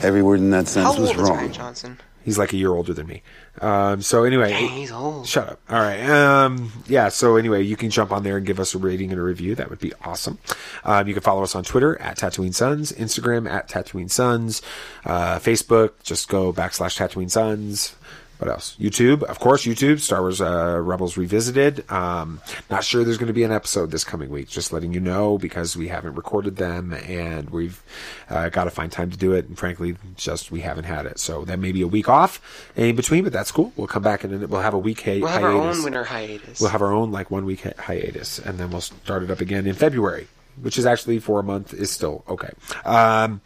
[SPEAKER 2] Every word in that sentence was wrong.
[SPEAKER 1] Johnson?
[SPEAKER 10] He's like a year older than me. Um, so anyway,
[SPEAKER 9] Dang, he's old.
[SPEAKER 10] Shut up. All right. Um, yeah. So anyway, you can jump on there and give us a rating and a review. That would be awesome. Um, you can follow us on Twitter at Tatooine Sons, Instagram at Tatooine Sons, uh, Facebook. Just go backslash Tatooine Sons. What else? YouTube, of course. YouTube, Star Wars uh, Rebels Revisited. Um, not sure there's going to be an episode this coming week. Just letting you know because we haven't recorded them and we've uh, got to find time to do it. And frankly, just we haven't had it. So that may be a week off in between, but that's cool. We'll come back and then we'll have a week hi-
[SPEAKER 9] We'll have our
[SPEAKER 10] hiatus.
[SPEAKER 9] own winter hiatus.
[SPEAKER 10] We'll have our own like one week hi- hiatus, and then we'll start it up again in February, which is actually for a month is still okay. Um,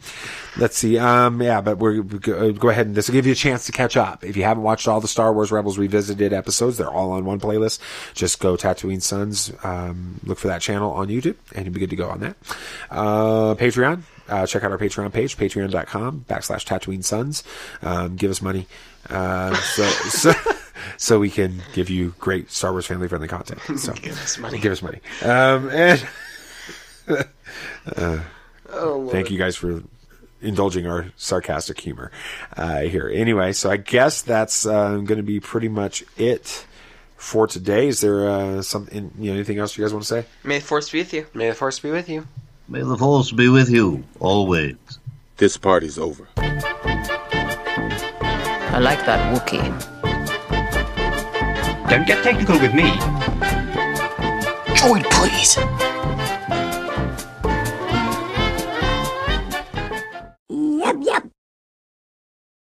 [SPEAKER 10] let's see. Um, yeah, but we're we go uh, go ahead and this will give you a chance to catch up. If you haven't watched all the Star Wars Rebels Revisited episodes, they're all on one playlist. Just go Tatooine Sons, um, look for that channel on YouTube, and you'll be good to go on that. Uh, Patreon. Uh, check out our Patreon page, patreon.com backslash Tatooine Sons. Um, give us money. Uh, so, so, so we can give you great Star Wars family friendly content. So give us money. Give us money. Um, and uh, thank you guys for indulging our sarcastic humor uh, here. Anyway, so I guess that's uh, going to be pretty much it for today. Is there uh, something? You know, anything else you guys want to say?
[SPEAKER 1] May the Force be with you.
[SPEAKER 9] May the Force be with you.
[SPEAKER 21] May the force be with you always. This party's over.
[SPEAKER 17] I like that Wookiee.
[SPEAKER 18] Don't get technical with me.
[SPEAKER 13] Droid, please.